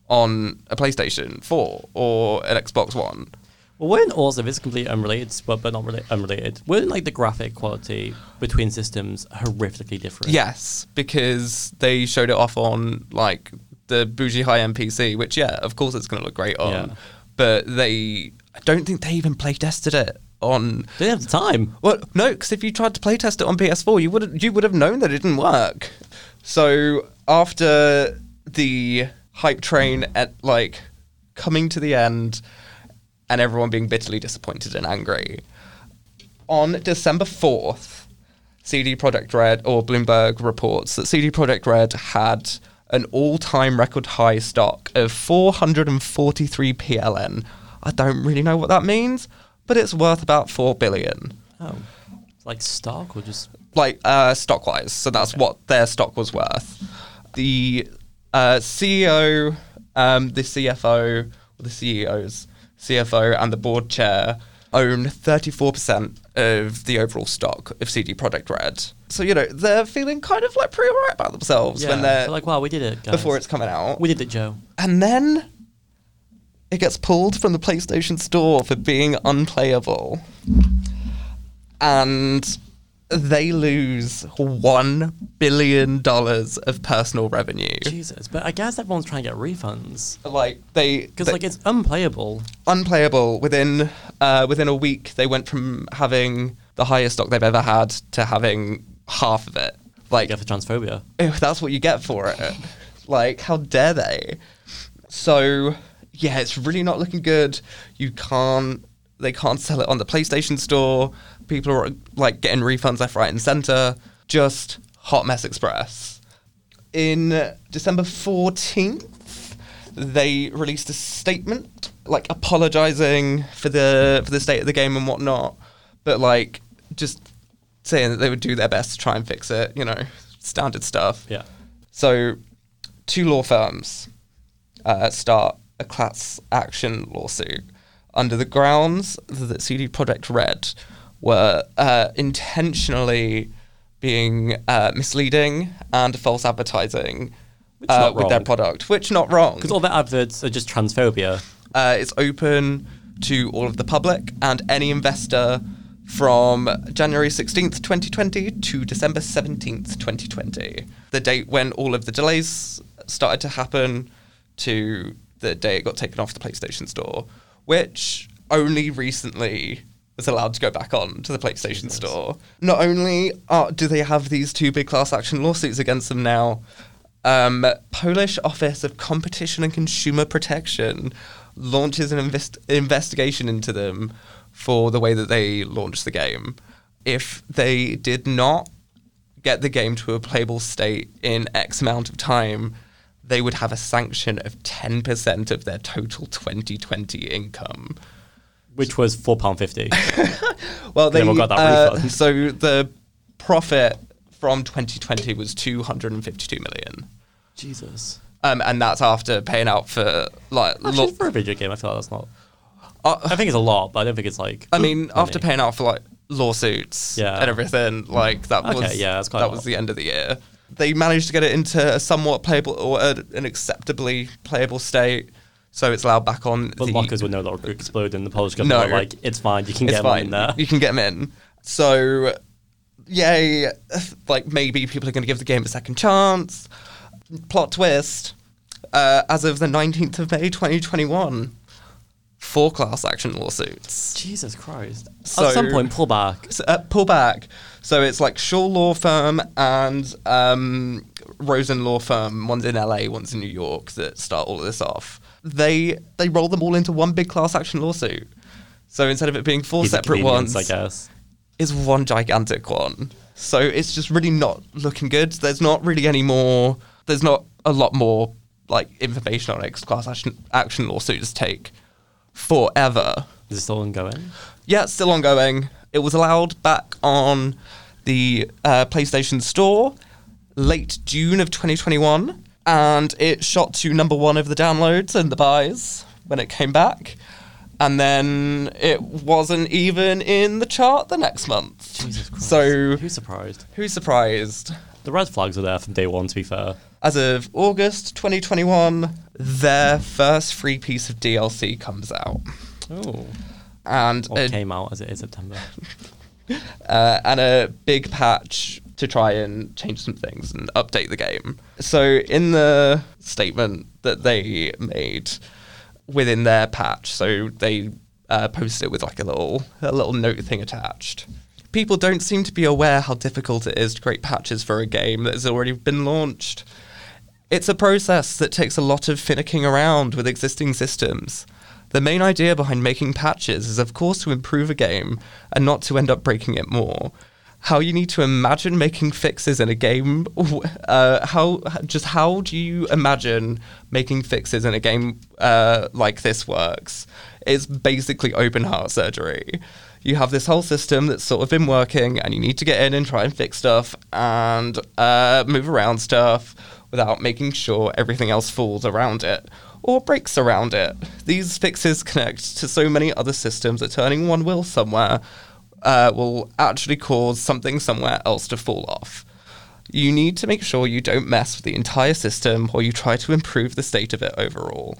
[SPEAKER 2] on a PlayStation 4 or an Xbox One.
[SPEAKER 1] well, wouldn't also this is completely unrelated, but, but not really unrelated? Wouldn't like the graphic quality between systems horrifically different?
[SPEAKER 2] Yes, because they showed it off on like the bougie high end PC, which yeah, of course it's going to look great on.
[SPEAKER 1] Yeah.
[SPEAKER 2] But they, I don't think they even play tested it on.
[SPEAKER 1] they didn't have the time.
[SPEAKER 2] Well, no, because if you tried to play test it on PS4, you would you would have known that it didn't work. So after the hype train at like coming to the end, and everyone being bitterly disappointed and angry, on December 4th, CD Projekt Red or Bloomberg reports that CD Projekt Red had an all-time record high stock of 443 PLN. I don't really know what that means, but it's worth about 4 billion.
[SPEAKER 1] Oh, It's like stock or just
[SPEAKER 2] Like uh, stock-wise, so that's what their stock was worth. The uh, CEO, um, the CFO, or the E CEOs, CFO, and the board chair own 34% of the overall stock of CD Projekt Red. So you know they're feeling kind of like pretty alright about themselves
[SPEAKER 1] yeah.
[SPEAKER 2] when they're
[SPEAKER 1] like, wow, we did it guys.
[SPEAKER 2] before it's coming out,
[SPEAKER 1] we did it, Joe.
[SPEAKER 2] and then it gets pulled from the PlayStation Store for being unplayable, and they lose one billion dollars of personal revenue.
[SPEAKER 1] Jesus, but I guess everyone's trying to get refunds
[SPEAKER 2] Like they,
[SPEAKER 1] because
[SPEAKER 2] they-
[SPEAKER 1] like it's unplayable.
[SPEAKER 2] unplayable within uh, within a week. They went from having the highest stock they've ever had to having half of it. Like
[SPEAKER 1] Yeah, for transphobia.
[SPEAKER 2] <laughs> if that's what you get for it. Like, how dare they? So, yeah, it's really not looking good. You can't, they can't sell it on the PlayStation Store. People are like getting refunds left, right, and center. Just hot mess express. In December 14th, they released a statement like apologizing for the for the state of the game and whatnot, but like just saying that they would do their best to try and fix it. You know, standard stuff.
[SPEAKER 1] Yeah.
[SPEAKER 2] So, two law firms uh, start a class action lawsuit under the grounds that CD Projekt Red were uh, intentionally being uh, misleading and false advertising
[SPEAKER 1] Which
[SPEAKER 2] uh,
[SPEAKER 1] not
[SPEAKER 2] with their
[SPEAKER 1] wrong.
[SPEAKER 2] product, which not wrong.
[SPEAKER 1] Because all their adverts are just transphobia.
[SPEAKER 2] Uh, it's open to all of the public and any investor from January 16th, 2020 to December 17th, 2020. The date when all of the delays started to happen to the day it got taken off the PlayStation Store, which only recently was allowed to go back on to the PlayStation Store. Not only are, do they have these two big class action lawsuits against them now, um, Polish Office of Competition and Consumer Protection launches an invest- investigation into them for the way that they launched the game. If they did not get the game to a playable state in X amount of time, they would have a sanction of 10% of their total 2020 income.
[SPEAKER 1] which was four pound
[SPEAKER 2] <laughs>
[SPEAKER 1] fifty.
[SPEAKER 2] Well, they
[SPEAKER 1] Never got that
[SPEAKER 2] uh,
[SPEAKER 1] refund.
[SPEAKER 2] So the profit from 2020 was 252 million.
[SPEAKER 1] Jesus.
[SPEAKER 2] Um, and that's after paying out for like
[SPEAKER 1] Actually,
[SPEAKER 2] lo-
[SPEAKER 1] for a video game, I feel like that's not.
[SPEAKER 2] Uh,
[SPEAKER 1] I think it's a lot, but I don't think it's like.
[SPEAKER 2] I mean,
[SPEAKER 1] money.
[SPEAKER 2] after paying out for like lawsuits
[SPEAKER 1] Yeah.
[SPEAKER 2] and everything, like that
[SPEAKER 1] Okay,
[SPEAKER 2] was
[SPEAKER 1] yeah, that's quite a
[SPEAKER 2] that
[SPEAKER 1] lot.
[SPEAKER 2] was the end of the year. They managed to get it into a somewhat playable or a- an acceptably playable state, so it's allowed back on.
[SPEAKER 1] But
[SPEAKER 2] the,
[SPEAKER 1] lockers would no longer explode, and the Polish government
[SPEAKER 2] No.
[SPEAKER 1] were like, it's fine, you can
[SPEAKER 2] it's
[SPEAKER 1] get
[SPEAKER 2] fine.
[SPEAKER 1] one in there.
[SPEAKER 2] <laughs> You can get them in. So, yay! Like maybe people are going to give the game a second chance. Plot twist: uh, as of the nineteenth of May, twenty twenty one, four class action lawsuits.
[SPEAKER 1] Jesus Christ.
[SPEAKER 2] So-
[SPEAKER 1] At some point, pull back.
[SPEAKER 2] s- uh, pull back. So it's like Shaw Law Firm and um, Rosen Law Firm. One's in LA, one's in New York. That start all of this off. They they roll them all into one big class action lawsuit. So instead of it being four
[SPEAKER 1] These are
[SPEAKER 2] separate
[SPEAKER 1] convenience,
[SPEAKER 2] ones,
[SPEAKER 1] I guess.
[SPEAKER 2] is one gigantic one. So it's just really not looking good. There's not really any more. There's not a lot more like information on X class action, action lawsuits take forever.
[SPEAKER 1] Is it still ongoing?
[SPEAKER 2] Yeah, it's still ongoing. It was allowed back on the uh, PlayStation Store late June of 2021, and it shot to number one of the downloads and the buys when it came back. And then it wasn't even in the chart the next month.
[SPEAKER 1] Jesus Christ.
[SPEAKER 2] So
[SPEAKER 1] Who's surprised?
[SPEAKER 2] who's surprised?
[SPEAKER 1] The red flags are there from day one, to be fair.
[SPEAKER 2] As of August 2021, their first free piece of DLC comes out,
[SPEAKER 1] Oh.
[SPEAKER 2] and
[SPEAKER 1] Or
[SPEAKER 2] a
[SPEAKER 1] came out as it is September.
[SPEAKER 2] uh, and a big patch to try and change some things and update the game. So, in the statement that they made within their patch, so they uh, posted it with like a little a little note thing attached. People don't seem to be aware how difficult it is to create patches for a game that has already been launched. It's a process that takes a lot of finicking around with existing systems. The main idea behind making patches is, of course, to improve a game and not to end up breaking it more. How you need to imagine making fixes in a game. <laughs> Uh, how just how do you imagine making fixes in a game uh, like this works? It's basically open heart surgery. You have this whole system that's sort of been working, and you need to get in and try and fix stuff and uh, move around stuff without making sure everything else falls around it or breaks around it. These fixes connect to so many other systems that turning one wheel somewhere uh, will actually cause something somewhere else to fall off. You need to make sure you don't mess with the entire system or you try to improve the state of it overall.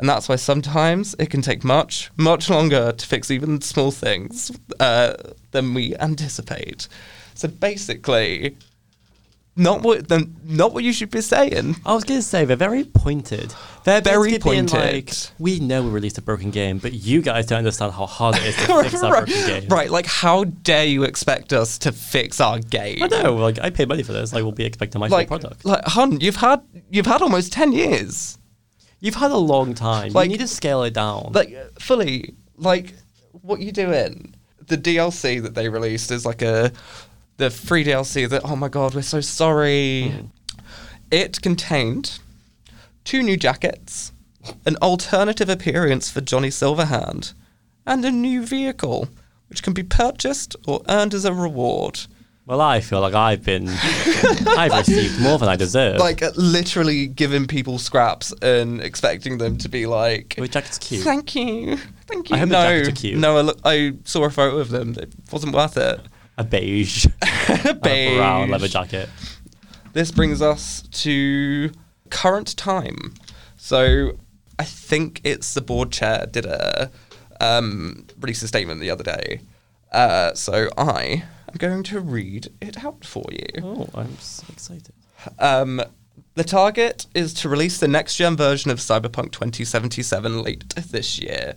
[SPEAKER 2] And that's why sometimes it can take much, much longer to fix even small things uh, than we anticipate. So basically, not what the, not what you should be saying.
[SPEAKER 1] I was going to say, they're very pointed. They're
[SPEAKER 2] <laughs> Very
[SPEAKER 1] basically being
[SPEAKER 2] <laughs> pointed.
[SPEAKER 1] Like, we know we released a broken game, but you guys don't understand how hard
[SPEAKER 2] <laughs>
[SPEAKER 1] it is to fix that broken game.
[SPEAKER 2] right, right, like how dare you expect us to fix our game?
[SPEAKER 1] I know, like, I paid money for this. I will be expecting my full
[SPEAKER 2] Like,
[SPEAKER 1] product.
[SPEAKER 2] like, hun, you've had you've had almost ten years,
[SPEAKER 1] You've had a long time.
[SPEAKER 2] Like-
[SPEAKER 1] you need to scale it down.
[SPEAKER 2] like fully. Like, what you doing? The DLC that they released is like a the free DLC that. Oh my god, we're so sorry. It contained two new jackets, an alternative appearance for Johnny Silverhand, and a new vehicle, which can be purchased or earned as a reward.
[SPEAKER 1] well, I feel like I've
[SPEAKER 2] <laughs>
[SPEAKER 1] been, I've received more than I deserve.
[SPEAKER 2] Like uh, literally giving people scraps and expecting them to be like,
[SPEAKER 1] Your jacket's cute.
[SPEAKER 2] "Thank you, thank you."
[SPEAKER 1] I hope the
[SPEAKER 2] no,
[SPEAKER 1] jackets are cute.
[SPEAKER 2] no, I, look, I saw a photo of them. It wasn't
[SPEAKER 1] <laughs>
[SPEAKER 2] worth it.
[SPEAKER 1] a
[SPEAKER 2] <laughs>
[SPEAKER 1] beige, a brown
[SPEAKER 2] Beige.
[SPEAKER 1] leather jacket.
[SPEAKER 2] This brings us to current time. So I think it's the board chair did a um, release a statement the other day Uh, so I am going to read it out for you.
[SPEAKER 1] Oh, I'm so excited.
[SPEAKER 2] Um, the target is to release the next gen version of Cyberpunk 2077 late this year.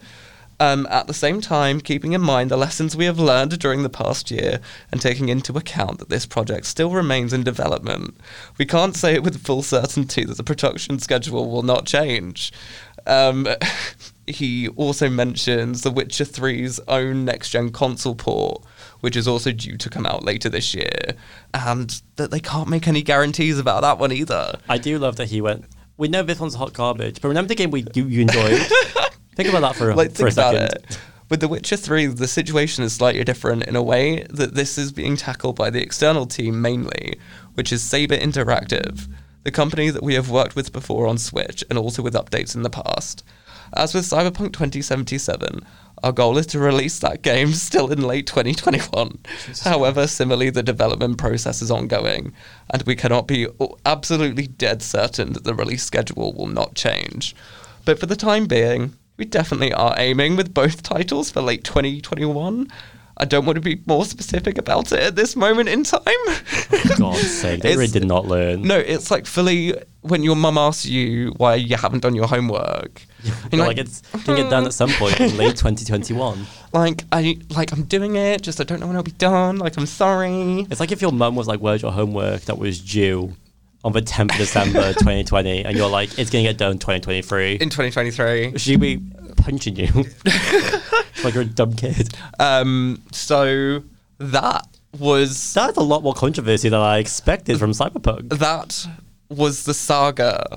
[SPEAKER 2] Um, at the same time, keeping in mind the lessons we have learned during the past year and taking into account that this project still remains in development, we can't say with full certainty that the production schedule will not change. Um, <laughs> he also mentions The Witcher 3's own next gen console port, which is also due to come out later this year, and that they can't make any guarantees about that one either.
[SPEAKER 1] I do love that he went. We know this one's hot garbage, but remember the game we you, you
[SPEAKER 2] <laughs>
[SPEAKER 1] enjoyed. think about that for a,
[SPEAKER 2] like
[SPEAKER 1] for
[SPEAKER 2] think
[SPEAKER 1] a
[SPEAKER 2] about
[SPEAKER 1] second.
[SPEAKER 2] it. With The Witcher 3, the situation is slightly different in a way that this is being tackled by the external team mainly, which is Saber Interactive, the company that we have worked with before on Switch and also with updates in the past. As with Cyberpunk 2077, our goal is to release that game <laughs> still in late 2021. However, similarly, the development process is ongoing, and we cannot be o- absolutely dead certain that the release schedule will not change. But for the time being, we definitely are aiming with both titles for late 2021. I don't want to be more specific about it at this moment
[SPEAKER 1] <laughs>
[SPEAKER 2] in time.
[SPEAKER 1] God's sake, they
[SPEAKER 2] It's-
[SPEAKER 1] really did not learn.
[SPEAKER 2] no, it's like fully when your mum asks you why you haven't done your homework. and
[SPEAKER 1] But,
[SPEAKER 2] you're
[SPEAKER 1] like it's can get done at some point in
[SPEAKER 2] <laughs>
[SPEAKER 1] late 2021.
[SPEAKER 2] like I like I'm doing it, just I don't know when it'll be done. Like I'm sorry.
[SPEAKER 1] It's like if your mum was like, "Where's your homework that was due on the 10th of December
[SPEAKER 2] <laughs>
[SPEAKER 1] 2020?" and you're like, "It's gonna get done 2023."
[SPEAKER 2] In 2023.
[SPEAKER 1] She'd be punching you <laughs> like you're a dumb kid.
[SPEAKER 2] Um. So that was
[SPEAKER 1] That's a lot more controversy than I expected from Cyberpunk.
[SPEAKER 2] that was the saga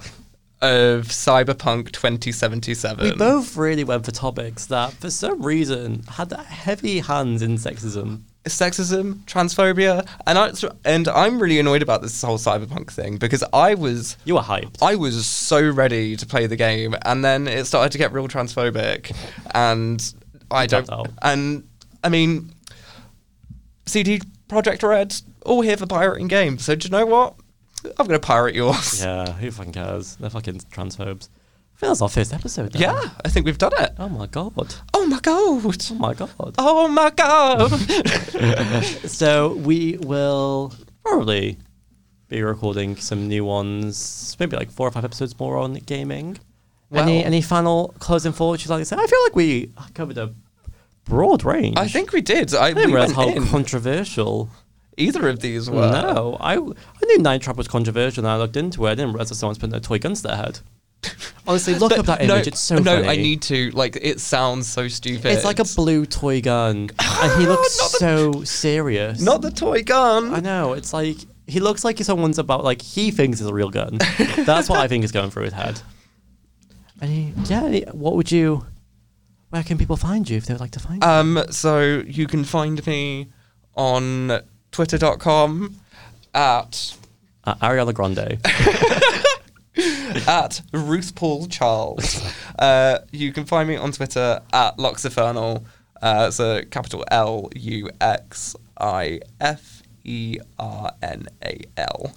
[SPEAKER 2] of Cyberpunk 2077.
[SPEAKER 1] We both really went for topics that, for some reason, had heavy hands in sexism.
[SPEAKER 2] sexism, transphobia, and I, and I'm really annoyed about this whole cyberpunk thing because I was
[SPEAKER 1] You were hyped.
[SPEAKER 2] I was so ready to play the game, and then it started to get real transphobic, and I don't.
[SPEAKER 1] tapped out.
[SPEAKER 2] And I mean, CD Project Red, all here for pirating games. So do you know what? I'm gonna pirate yours.
[SPEAKER 1] Yeah, who fucking cares? They're fucking transphobes. I think that's our first episode. then.
[SPEAKER 2] <laughs> Yeah, I think we've done it.
[SPEAKER 1] Oh my god.
[SPEAKER 2] Oh my god!
[SPEAKER 1] Oh my god.
[SPEAKER 2] Oh my god! <laughs>
[SPEAKER 1] So we will probably be recording some new ones, maybe like four or five episodes more on gaming. any
[SPEAKER 2] Well-
[SPEAKER 1] any final closing thoughts you'd like to say? I feel like we covered a broad range.
[SPEAKER 2] I think we did.
[SPEAKER 1] I
[SPEAKER 2] I,
[SPEAKER 1] didn't
[SPEAKER 2] we
[SPEAKER 1] realize
[SPEAKER 2] went
[SPEAKER 1] how
[SPEAKER 2] in.
[SPEAKER 1] controversial.
[SPEAKER 2] Either of these were.
[SPEAKER 1] No, I I knew Nine Trap was controversial, and I looked into it. I didn't realize that someone's putting a toy gun to their
[SPEAKER 2] <laughs>
[SPEAKER 1] head. Honestly, look
[SPEAKER 2] But
[SPEAKER 1] up that
[SPEAKER 2] no,
[SPEAKER 1] image. it's so
[SPEAKER 2] no,
[SPEAKER 1] funny.
[SPEAKER 2] I need to. Like, it sounds so stupid.
[SPEAKER 1] It's like a blue toy gun, and he
[SPEAKER 2] <laughs>
[SPEAKER 1] looks so serious.
[SPEAKER 2] not the toy gun.
[SPEAKER 1] I know. It's like he looks like someone's about like he thinks it's a real gun. That's what I think is going through his head. And he, yeah, and he- what would you? Where can people find you if they would like to find
[SPEAKER 2] Um, so you can find me on twitter.com at
[SPEAKER 1] you? Uh, Ariana Grande.
[SPEAKER 2] at Ruth
[SPEAKER 1] <laughs>
[SPEAKER 2] Paul Charles. uh, you can find me on Twitter at Luxifernal. Uh, it's a capital L U X I F E R N A L.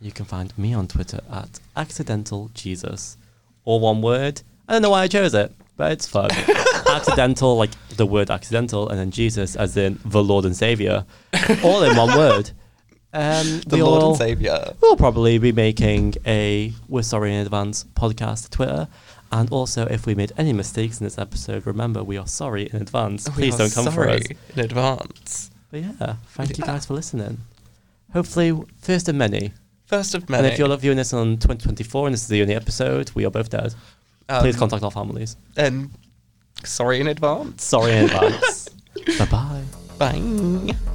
[SPEAKER 1] you can find me on Twitter at accidental jesus, or one word. I don't know why I chose it, but it's
[SPEAKER 2] <laughs>
[SPEAKER 1] fun. accidental, like the word accidental, and then Jesus as in the Lord and Savior, all in one
[SPEAKER 2] <laughs>
[SPEAKER 1] word. Um,
[SPEAKER 2] The
[SPEAKER 1] we
[SPEAKER 2] Lord
[SPEAKER 1] all-
[SPEAKER 2] and Savior.
[SPEAKER 1] We'll probably be making a We're Sorry in Advance podcast Twitter. And also, if we made any mistakes in this episode, remember we are sorry in advance.
[SPEAKER 2] We
[SPEAKER 1] Please
[SPEAKER 2] are
[SPEAKER 1] don't come for
[SPEAKER 2] sorry
[SPEAKER 1] us.
[SPEAKER 2] in advance.
[SPEAKER 1] But yeah, thank you
[SPEAKER 2] Yeah.
[SPEAKER 1] guys for listening. Hopefully, first of many.
[SPEAKER 2] First of
[SPEAKER 1] And
[SPEAKER 2] many.
[SPEAKER 1] if you're viewing this on 2024 and this is the only episode, we are both dead.
[SPEAKER 2] Um,
[SPEAKER 1] Please contact our families.
[SPEAKER 2] and sorry in advance. <laughs>
[SPEAKER 1] Sorry in advance. bye bye.
[SPEAKER 2] Bye.